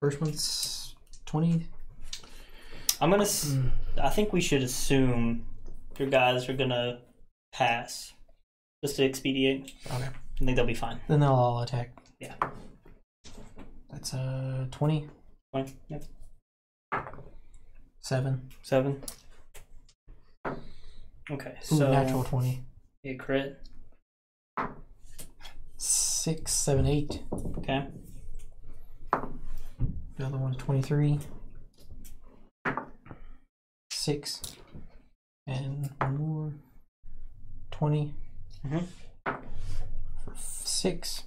[SPEAKER 7] First one's 20.
[SPEAKER 2] I'm gonna. s
[SPEAKER 3] Hmm.
[SPEAKER 2] I think we should assume your guys are gonna pass just to expedite.
[SPEAKER 7] Okay.
[SPEAKER 2] I think they'll be fine.
[SPEAKER 7] Then they'll all attack.
[SPEAKER 2] Yeah.
[SPEAKER 7] That's uh 20,
[SPEAKER 2] Fine. Yep.
[SPEAKER 7] 7.
[SPEAKER 2] Seven. Okay,
[SPEAKER 7] Ooh,
[SPEAKER 2] so
[SPEAKER 7] natural 20.
[SPEAKER 2] a crit.
[SPEAKER 7] 6, 7, 8.
[SPEAKER 2] Okay.
[SPEAKER 7] The other one's 23. 6. And one more. 20.
[SPEAKER 2] Mhm.
[SPEAKER 7] 6.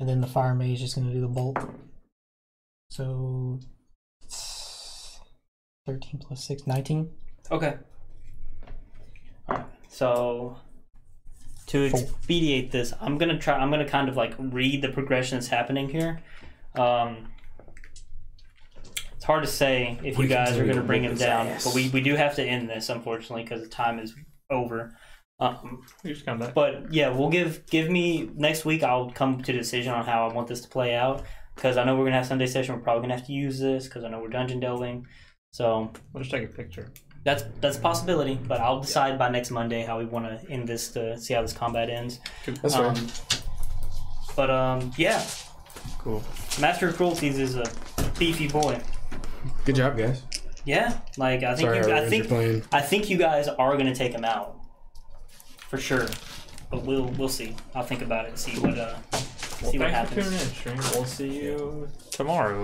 [SPEAKER 7] And then the fire mage is going to do the bolt. So. s- 13 plus 6, 19.
[SPEAKER 2] Okay. Alright, so to expedite this, I'm gonna try I'm gonna kind of like read the progression that's happening here. Um it's hard to say if you guys are gonna bring him down, but we, we do have to end this unfortunately because the time is over. Um,
[SPEAKER 6] You just come back.
[SPEAKER 2] but yeah, we'll give give me next week. I'll come to a decision on how I want this to play out because I know we're gonna have Sunday session. We're probably gonna have to use this because I know we're dungeon delving. So
[SPEAKER 6] We'll just take a picture.
[SPEAKER 2] that's that's a possibility, but I'll decide by next Monday how we want to end this to see how this combat ends.
[SPEAKER 3] That's
[SPEAKER 2] um,
[SPEAKER 3] right.
[SPEAKER 2] But um, yeah,
[SPEAKER 3] Cool.
[SPEAKER 2] Master of Cruelties is a beefy boy.
[SPEAKER 3] Good job, guys.
[SPEAKER 2] Yeah, like I think
[SPEAKER 3] Sorry,
[SPEAKER 2] you,
[SPEAKER 3] I
[SPEAKER 2] I
[SPEAKER 3] ruined your
[SPEAKER 2] think
[SPEAKER 3] plan.
[SPEAKER 2] I think you guys are gonna take him out for sure. But we'll we'll see. I'll think about it and see what uh see what
[SPEAKER 6] Thanks for
[SPEAKER 2] happens.
[SPEAKER 6] tuning in, stream. We'll see you tomorrow.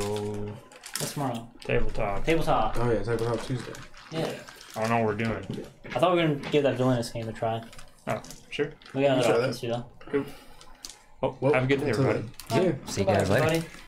[SPEAKER 2] What's tomorrow?
[SPEAKER 6] Tabletop.
[SPEAKER 2] Tabletop.
[SPEAKER 3] Oh yeah, type it out Tuesday.
[SPEAKER 2] Yeah.
[SPEAKER 6] I don't know what we're doing.
[SPEAKER 2] I thought we were gonna give that villainous game a try.
[SPEAKER 6] Oh, sure.
[SPEAKER 2] We got
[SPEAKER 3] try
[SPEAKER 2] another
[SPEAKER 3] that.
[SPEAKER 2] option too though.
[SPEAKER 6] Oh,
[SPEAKER 3] Well,
[SPEAKER 6] have a good day,
[SPEAKER 3] until
[SPEAKER 6] everybody.
[SPEAKER 3] then. Yeah.
[SPEAKER 8] See you guys later.
[SPEAKER 2] Everybody.